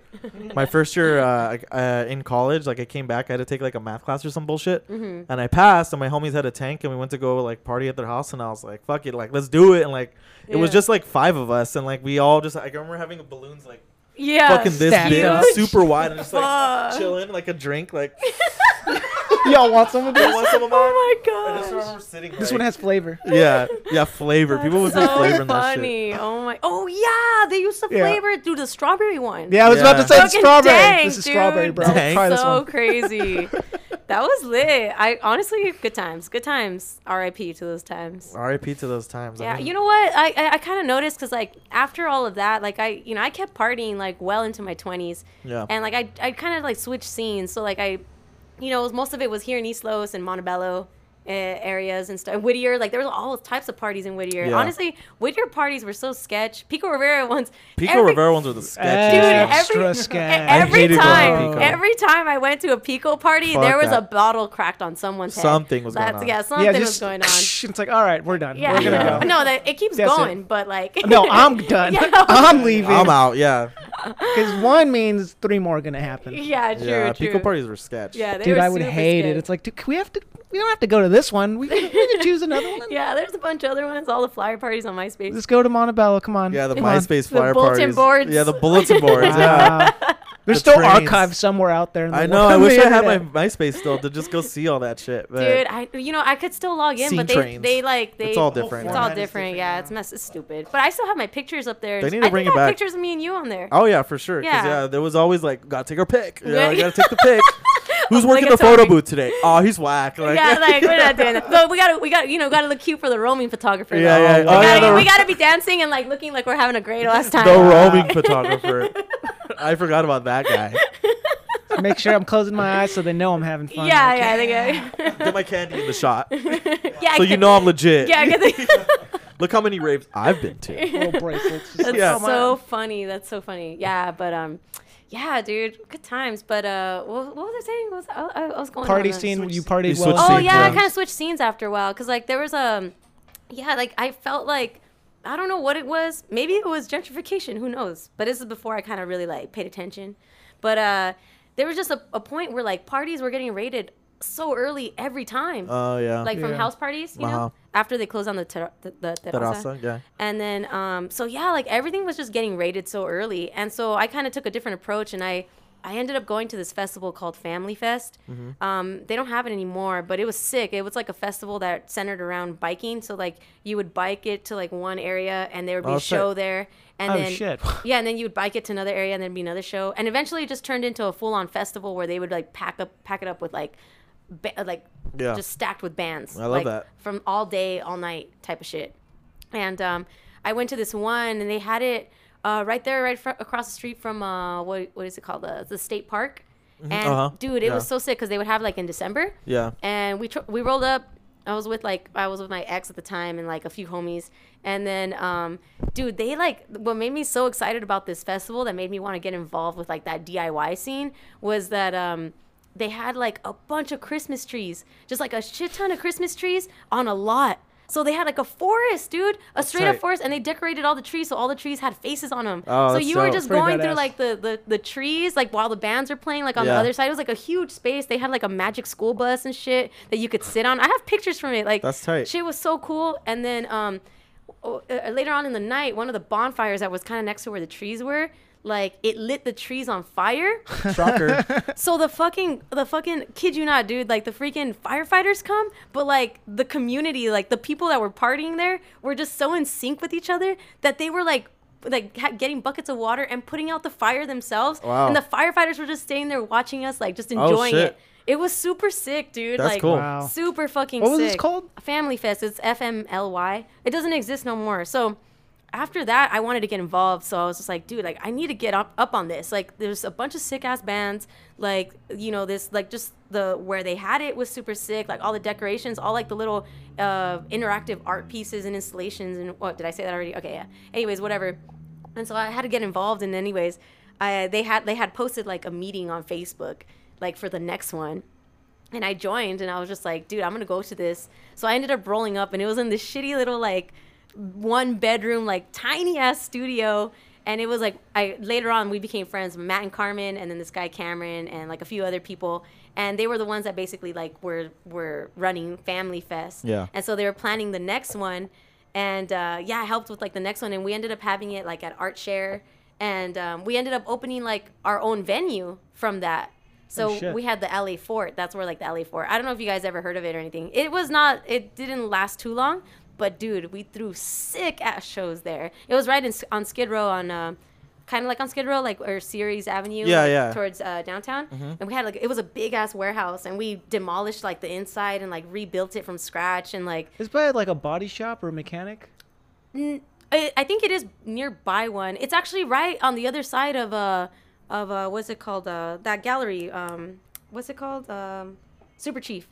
Speaker 2: it.
Speaker 1: my first year uh, uh, in college, like I came back, I had to take like a math class or some bullshit,
Speaker 3: Mm-hmm.
Speaker 1: and I passed. And my homies had a tank, and we went to go like party at their house, and I was like, "Fuck it, like let's do it." And like it was
Speaker 3: Yeah.
Speaker 1: just like five of us, and like we all just I remember having balloons like
Speaker 3: Yeah.
Speaker 1: fucking this
Speaker 2: Stacked
Speaker 1: big,
Speaker 2: up.
Speaker 1: super wide, and just like
Speaker 3: Fuck.
Speaker 1: chilling, like a drink, like
Speaker 2: Y'all want some of
Speaker 1: "You
Speaker 2: this?
Speaker 1: want some of mine?"
Speaker 3: Oh
Speaker 1: I
Speaker 3: my
Speaker 1: just
Speaker 3: gosh.
Speaker 1: remember sitting.
Speaker 2: This
Speaker 1: like-
Speaker 2: one has flavor.
Speaker 1: yeah, yeah, flavor. People would
Speaker 3: so
Speaker 1: put flavor in that shit.
Speaker 3: funny. Oh my. Oh yeah, they used to
Speaker 2: Yeah.
Speaker 3: flavor it through the strawberry one.
Speaker 2: Yeah, I was about
Speaker 1: Yeah.
Speaker 2: to say
Speaker 3: Fucking
Speaker 2: strawberry.
Speaker 3: dang,
Speaker 2: this is
Speaker 3: dude.
Speaker 2: strawberry, bro.
Speaker 1: Dang.
Speaker 2: Try this
Speaker 3: so
Speaker 2: one.
Speaker 3: crazy. that was lit. I honestly, good times. Good times. R.I.P. to those times.
Speaker 1: R.I.P. to those times. I
Speaker 3: Yeah,
Speaker 1: mean-
Speaker 3: you know what? I I, I kind of noticed because like after all of that, like I you know I kept partying like well into my twenties.
Speaker 1: Yeah.
Speaker 3: And like I I kind of like switched scenes. So like I, you know, it was, most of it was here in East Los and Montebello. Uh, areas and stuff. Whittier, like there was all types of parties in Whittier.
Speaker 1: Yeah.
Speaker 3: Honestly, Whittier parties were so sketch. Pico Rivera ones.
Speaker 1: Pico
Speaker 3: every-
Speaker 1: Rivera ones are the
Speaker 3: Dude,
Speaker 1: sketchiest.
Speaker 3: every-
Speaker 2: Extra
Speaker 3: E-
Speaker 2: sketch.
Speaker 1: I
Speaker 3: Every
Speaker 1: hated going to
Speaker 3: time,
Speaker 1: Pico.
Speaker 3: every time I went to a Pico party,
Speaker 1: Fuck
Speaker 3: there was
Speaker 1: that.
Speaker 3: a bottle cracked on someone's head.
Speaker 1: Something was going
Speaker 3: That's-
Speaker 1: on.
Speaker 3: Yeah, something
Speaker 2: yeah,
Speaker 3: was
Speaker 2: just
Speaker 3: going on.
Speaker 2: It's like, all right, we're done.
Speaker 3: Yeah,
Speaker 2: We're gonna
Speaker 1: Yeah.
Speaker 2: go.
Speaker 3: no, that it keeps
Speaker 2: That's it.
Speaker 3: going, but like
Speaker 2: No, I'm done.
Speaker 3: Yeah.
Speaker 2: I'm leaving.
Speaker 1: I'm out. Yeah,
Speaker 2: Because one means three more are gonna happen.
Speaker 3: yeah, true,
Speaker 1: yeah.
Speaker 3: true.
Speaker 1: Pico parties were sketch.
Speaker 3: Yeah, they
Speaker 2: Dude,
Speaker 3: were
Speaker 2: I would
Speaker 3: super
Speaker 2: hate it.
Speaker 3: sketch.
Speaker 2: It's like, dude, can we have to. We don't have to go to this one. We can, we can choose another one.
Speaker 3: yeah, there's a bunch of other ones. All the flyer parties on MySpace.
Speaker 2: Let's go to Montebello. Come on.
Speaker 1: Yeah, the
Speaker 2: Come on.
Speaker 1: MySpace
Speaker 3: The
Speaker 1: flyer
Speaker 3: bulletin
Speaker 1: parties.
Speaker 3: boards.
Speaker 1: Yeah, the bulletin boards. Yeah.
Speaker 2: Wow. There's
Speaker 1: The
Speaker 2: still
Speaker 1: trains.
Speaker 2: archives somewhere out there. In the
Speaker 1: I
Speaker 2: world.
Speaker 1: know. I
Speaker 2: On the
Speaker 1: wish I had my
Speaker 2: internet.
Speaker 1: MySpace still to just go see all that shit. But
Speaker 3: Dude, I you know I could still log in,
Speaker 1: Scene
Speaker 3: but they
Speaker 1: trains.
Speaker 3: they like they
Speaker 1: it's all
Speaker 4: whole
Speaker 1: different.
Speaker 3: It's
Speaker 4: format
Speaker 3: all
Speaker 4: is
Speaker 3: different.
Speaker 4: different
Speaker 3: Yeah,
Speaker 4: now.
Speaker 3: it's mess. It's stupid. But I still have my pictures up there.
Speaker 1: They need to
Speaker 3: I
Speaker 1: bring
Speaker 3: think
Speaker 1: it
Speaker 3: I have
Speaker 1: back.
Speaker 3: Pictures of me and you on there.
Speaker 1: oh yeah, for sure. 'Cause,
Speaker 3: Yeah.
Speaker 1: yeah, there was always like, gotta take our pic. Yeah,
Speaker 3: Yeah.
Speaker 1: gotta take the pic. Who's working the photo
Speaker 3: Obligatory.
Speaker 1: booth today? Oh, he's whack. Like,
Speaker 3: yeah, like we're not doing that. But we gotta, we gotta, you know, gotta look cute for the roaming photographer.
Speaker 1: Yeah,
Speaker 3: though.
Speaker 1: yeah.
Speaker 3: We,
Speaker 1: Oh,
Speaker 3: gotta,
Speaker 1: yeah, the-
Speaker 3: we gotta be dancing and like looking like we're having a great last time.
Speaker 1: the roaming photographer. I forgot about that guy.
Speaker 2: Make sure I'm closing my eyes so they know I'm having fun.
Speaker 3: yeah,
Speaker 2: Like,
Speaker 3: yeah, I think.
Speaker 1: Get my candy in the shot,
Speaker 3: I, yeah,
Speaker 1: so
Speaker 3: I
Speaker 1: you
Speaker 3: get-
Speaker 1: know I'm legit.
Speaker 3: Yeah, I get the,
Speaker 1: Look how many raves I've been to.
Speaker 2: Little bracelets. Just
Speaker 3: that's
Speaker 1: Yeah.
Speaker 3: so funny. That's so funny. Yeah, but um, yeah, dude, good times. But uh, what, what was I saying? What was I, I- I was going
Speaker 2: party
Speaker 3: on a-
Speaker 2: scene. You
Speaker 4: Switch-
Speaker 2: partied
Speaker 1: You
Speaker 2: well.
Speaker 1: switch
Speaker 3: Oh
Speaker 1: scenes,
Speaker 3: yeah, I
Speaker 1: yeah.
Speaker 3: kind of switched scenes after a while because like there was um, yeah, like I felt like I don't know what it was. Maybe it was gentrification. Who knows? But this is before I kind of really like paid attention. But uh, there was just a, a point where like parties were getting raided so early every time,
Speaker 1: Oh yeah.
Speaker 3: like from
Speaker 2: Yeah.
Speaker 3: house parties, you
Speaker 1: Uh-huh.
Speaker 3: know, after they closed on the ter- the, the terraza.
Speaker 1: Terraza, yeah.
Speaker 3: And then, um, so yeah, like everything was just getting rated so early, and so I kind of took a different approach, and I, I ended up going to this festival called Family Fest.
Speaker 1: Mm-hmm.
Speaker 3: Um, they don't have it anymore, but it was sick. It was like a festival that centered around biking. So like you would bike it to like one area, and there would be
Speaker 1: Oh,
Speaker 3: a
Speaker 1: sick.
Speaker 3: show there, and
Speaker 2: Oh,
Speaker 3: then
Speaker 2: shit.
Speaker 3: yeah, and then you would bike it to another area, and there'd be another show, and eventually it just turned into a full on festival where they would like pack up, pack it up with like, ba- like
Speaker 1: Yeah.
Speaker 3: just stacked with bands.
Speaker 1: I love
Speaker 3: like,
Speaker 1: that.
Speaker 3: From all day, all night type of shit. And um, I went to this one, and they had it uh, right there, right fr- across the street from uh, what what is it called? The the state park. And
Speaker 1: Uh-huh.
Speaker 3: dude, it
Speaker 1: Yeah.
Speaker 3: was so sick because they would have like in December,
Speaker 1: Yeah.
Speaker 3: and we tr- we rolled up. I was with like I was with my ex at the time and like a few homies, and then um, dude, they like what made me so excited about this festival that made me want to get involved with like that DIY scene was that um, they had like a bunch of Christmas trees, just like a shit ton of Christmas trees on a lot. So they had like a forest, dude, a straight up
Speaker 1: tight.
Speaker 3: forest, and they decorated all the trees, so all the trees had faces on them.
Speaker 1: Oh,
Speaker 3: so
Speaker 1: that's
Speaker 3: you were
Speaker 1: dope.
Speaker 3: just
Speaker 2: Pretty
Speaker 3: going through
Speaker 2: badass.
Speaker 3: like the, the the trees, like while the bands are playing, like on the
Speaker 1: Yeah.
Speaker 3: other side. It was like a huge space. They had like a magic school bus and shit that you could sit on. I have pictures from it. Like
Speaker 1: That's tight.
Speaker 3: Shit was so cool. And then um, o- uh, later on in the night, one of the bonfires that was kind of next to where the trees were, like it lit the trees on fire.
Speaker 1: Shocker.
Speaker 3: So the fucking the fucking kid you not, dude, like the freaking firefighters come, but like the community, like the people that were partying there were just so in sync with each other that they were like like ha- getting buckets of water and putting out the fire themselves
Speaker 1: Wow. Oh,
Speaker 3: and the firefighters were just staying there watching us like just enjoying
Speaker 1: shit.
Speaker 3: it. It was super sick, dude.
Speaker 1: That's
Speaker 3: like
Speaker 1: cool.
Speaker 2: Wow.
Speaker 3: super fucking
Speaker 2: What was
Speaker 3: sick.
Speaker 2: this called?
Speaker 3: Family Fest. It's FMLY. It doesn't exist no more. So after that, I wanted to get involved. So I was just like, dude, like I need to get up, up on this. Like there's a bunch of sick ass bands. Like, you know, this like just the where they had it was super sick. Like all the decorations, all like the little uh, interactive art pieces and installations and what did I say that already? Okay, yeah. Anyways, whatever. And so I had to get involved and anyways, I they had they had posted like a meeting on Facebook like for the next one and I joined and I was just like, dude, I'm gonna go to this. So I ended up rolling up and it was in this shitty little like one bedroom, like tiny ass studio. And it was like I later on we became friends, Matt and Carmen, and then this guy Cameron and like a few other people. And they were the ones that basically like were were running Family Fest.
Speaker 1: Yeah.
Speaker 3: And so they were planning the next one. And uh, yeah, I helped with like the next one and we ended up having it like at Art Share and um, we ended up opening like our own venue from that. So
Speaker 2: shit.
Speaker 3: we had the LA Fort. That's where like the LA Fort. I don't know if you guys ever heard of it or anything. It was not. It didn't last too long, but dude, we threw sick ass shows there. It was right in, on Skid Row on. Uh, Kind of like on Skid Row, like or Ceres Avenue,
Speaker 1: Yeah,
Speaker 3: like,
Speaker 1: yeah. Mm-hmm.
Speaker 3: towards uh, downtown, and we had like it was a big ass warehouse, and we demolished like the inside and like rebuilt it from scratch, and like
Speaker 2: Is by like a body shop or a mechanic?
Speaker 3: N- I, I think it is nearby one. It's actually right on the other side of uh of uh what's it called uh that gallery um what's it called um Super Chief.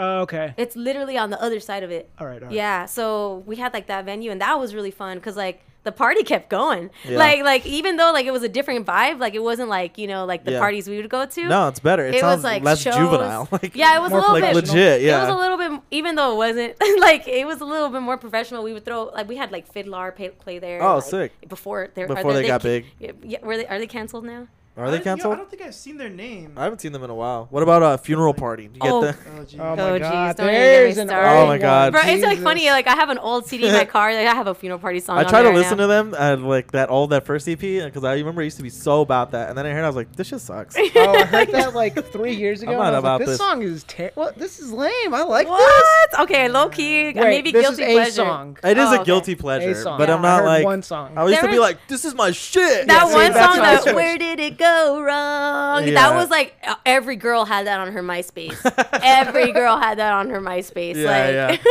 Speaker 2: Oh, okay.
Speaker 3: It's literally on the other side of it.
Speaker 2: All right. All right.
Speaker 3: Yeah, so we had like that venue, and that was really fun because like the party kept going.
Speaker 1: Yeah.
Speaker 3: Like like even though like it was a different vibe, like it wasn't like you know like the
Speaker 1: Yeah.
Speaker 3: parties we would go to.
Speaker 1: no, it's better. It,
Speaker 3: It
Speaker 1: sounds
Speaker 3: was like
Speaker 1: less
Speaker 3: shows.
Speaker 1: juvenile. Like,
Speaker 3: yeah, it was a
Speaker 2: more
Speaker 3: little
Speaker 1: like
Speaker 3: bit
Speaker 1: legit. Yeah.
Speaker 3: it was a little bit, even though it wasn't like it was a little bit more professional. We would throw like we had like Fiddler play, play there.
Speaker 1: Oh,
Speaker 3: like,
Speaker 1: sick.
Speaker 3: Before they
Speaker 1: Before they got big.
Speaker 3: Yeah, were they are they canceled now?
Speaker 1: Are they
Speaker 4: I- Yo, I
Speaker 1: canceled?
Speaker 4: don't think I've seen their name.
Speaker 1: I haven't seen them in a while. What about a funeral party? Do you get
Speaker 3: Oh.
Speaker 1: the
Speaker 4: oh, gee.
Speaker 2: Oh,
Speaker 3: Oh,
Speaker 2: my
Speaker 3: geez,
Speaker 2: god.
Speaker 3: don't even get me
Speaker 2: There's an
Speaker 3: started.
Speaker 1: Oh, my God.
Speaker 3: Bro, it's like
Speaker 2: Jesus.
Speaker 3: funny. Like I have an old CD in my car. Like I have a funeral party song.
Speaker 1: I
Speaker 3: on
Speaker 1: try to
Speaker 3: there
Speaker 1: listen
Speaker 3: now.
Speaker 1: to them uh like that old that first EP because I remember I used to be so about that, and then I heard it, I was like, this shit sucks.
Speaker 2: Oh, I heard that like three years ago.
Speaker 1: I'm
Speaker 2: and
Speaker 1: not
Speaker 2: I was like,
Speaker 1: about
Speaker 2: this,
Speaker 1: this.
Speaker 2: song is ter- what? This is lame. I like
Speaker 3: What? Okay, low key.
Speaker 2: this. Wait,
Speaker 3: maybe
Speaker 2: this
Speaker 3: guilty
Speaker 2: is a
Speaker 3: pleasure.
Speaker 2: song.
Speaker 1: It is
Speaker 3: Oh,
Speaker 1: a
Speaker 3: okay.
Speaker 1: guilty pleasure,
Speaker 2: A song.
Speaker 1: but
Speaker 3: Yeah.
Speaker 1: I'm
Speaker 2: I
Speaker 1: not
Speaker 2: heard
Speaker 1: like
Speaker 2: one song.
Speaker 1: I used
Speaker 3: There
Speaker 1: to be
Speaker 3: is-
Speaker 1: like, this is my shit.
Speaker 3: That
Speaker 2: Yeah, see,
Speaker 3: one
Speaker 2: that's
Speaker 3: song,
Speaker 2: how I
Speaker 3: that
Speaker 2: switched.
Speaker 3: "Where Did It Go Wrong,"
Speaker 1: Yeah.
Speaker 3: that was like uh, every girl had that on her MySpace. every girl had that on her MySpace.
Speaker 1: Yeah,
Speaker 3: like,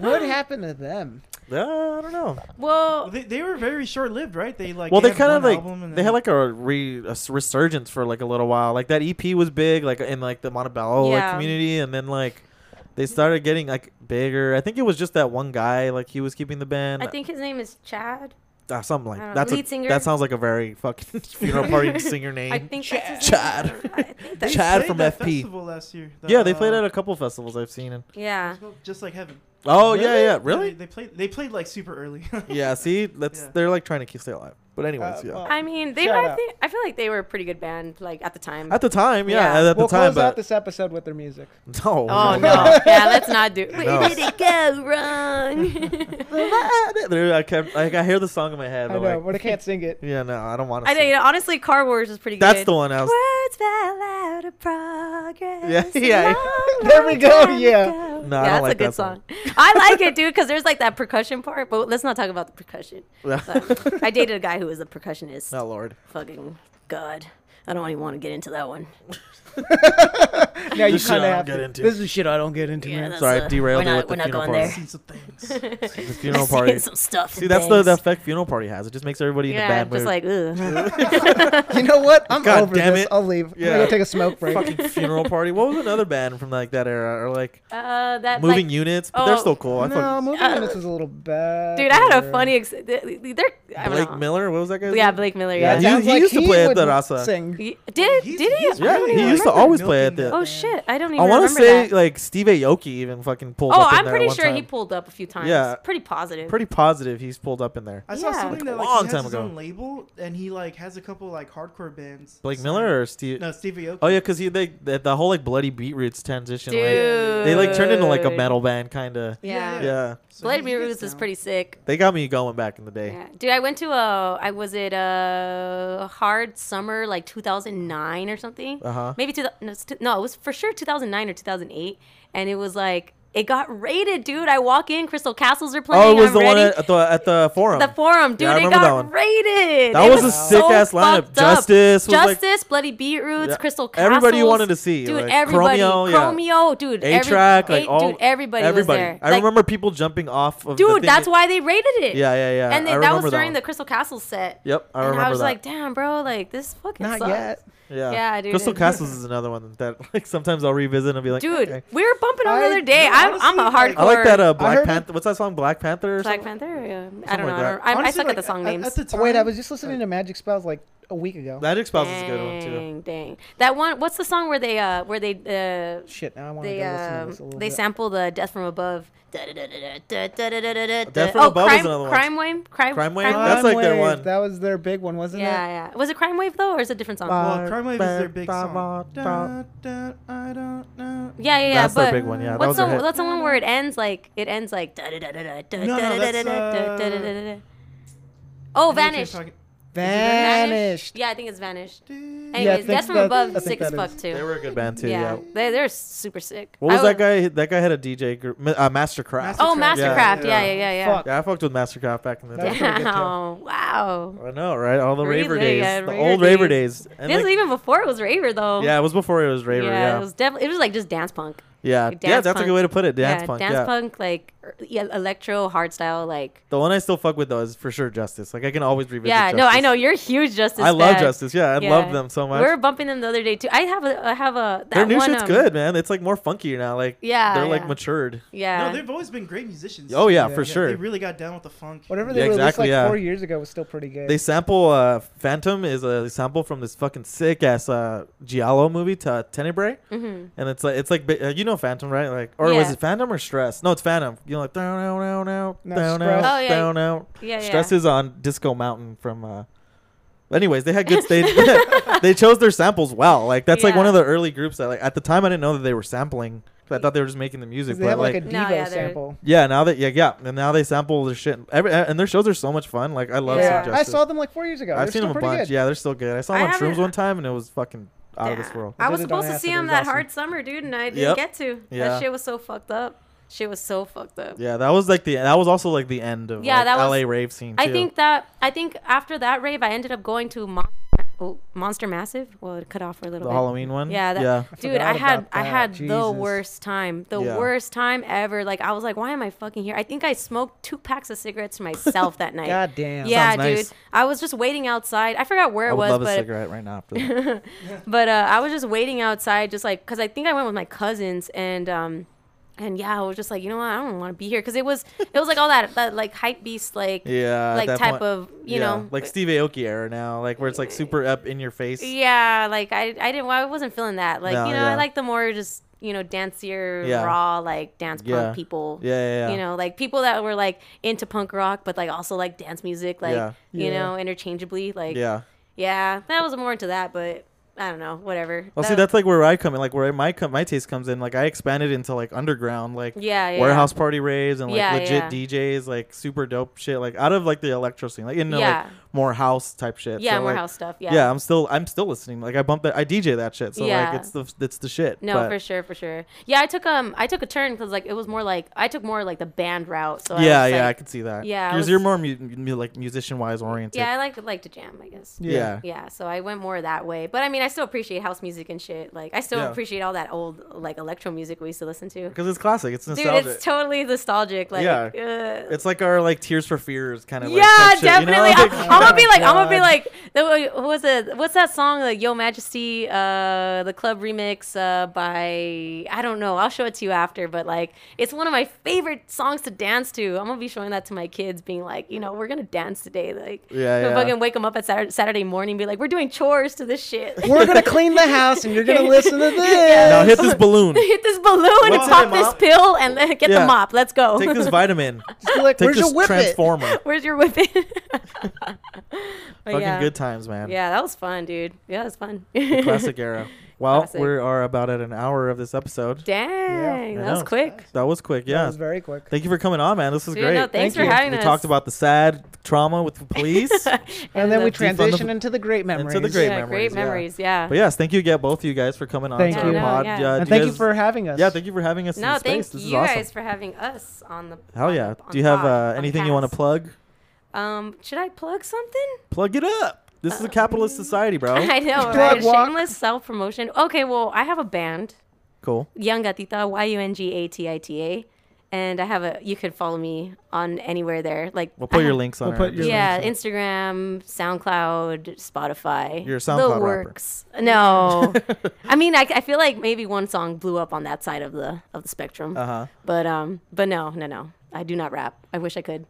Speaker 2: What happened to them?
Speaker 1: Yeah, I don't know.
Speaker 3: well,
Speaker 4: Well, they, they were very short lived, right? They like
Speaker 1: well, they
Speaker 4: had
Speaker 1: kind of
Speaker 4: one
Speaker 1: like
Speaker 4: album and
Speaker 1: they
Speaker 4: then-
Speaker 1: had like a, re, a s- resurgence for like a little while. Like that EP was big, like in like the Montebello like,
Speaker 3: Yeah.
Speaker 1: community, and then like they started getting like bigger. I think it was just that one guy, like he was keeping the band.
Speaker 3: I think his name is Chad.
Speaker 1: uh, something
Speaker 3: I
Speaker 1: like
Speaker 3: don't
Speaker 1: that's a,
Speaker 3: know. Lead singer?
Speaker 1: that sounds like a very fucking funeral party singer name.
Speaker 3: I think that's his
Speaker 1: Chad.
Speaker 3: name. I think that's-
Speaker 1: Chad
Speaker 4: played
Speaker 1: from
Speaker 4: that
Speaker 1: FP.
Speaker 4: Festival last year. The,
Speaker 1: yeah, they played
Speaker 4: uh,
Speaker 1: at a couple festivals I've seen. And
Speaker 3: Yeah.
Speaker 4: just like heaven.
Speaker 1: oh yeah, yeah,
Speaker 4: They,
Speaker 1: really?
Speaker 4: they played. They played like super early.
Speaker 1: yeah. See, that's
Speaker 4: Yeah.
Speaker 1: they're like trying to keep stay alive. But anyways,
Speaker 2: Uh,
Speaker 1: yeah.
Speaker 2: well,
Speaker 3: I mean, they.
Speaker 2: Shout
Speaker 3: I
Speaker 2: out.
Speaker 3: think I feel like they were a pretty good band, like at the time.
Speaker 1: at the time, yeah,
Speaker 3: Yeah.
Speaker 1: at the
Speaker 2: we'll
Speaker 1: time,
Speaker 2: close out
Speaker 1: but
Speaker 2: this episode with their music.
Speaker 1: no.
Speaker 3: oh
Speaker 1: we're
Speaker 3: no,
Speaker 1: not.
Speaker 3: yeah, let's not do. Where
Speaker 1: No.
Speaker 3: did it go wrong?
Speaker 1: There, I kept like I hear the song in my head.
Speaker 2: I
Speaker 1: But
Speaker 2: know,
Speaker 1: like,
Speaker 2: but I can't sing it.
Speaker 1: yeah, no, I don't want to.
Speaker 3: I think you know, honestly, Car Wars is pretty good.
Speaker 1: That's the one I was.
Speaker 3: Words fell out of progress.
Speaker 1: Yeah, yeah.
Speaker 2: There we go, yeah.
Speaker 1: No,
Speaker 3: yeah,
Speaker 1: I
Speaker 3: that's
Speaker 1: don't like
Speaker 3: a good
Speaker 1: that song.
Speaker 3: song. I like it, dude, because there's like that percussion part. But let's not talk about the percussion. So, I dated a guy who was a percussionist.
Speaker 1: oh Lord.
Speaker 3: Fucking god, I don't even want to get into that one.
Speaker 2: Now you
Speaker 1: This shit I
Speaker 2: kind
Speaker 1: don't
Speaker 2: of have
Speaker 1: get
Speaker 2: to.
Speaker 1: into.
Speaker 2: This is shit I don't get into.
Speaker 3: Yeah,
Speaker 2: man.
Speaker 3: that's,
Speaker 1: Sorry, I
Speaker 3: uh,
Speaker 1: derailed
Speaker 3: we're
Speaker 1: it
Speaker 3: not,
Speaker 1: with the
Speaker 3: we're
Speaker 1: funeral
Speaker 3: not going
Speaker 1: party.
Speaker 3: there.
Speaker 4: Seen some things.
Speaker 1: The funeral
Speaker 3: Seeing
Speaker 1: party.
Speaker 3: some stuff.
Speaker 1: See,
Speaker 3: and
Speaker 1: that's the, the
Speaker 3: things.
Speaker 1: effect funeral party has. It just makes everybody in a
Speaker 3: yeah,
Speaker 1: bad mood.
Speaker 3: just like ugh.
Speaker 2: You know what? I'm
Speaker 1: God
Speaker 2: over
Speaker 1: damn
Speaker 2: this.
Speaker 1: it.
Speaker 2: I'll leave. I'm
Speaker 1: Yeah.
Speaker 2: gonna go take a smoke break.
Speaker 1: fucking funeral party. What was another band from like that era? Or like
Speaker 3: uh, that
Speaker 1: moving
Speaker 3: like,
Speaker 1: units, but they're
Speaker 3: oh,
Speaker 1: still cool. I
Speaker 2: no,
Speaker 1: fucking-
Speaker 2: moving on. This is a little bad.
Speaker 3: Dude, I had a funny. Ex- they're I don't
Speaker 1: Blake
Speaker 3: know.
Speaker 1: Miller. What was that guy's
Speaker 3: Yeah,
Speaker 1: name?
Speaker 3: Blake Miller.
Speaker 1: Yeah,
Speaker 3: Yeah.
Speaker 1: he- he used to play at the Rasa.
Speaker 2: Sing.
Speaker 3: Y- Did
Speaker 4: He's-
Speaker 3: did he?
Speaker 4: he's
Speaker 1: Yeah,
Speaker 3: I don't
Speaker 1: he
Speaker 3: even
Speaker 1: used to
Speaker 3: remember.
Speaker 1: always
Speaker 4: remember.
Speaker 1: play at the.
Speaker 4: Milking
Speaker 3: Oh shit! I don't even.
Speaker 1: I want to
Speaker 3: remember
Speaker 1: say
Speaker 3: That.
Speaker 1: like Steve Aoki even fucking pulled
Speaker 3: Oh,
Speaker 1: up in
Speaker 3: I'm
Speaker 1: there
Speaker 3: pretty
Speaker 1: at one
Speaker 3: sure he
Speaker 1: time.
Speaker 3: pulled up a few times.
Speaker 1: Yeah.
Speaker 3: Pretty positive.
Speaker 1: Pretty positive he's pulled up in there.
Speaker 4: I saw
Speaker 3: Yeah.
Speaker 4: something that
Speaker 1: A
Speaker 4: like
Speaker 1: long
Speaker 4: he has
Speaker 1: time
Speaker 4: his
Speaker 1: ago.
Speaker 4: own label and he like has a couple like hardcore bands.
Speaker 1: Blake
Speaker 4: signed.
Speaker 1: Miller or Steve?
Speaker 4: No, Stevie Aoki.
Speaker 1: Oh yeah, because he they the, the whole like bloody beetroots transition.
Speaker 3: Dude.
Speaker 1: Like, they like turned into like a
Speaker 3: Dude.
Speaker 1: metal band kind of.
Speaker 3: Yeah.
Speaker 1: Yeah.
Speaker 4: So
Speaker 3: Blade
Speaker 4: he- he
Speaker 3: Mirrors
Speaker 4: gets
Speaker 3: is
Speaker 4: down.
Speaker 3: pretty sick.
Speaker 1: they got me going back in the day.
Speaker 3: Yeah. Dude, I went to a I was at a hard summer like 2009 or something.
Speaker 1: Uh huh.
Speaker 3: Maybe two, no, it's two, no, it was for sure 2009 or 2008 and it was like it got rated, dude. I walk in, Crystal Castles are playing.
Speaker 1: Oh, it was
Speaker 3: I'm
Speaker 1: the one
Speaker 3: ready.
Speaker 1: at, at the at the forum.
Speaker 3: the forum, dude.
Speaker 1: I
Speaker 3: it
Speaker 1: remember
Speaker 3: got
Speaker 1: that one.
Speaker 3: rated.
Speaker 1: That
Speaker 3: It
Speaker 1: was a sick-ass
Speaker 3: so
Speaker 1: lineup.
Speaker 3: fucked up.
Speaker 1: Justice was, like-
Speaker 3: Justice, Bloody Beetroots,
Speaker 1: Yeah.
Speaker 3: Crystal Castles.
Speaker 1: Everybody you wanted to see,
Speaker 3: dude.
Speaker 1: like,
Speaker 3: everybody,
Speaker 1: Chromeo,
Speaker 3: Chromeo,
Speaker 1: yeah.
Speaker 3: dude.
Speaker 1: A
Speaker 3: every-
Speaker 1: track, like
Speaker 3: A-
Speaker 1: all
Speaker 3: dude. Everybody,
Speaker 1: everybody.
Speaker 3: was there.
Speaker 1: I
Speaker 3: Like,
Speaker 1: remember people jumping off of. the
Speaker 3: dude.
Speaker 1: thing.
Speaker 3: that's why they rated it.
Speaker 1: Yeah, yeah, yeah.
Speaker 3: And
Speaker 1: I
Speaker 3: then that was
Speaker 1: remember
Speaker 3: during
Speaker 1: one.
Speaker 3: the Crystal Castle set.
Speaker 1: Yep, I
Speaker 3: and
Speaker 1: remember
Speaker 3: I was
Speaker 1: that.
Speaker 3: like, damn, bro, like this fucking
Speaker 2: Not
Speaker 3: sucks.
Speaker 2: yet.
Speaker 1: yeah,
Speaker 3: yeah, dude,
Speaker 1: Crystal
Speaker 3: it-
Speaker 1: Castles is another one that like sometimes I'll revisit and be like,
Speaker 3: Dude,
Speaker 1: okay.
Speaker 3: we were bumping on
Speaker 2: I-
Speaker 3: the other day.
Speaker 4: no,
Speaker 3: I'm, I'm a
Speaker 4: honestly,
Speaker 3: hardcore.
Speaker 4: like-
Speaker 1: I like that uh,
Speaker 2: heard
Speaker 1: Black
Speaker 2: it-
Speaker 1: Panther. What's that song? Black Panther. Or
Speaker 3: Black
Speaker 1: something?
Speaker 3: Panther. Yeah. I
Speaker 1: Something
Speaker 3: don't know.
Speaker 1: like
Speaker 3: I,
Speaker 1: that.
Speaker 3: don't- I, I
Speaker 4: Honestly,
Speaker 3: suck
Speaker 4: like,
Speaker 3: at the song
Speaker 4: at-
Speaker 3: names.
Speaker 4: At the time,
Speaker 2: Wait, I was just listening to Magic Spells like a week ago.
Speaker 1: Magic Spells is a good one too.
Speaker 3: Dang, dang. That one. What's the song where they uh where they uh
Speaker 2: Shit, now I want to
Speaker 3: they
Speaker 2: go listen to
Speaker 3: um
Speaker 2: this a little
Speaker 3: they
Speaker 2: bit.
Speaker 3: sample the Death from Above. Death
Speaker 1: Death from Above is
Speaker 3: Oh, crime,
Speaker 1: another one.
Speaker 3: Crime Wave. Crime,
Speaker 1: Crime Wave?
Speaker 2: Crime
Speaker 1: That's like their
Speaker 2: Wave,
Speaker 1: one.
Speaker 2: That was their big one, wasn't
Speaker 3: yeah,
Speaker 2: it?
Speaker 3: yeah. Was it Crime Wave though, or is it a different song?
Speaker 1: Uh,
Speaker 4: Well, Crime Wave is their big
Speaker 1: Ba-
Speaker 4: song.
Speaker 1: ba-
Speaker 4: Dun, dun, I don't know.
Speaker 3: yeah, yeah, yeah.
Speaker 1: That's
Speaker 3: but
Speaker 1: their big one. Yeah, that
Speaker 3: what's
Speaker 1: was their
Speaker 3: the
Speaker 1: hit.
Speaker 3: that's the one where it ends like it ends like. Oh,
Speaker 4: I know what you're
Speaker 3: vanished.
Speaker 4: talking-
Speaker 2: Vanished.
Speaker 3: Yeah, I think it's vanished.
Speaker 4: Dun,
Speaker 2: I
Speaker 3: Anyways,
Speaker 2: think
Speaker 3: Death from
Speaker 2: that- I
Speaker 3: Above,
Speaker 2: think
Speaker 3: sick as
Speaker 2: that
Speaker 3: fuck
Speaker 2: is-
Speaker 3: too.
Speaker 1: They were a good band too.
Speaker 3: yeah,
Speaker 1: Yeah.
Speaker 3: they they're super sick.
Speaker 1: What was
Speaker 3: I
Speaker 1: that guy? That guy had a DJ group, Mi- uh, Mastercraft.
Speaker 4: Master-
Speaker 3: Oh,
Speaker 1: Yeah.
Speaker 3: Mastercraft. Yeah, yeah, yeah, yeah.
Speaker 2: Fuck.
Speaker 1: yeah, I fucked with Mastercraft back in the
Speaker 2: That was
Speaker 1: day.
Speaker 2: pretty good, too.
Speaker 3: Wow. Wow.
Speaker 1: I know, right? All the
Speaker 3: Really?
Speaker 1: raver days,
Speaker 3: Yeah,
Speaker 1: the
Speaker 3: raver
Speaker 1: old raver days. And
Speaker 3: this
Speaker 1: like-
Speaker 3: was even before it was raver though.
Speaker 1: yeah, it was before it was raver.
Speaker 3: yeah,
Speaker 1: Yeah,
Speaker 3: it was definitely it was like just dance punk.
Speaker 1: yeah,
Speaker 3: like
Speaker 1: yeah.
Speaker 3: dance
Speaker 1: That's a good
Speaker 3: punk.
Speaker 1: way to put it. Dance
Speaker 3: yeah,
Speaker 1: punk.
Speaker 3: dance
Speaker 1: yeah.
Speaker 3: punk like er, yeah, electro hardstyle like.
Speaker 1: The one I still fuck with though is for sure Justice. Like I can always revisit.
Speaker 3: Yeah, no,
Speaker 1: Justice.
Speaker 3: I know you're a huge Justice.
Speaker 1: I love
Speaker 3: fan.
Speaker 1: Justice. Yeah, I
Speaker 3: Yeah.
Speaker 1: love them so
Speaker 3: We
Speaker 1: much.
Speaker 3: were bumping them the other day too. I have a I have a that
Speaker 1: Their new
Speaker 3: one,
Speaker 1: shit's
Speaker 3: um,
Speaker 1: good, man. It's like more funkier now. Like
Speaker 3: Yeah,
Speaker 1: they're like
Speaker 3: yeah.
Speaker 1: matured.
Speaker 3: Yeah.
Speaker 4: No, they've always been great musicians.
Speaker 1: Oh yeah,
Speaker 2: Yeah.
Speaker 1: for
Speaker 2: Yeah,
Speaker 1: sure.
Speaker 4: They really got down with the funk.
Speaker 2: Whatever
Speaker 1: Yeah,
Speaker 2: they released
Speaker 1: exactly,
Speaker 2: like
Speaker 1: yeah.
Speaker 2: four years ago was still pretty good.
Speaker 1: They sample uh, Phantom is a sample from this fucking sick ass uh, Giallo movie to Tenebrae,
Speaker 3: hmm
Speaker 1: and it's like it's like ba- uh, you know Phantom right? Like or was
Speaker 3: Yeah.
Speaker 1: it Phantom or Stress? No, it's Phantom. You know like down out down out
Speaker 2: No,
Speaker 1: down
Speaker 2: Stress.
Speaker 1: out
Speaker 3: Oh, yeah.
Speaker 1: down out.
Speaker 3: Yeah, yeah.
Speaker 1: Stress is on Disco Mountain from. Uh, anyways, they had good stage. they chose their samples well. Like that's like
Speaker 3: Yeah.
Speaker 1: one of the early groups that like at the time I didn't know that they were sampling. 'cause I thought they were just making the
Speaker 2: 'Cause
Speaker 1: music,
Speaker 2: they
Speaker 1: but
Speaker 2: have
Speaker 1: like,
Speaker 2: like, a Devo
Speaker 3: No, yeah, they're-
Speaker 2: sample.
Speaker 1: yeah, now that yeah yeah, and now they sample their shit. Every and their shows are so much fun. Like I love.
Speaker 2: yeah.
Speaker 1: Suggested.
Speaker 2: I saw them like four years ago.
Speaker 1: I've
Speaker 2: They're
Speaker 1: seen
Speaker 2: still
Speaker 1: them a
Speaker 2: pretty
Speaker 1: bunch.
Speaker 2: good.
Speaker 1: Yeah, they're still good. I saw
Speaker 3: I
Speaker 1: them on
Speaker 3: haven't-
Speaker 1: shrooms one time, and it was fucking out of this
Speaker 3: Damn.
Speaker 1: world.
Speaker 2: I
Speaker 3: I was
Speaker 2: did it
Speaker 3: supposed
Speaker 2: on
Speaker 3: to see
Speaker 2: acid. It
Speaker 3: him
Speaker 2: was
Speaker 3: that
Speaker 2: awesome.
Speaker 3: hard summer, dude, and I didn't
Speaker 1: Yep.
Speaker 3: get to.
Speaker 1: Yeah.
Speaker 3: That shit was so fucked up. Shit was so fucked up.
Speaker 1: Yeah, that was like the that was also like the end of
Speaker 3: Yeah,
Speaker 1: like,
Speaker 3: that was-
Speaker 1: LA rave scene.
Speaker 3: I
Speaker 1: too.
Speaker 3: think that I think after that rave, I ended up going to Mon- oh, Monster Massive. Well, it cut off for a
Speaker 1: the
Speaker 3: little bit.
Speaker 1: Halloween one.
Speaker 3: Yeah, that,
Speaker 1: yeah.
Speaker 3: dude,
Speaker 2: forgot
Speaker 3: I had
Speaker 2: about
Speaker 3: I
Speaker 2: that.
Speaker 3: had the
Speaker 2: Jesus.
Speaker 3: worst time, the
Speaker 1: Yeah.
Speaker 3: worst time ever. Like I was like, why am I fucking here? I think I smoked two packs of cigarettes to myself that night.
Speaker 2: God damn.
Speaker 3: Yeah,
Speaker 1: Sounds
Speaker 3: dude.
Speaker 1: nice.
Speaker 3: I was just waiting outside. I forgot where
Speaker 1: I
Speaker 3: it
Speaker 1: would
Speaker 3: was,
Speaker 1: love a
Speaker 3: but
Speaker 1: cigarette right now. After that.
Speaker 3: but uh, I was just waiting outside, just like because I think I went with my cousins and um and yeah, I was just like, you know what, I don't want to be here because it was it was like all that that like hype beast like
Speaker 1: yeah, at
Speaker 3: like
Speaker 1: that
Speaker 3: type
Speaker 1: point-
Speaker 3: of you
Speaker 1: yeah,
Speaker 3: know
Speaker 1: like Steve Aoki era now, like where it's like super up in your face.
Speaker 3: yeah like I I didn't I wasn't feeling that like
Speaker 1: No,
Speaker 3: you know
Speaker 1: yeah.
Speaker 3: I like the more just you know, dancier,
Speaker 1: Yeah.
Speaker 3: raw, like dance punk
Speaker 1: Yeah.
Speaker 3: people.
Speaker 1: Yeah, yeah, yeah.
Speaker 3: You know, like people that were like into punk rock, but like also like dance music, like
Speaker 1: Yeah.
Speaker 3: you
Speaker 2: Yeah.
Speaker 3: know, interchangeably. Like, yeah.
Speaker 1: yeah.
Speaker 3: that was more into that, but I don't know, whatever.
Speaker 1: Well, see,
Speaker 3: That-
Speaker 1: that's like where I come in, like where my com- my taste comes in. Like I expanded into like underground, like
Speaker 3: yeah, yeah,
Speaker 1: warehouse party raves and like
Speaker 3: Yeah,
Speaker 1: legit DJs, like super dope shit, like out of like the electro scene, like into
Speaker 3: Yeah.
Speaker 1: like more house type shit.
Speaker 3: yeah,
Speaker 1: So,
Speaker 3: more
Speaker 1: like,
Speaker 3: house stuff.
Speaker 1: Yeah.
Speaker 3: Yeah,
Speaker 1: I'm still I'm still listening. Like I bump that, I DJ that shit. So
Speaker 3: Yeah.
Speaker 1: like it's the it's the shit.
Speaker 3: No,
Speaker 1: but-
Speaker 3: for sure, for sure. Yeah, I took um, I took a turn because like it was more like I took more like the band route. So I
Speaker 1: yeah,
Speaker 3: was,
Speaker 1: yeah, I
Speaker 3: like-
Speaker 1: could see that.
Speaker 3: yeah, I
Speaker 1: because you're
Speaker 3: was-
Speaker 1: more mu- mu- like musician wise oriented.
Speaker 3: yeah, I like like to jam, I guess. Yeah.
Speaker 1: yeah,
Speaker 3: so I went more that way, but I mean, I still appreciate house music and shit. Like, I still
Speaker 1: Yeah.
Speaker 3: appreciate all that old like electro music we used to listen to.
Speaker 1: because it's classic. It's
Speaker 3: Dude,
Speaker 1: nostalgic.
Speaker 3: it's totally nostalgic. Like,
Speaker 1: Yeah.
Speaker 3: uh,
Speaker 1: It's like our like Tears for Fears kind of.
Speaker 3: yeah,
Speaker 1: like, type shit, you know?
Speaker 3: definitely.
Speaker 1: Like,
Speaker 3: I'm, I'm gonna be like, I'm gonna be
Speaker 1: God.
Speaker 3: like, the, what was it? What's that song? Like, Yo Majesty, uh, the club remix uh, by I don't know. I'll show it to you after, but like, it's one of my favorite songs to dance to. I'm gonna be showing that to my kids, being like, you know, we're gonna dance today. Like,
Speaker 1: Yeah,
Speaker 3: I'm gonna
Speaker 1: yeah.
Speaker 3: fucking wake them up at Saturday, Saturday morning, be like, we're doing chores to this shit.
Speaker 2: We're gonna clean the house, and you're gonna listen to this.
Speaker 1: Now hit this balloon.
Speaker 3: Hit this balloon and
Speaker 1: What's
Speaker 3: pop
Speaker 1: that,
Speaker 3: this
Speaker 1: Mom?
Speaker 3: pill and then get
Speaker 1: Yeah.
Speaker 3: the mop. Let's go.
Speaker 1: Take this vitamin.
Speaker 2: Just be like,
Speaker 1: Take
Speaker 2: Where's
Speaker 1: this
Speaker 2: your whip? it?"
Speaker 1: transformer.
Speaker 3: Where's your whip? It? But
Speaker 1: Fucking
Speaker 3: yeah.
Speaker 1: good times, man.
Speaker 3: Yeah, that was fun, dude. Yeah, that was fun.
Speaker 1: The classic era. Well,
Speaker 3: Classic.
Speaker 1: we are about at an hour of this episode. I
Speaker 3: Dang, that was
Speaker 1: know.
Speaker 3: quick.
Speaker 1: That was quick.
Speaker 2: That
Speaker 1: Yeah.
Speaker 2: was very quick.
Speaker 1: Thank you for coming on, man. This was
Speaker 3: Dude,
Speaker 1: great.
Speaker 3: no, thanks
Speaker 2: Thank
Speaker 3: for
Speaker 2: you.
Speaker 3: having
Speaker 1: we
Speaker 3: us.
Speaker 1: talked about the sad trauma with the police.
Speaker 2: and then
Speaker 1: defund the-
Speaker 2: we transition into the great memories.
Speaker 1: great
Speaker 3: yeah,
Speaker 1: memories,
Speaker 3: great
Speaker 1: yeah.
Speaker 3: memories. Yeah.
Speaker 1: But yes, thank you again, both of you guys, for coming on
Speaker 2: Thank
Speaker 1: to our
Speaker 2: you. Yeah,
Speaker 1: pod.
Speaker 3: no, yeah.
Speaker 1: Yeah,
Speaker 2: And
Speaker 1: do
Speaker 2: thank you
Speaker 1: guys-
Speaker 2: for having us.
Speaker 1: yeah, thank you for having us. in
Speaker 3: No,
Speaker 1: the space.
Speaker 3: thank
Speaker 1: This is
Speaker 3: you
Speaker 1: awesome.
Speaker 3: guys for having us on the.
Speaker 1: Hell
Speaker 3: on
Speaker 1: yeah!
Speaker 3: the- on
Speaker 1: Do you
Speaker 3: the
Speaker 1: have
Speaker 3: pod,
Speaker 1: uh,
Speaker 3: on
Speaker 1: anything you want to
Speaker 3: Cast.
Speaker 1: plug?
Speaker 3: Um, should I plug something?
Speaker 1: Plug it up. This is a capitalist society, bro.
Speaker 3: Um, I know,
Speaker 2: Plug
Speaker 3: right? A
Speaker 2: walk.
Speaker 3: shameless self promotion. Okay, well, I have a band,
Speaker 1: Cool.
Speaker 3: Young Gatita, Y U N G A T I T A, and I have a. You could follow me on anywhere there, like.
Speaker 1: We'll
Speaker 3: I
Speaker 1: put your
Speaker 3: have-
Speaker 1: links on.
Speaker 2: We'll
Speaker 1: our
Speaker 2: put your
Speaker 1: description.
Speaker 3: Yeah, Instagram, SoundCloud, Spotify.
Speaker 1: You're a SoundCloud rapper.
Speaker 3: the works. No, I mean, I, I feel like maybe one song blew up on that side of the of the spectrum.
Speaker 1: Uh-huh.
Speaker 3: But um, but no, no, no. I do not rap. I wish I could.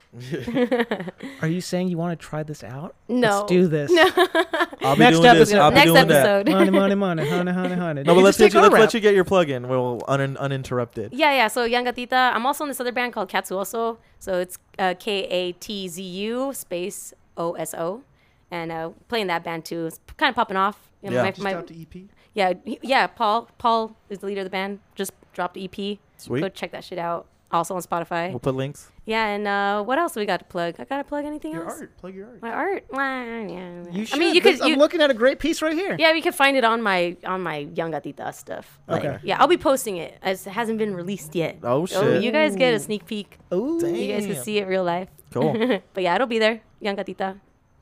Speaker 2: Are you saying you want to try this out?
Speaker 3: No.
Speaker 2: Let's do this.
Speaker 1: I'll be
Speaker 2: Next
Speaker 1: doing this.
Speaker 2: episode.
Speaker 1: I'll be
Speaker 3: Next
Speaker 1: doing that.
Speaker 3: episode.
Speaker 2: money, money, money, honey, honey, honey.
Speaker 1: No, but let's,
Speaker 2: just
Speaker 1: let you,
Speaker 2: take our
Speaker 1: let's let
Speaker 2: rap.
Speaker 1: you get your plug in. We'll un- uninterrupted.
Speaker 3: Yeah, yeah. So Young Gatita. I'm also in this other band called Katsuoso. So it's uh, K A T Z U space O S O, and uh, playing that band too. It's kind of popping off. You know,
Speaker 1: Yeah.
Speaker 3: my-
Speaker 1: Just
Speaker 4: Just E
Speaker 3: my-
Speaker 4: out to EP.
Speaker 3: Yeah, he- yeah. Paul, Paul is the leader of the band. Just dropped the EP.
Speaker 1: Sweet.
Speaker 3: Go check that shit out. Also on Spotify.
Speaker 1: We'll put links.
Speaker 3: Yeah, and uh, what else we got to plug? I gotta plug anything
Speaker 4: Your
Speaker 3: else.
Speaker 4: art. Plug your art.
Speaker 3: My art. Well, yeah.
Speaker 2: You should.
Speaker 3: I mean, you
Speaker 2: This-
Speaker 3: could.
Speaker 2: I'm
Speaker 3: You,
Speaker 2: looking at a great piece right here.
Speaker 3: yeah, you can find it on my on my Young Gatita stuff. Like,
Speaker 2: Okay.
Speaker 3: Yeah, I'll be posting it. As it hasn't been released yet.
Speaker 1: Oh, shit.
Speaker 3: you guys get a sneak peek.
Speaker 2: Ooh.
Speaker 1: Dang.
Speaker 3: You guys can
Speaker 1: Damn.
Speaker 3: see it real life.
Speaker 1: Cool.
Speaker 3: but yeah, it'll be there. Young Gatita,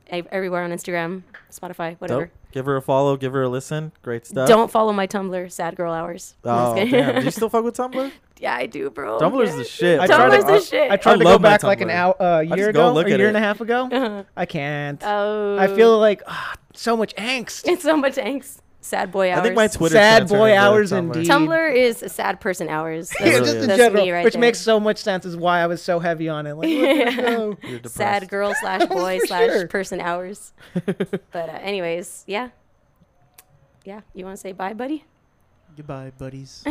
Speaker 3: ev- everywhere on Instagram, Spotify, whatever.
Speaker 1: Dope. Give her a follow. Give her a listen. Great stuff.
Speaker 3: Don't follow my Tumblr, Sad Girl Hours.
Speaker 1: Oh,
Speaker 3: I'm just
Speaker 1: damn. Do you
Speaker 3: kidding.
Speaker 1: still fuck with Tumblr?
Speaker 3: yeah, I do, bro.
Speaker 1: Tumblr's
Speaker 3: yeah.
Speaker 1: the shit.
Speaker 2: I
Speaker 1: bro.
Speaker 2: tried to-
Speaker 3: Tumblr's the shit.
Speaker 2: I tried to
Speaker 1: love
Speaker 2: go
Speaker 1: my
Speaker 2: back like an
Speaker 1: Tumblr.
Speaker 2: hour, uh,
Speaker 1: just
Speaker 2: year
Speaker 1: go
Speaker 2: ago,
Speaker 1: look
Speaker 2: a
Speaker 1: at
Speaker 2: year
Speaker 1: it.
Speaker 2: and a half ago. I can't.
Speaker 3: oh,
Speaker 2: I feel like ah, so much angst.
Speaker 3: it's so much angst. Sad boy hours.
Speaker 1: I think my Twitter.
Speaker 2: Sad
Speaker 1: transferred
Speaker 2: boy
Speaker 1: into
Speaker 2: hours
Speaker 1: Tumblr.
Speaker 2: indeed.
Speaker 3: Tumblr is a sad person hours. That's,
Speaker 1: Yeah,
Speaker 2: just in
Speaker 3: that's
Speaker 2: general,
Speaker 3: me right
Speaker 2: which
Speaker 3: there.
Speaker 2: makes so much sense is why I was so heavy on it. Like, let's go.
Speaker 1: You're depressed.
Speaker 3: sad girl slash boy
Speaker 2: For
Speaker 3: slash
Speaker 2: sure.
Speaker 3: person hours. but uh, anyways, yeah, yeah. You want to say bye, buddy?
Speaker 4: Goodbye, buddies.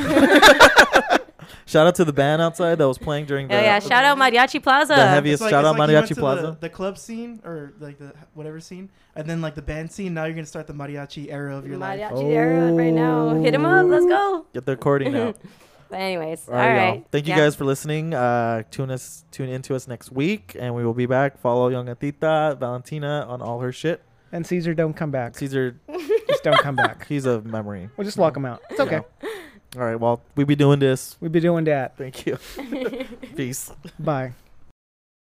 Speaker 1: Shout out to the band outside that was playing during the.
Speaker 3: oh yeah, shout out Mariachi Plaza.
Speaker 1: the heavy-
Speaker 4: It's
Speaker 1: shout
Speaker 4: it's
Speaker 1: out
Speaker 4: you went
Speaker 1: Mariachi
Speaker 4: to the-
Speaker 1: Plaza.
Speaker 4: The, club scene or like the whatever scene, and then like the band scene. Now you're gonna start the mariachi era of your life.
Speaker 3: Mariachi era right now. Hit him up. Let's go.
Speaker 1: Get the recording out.
Speaker 3: But anyways,
Speaker 1: All right,
Speaker 3: all
Speaker 1: y'all. Thank you
Speaker 3: Yeah.
Speaker 1: guys for listening. Uh, tune us, tune into us next week, and we will be back. Follow Young Atita, Valentina on all her shit.
Speaker 2: And Caesar, don't come back.
Speaker 1: Caesar,
Speaker 2: Just don't come back.
Speaker 1: he's a memory.
Speaker 2: We'll just lock him out. It's okay.
Speaker 1: All right, well, we be doing this.
Speaker 2: We'll be doing that.
Speaker 1: Thank you. Peace.
Speaker 2: Bye.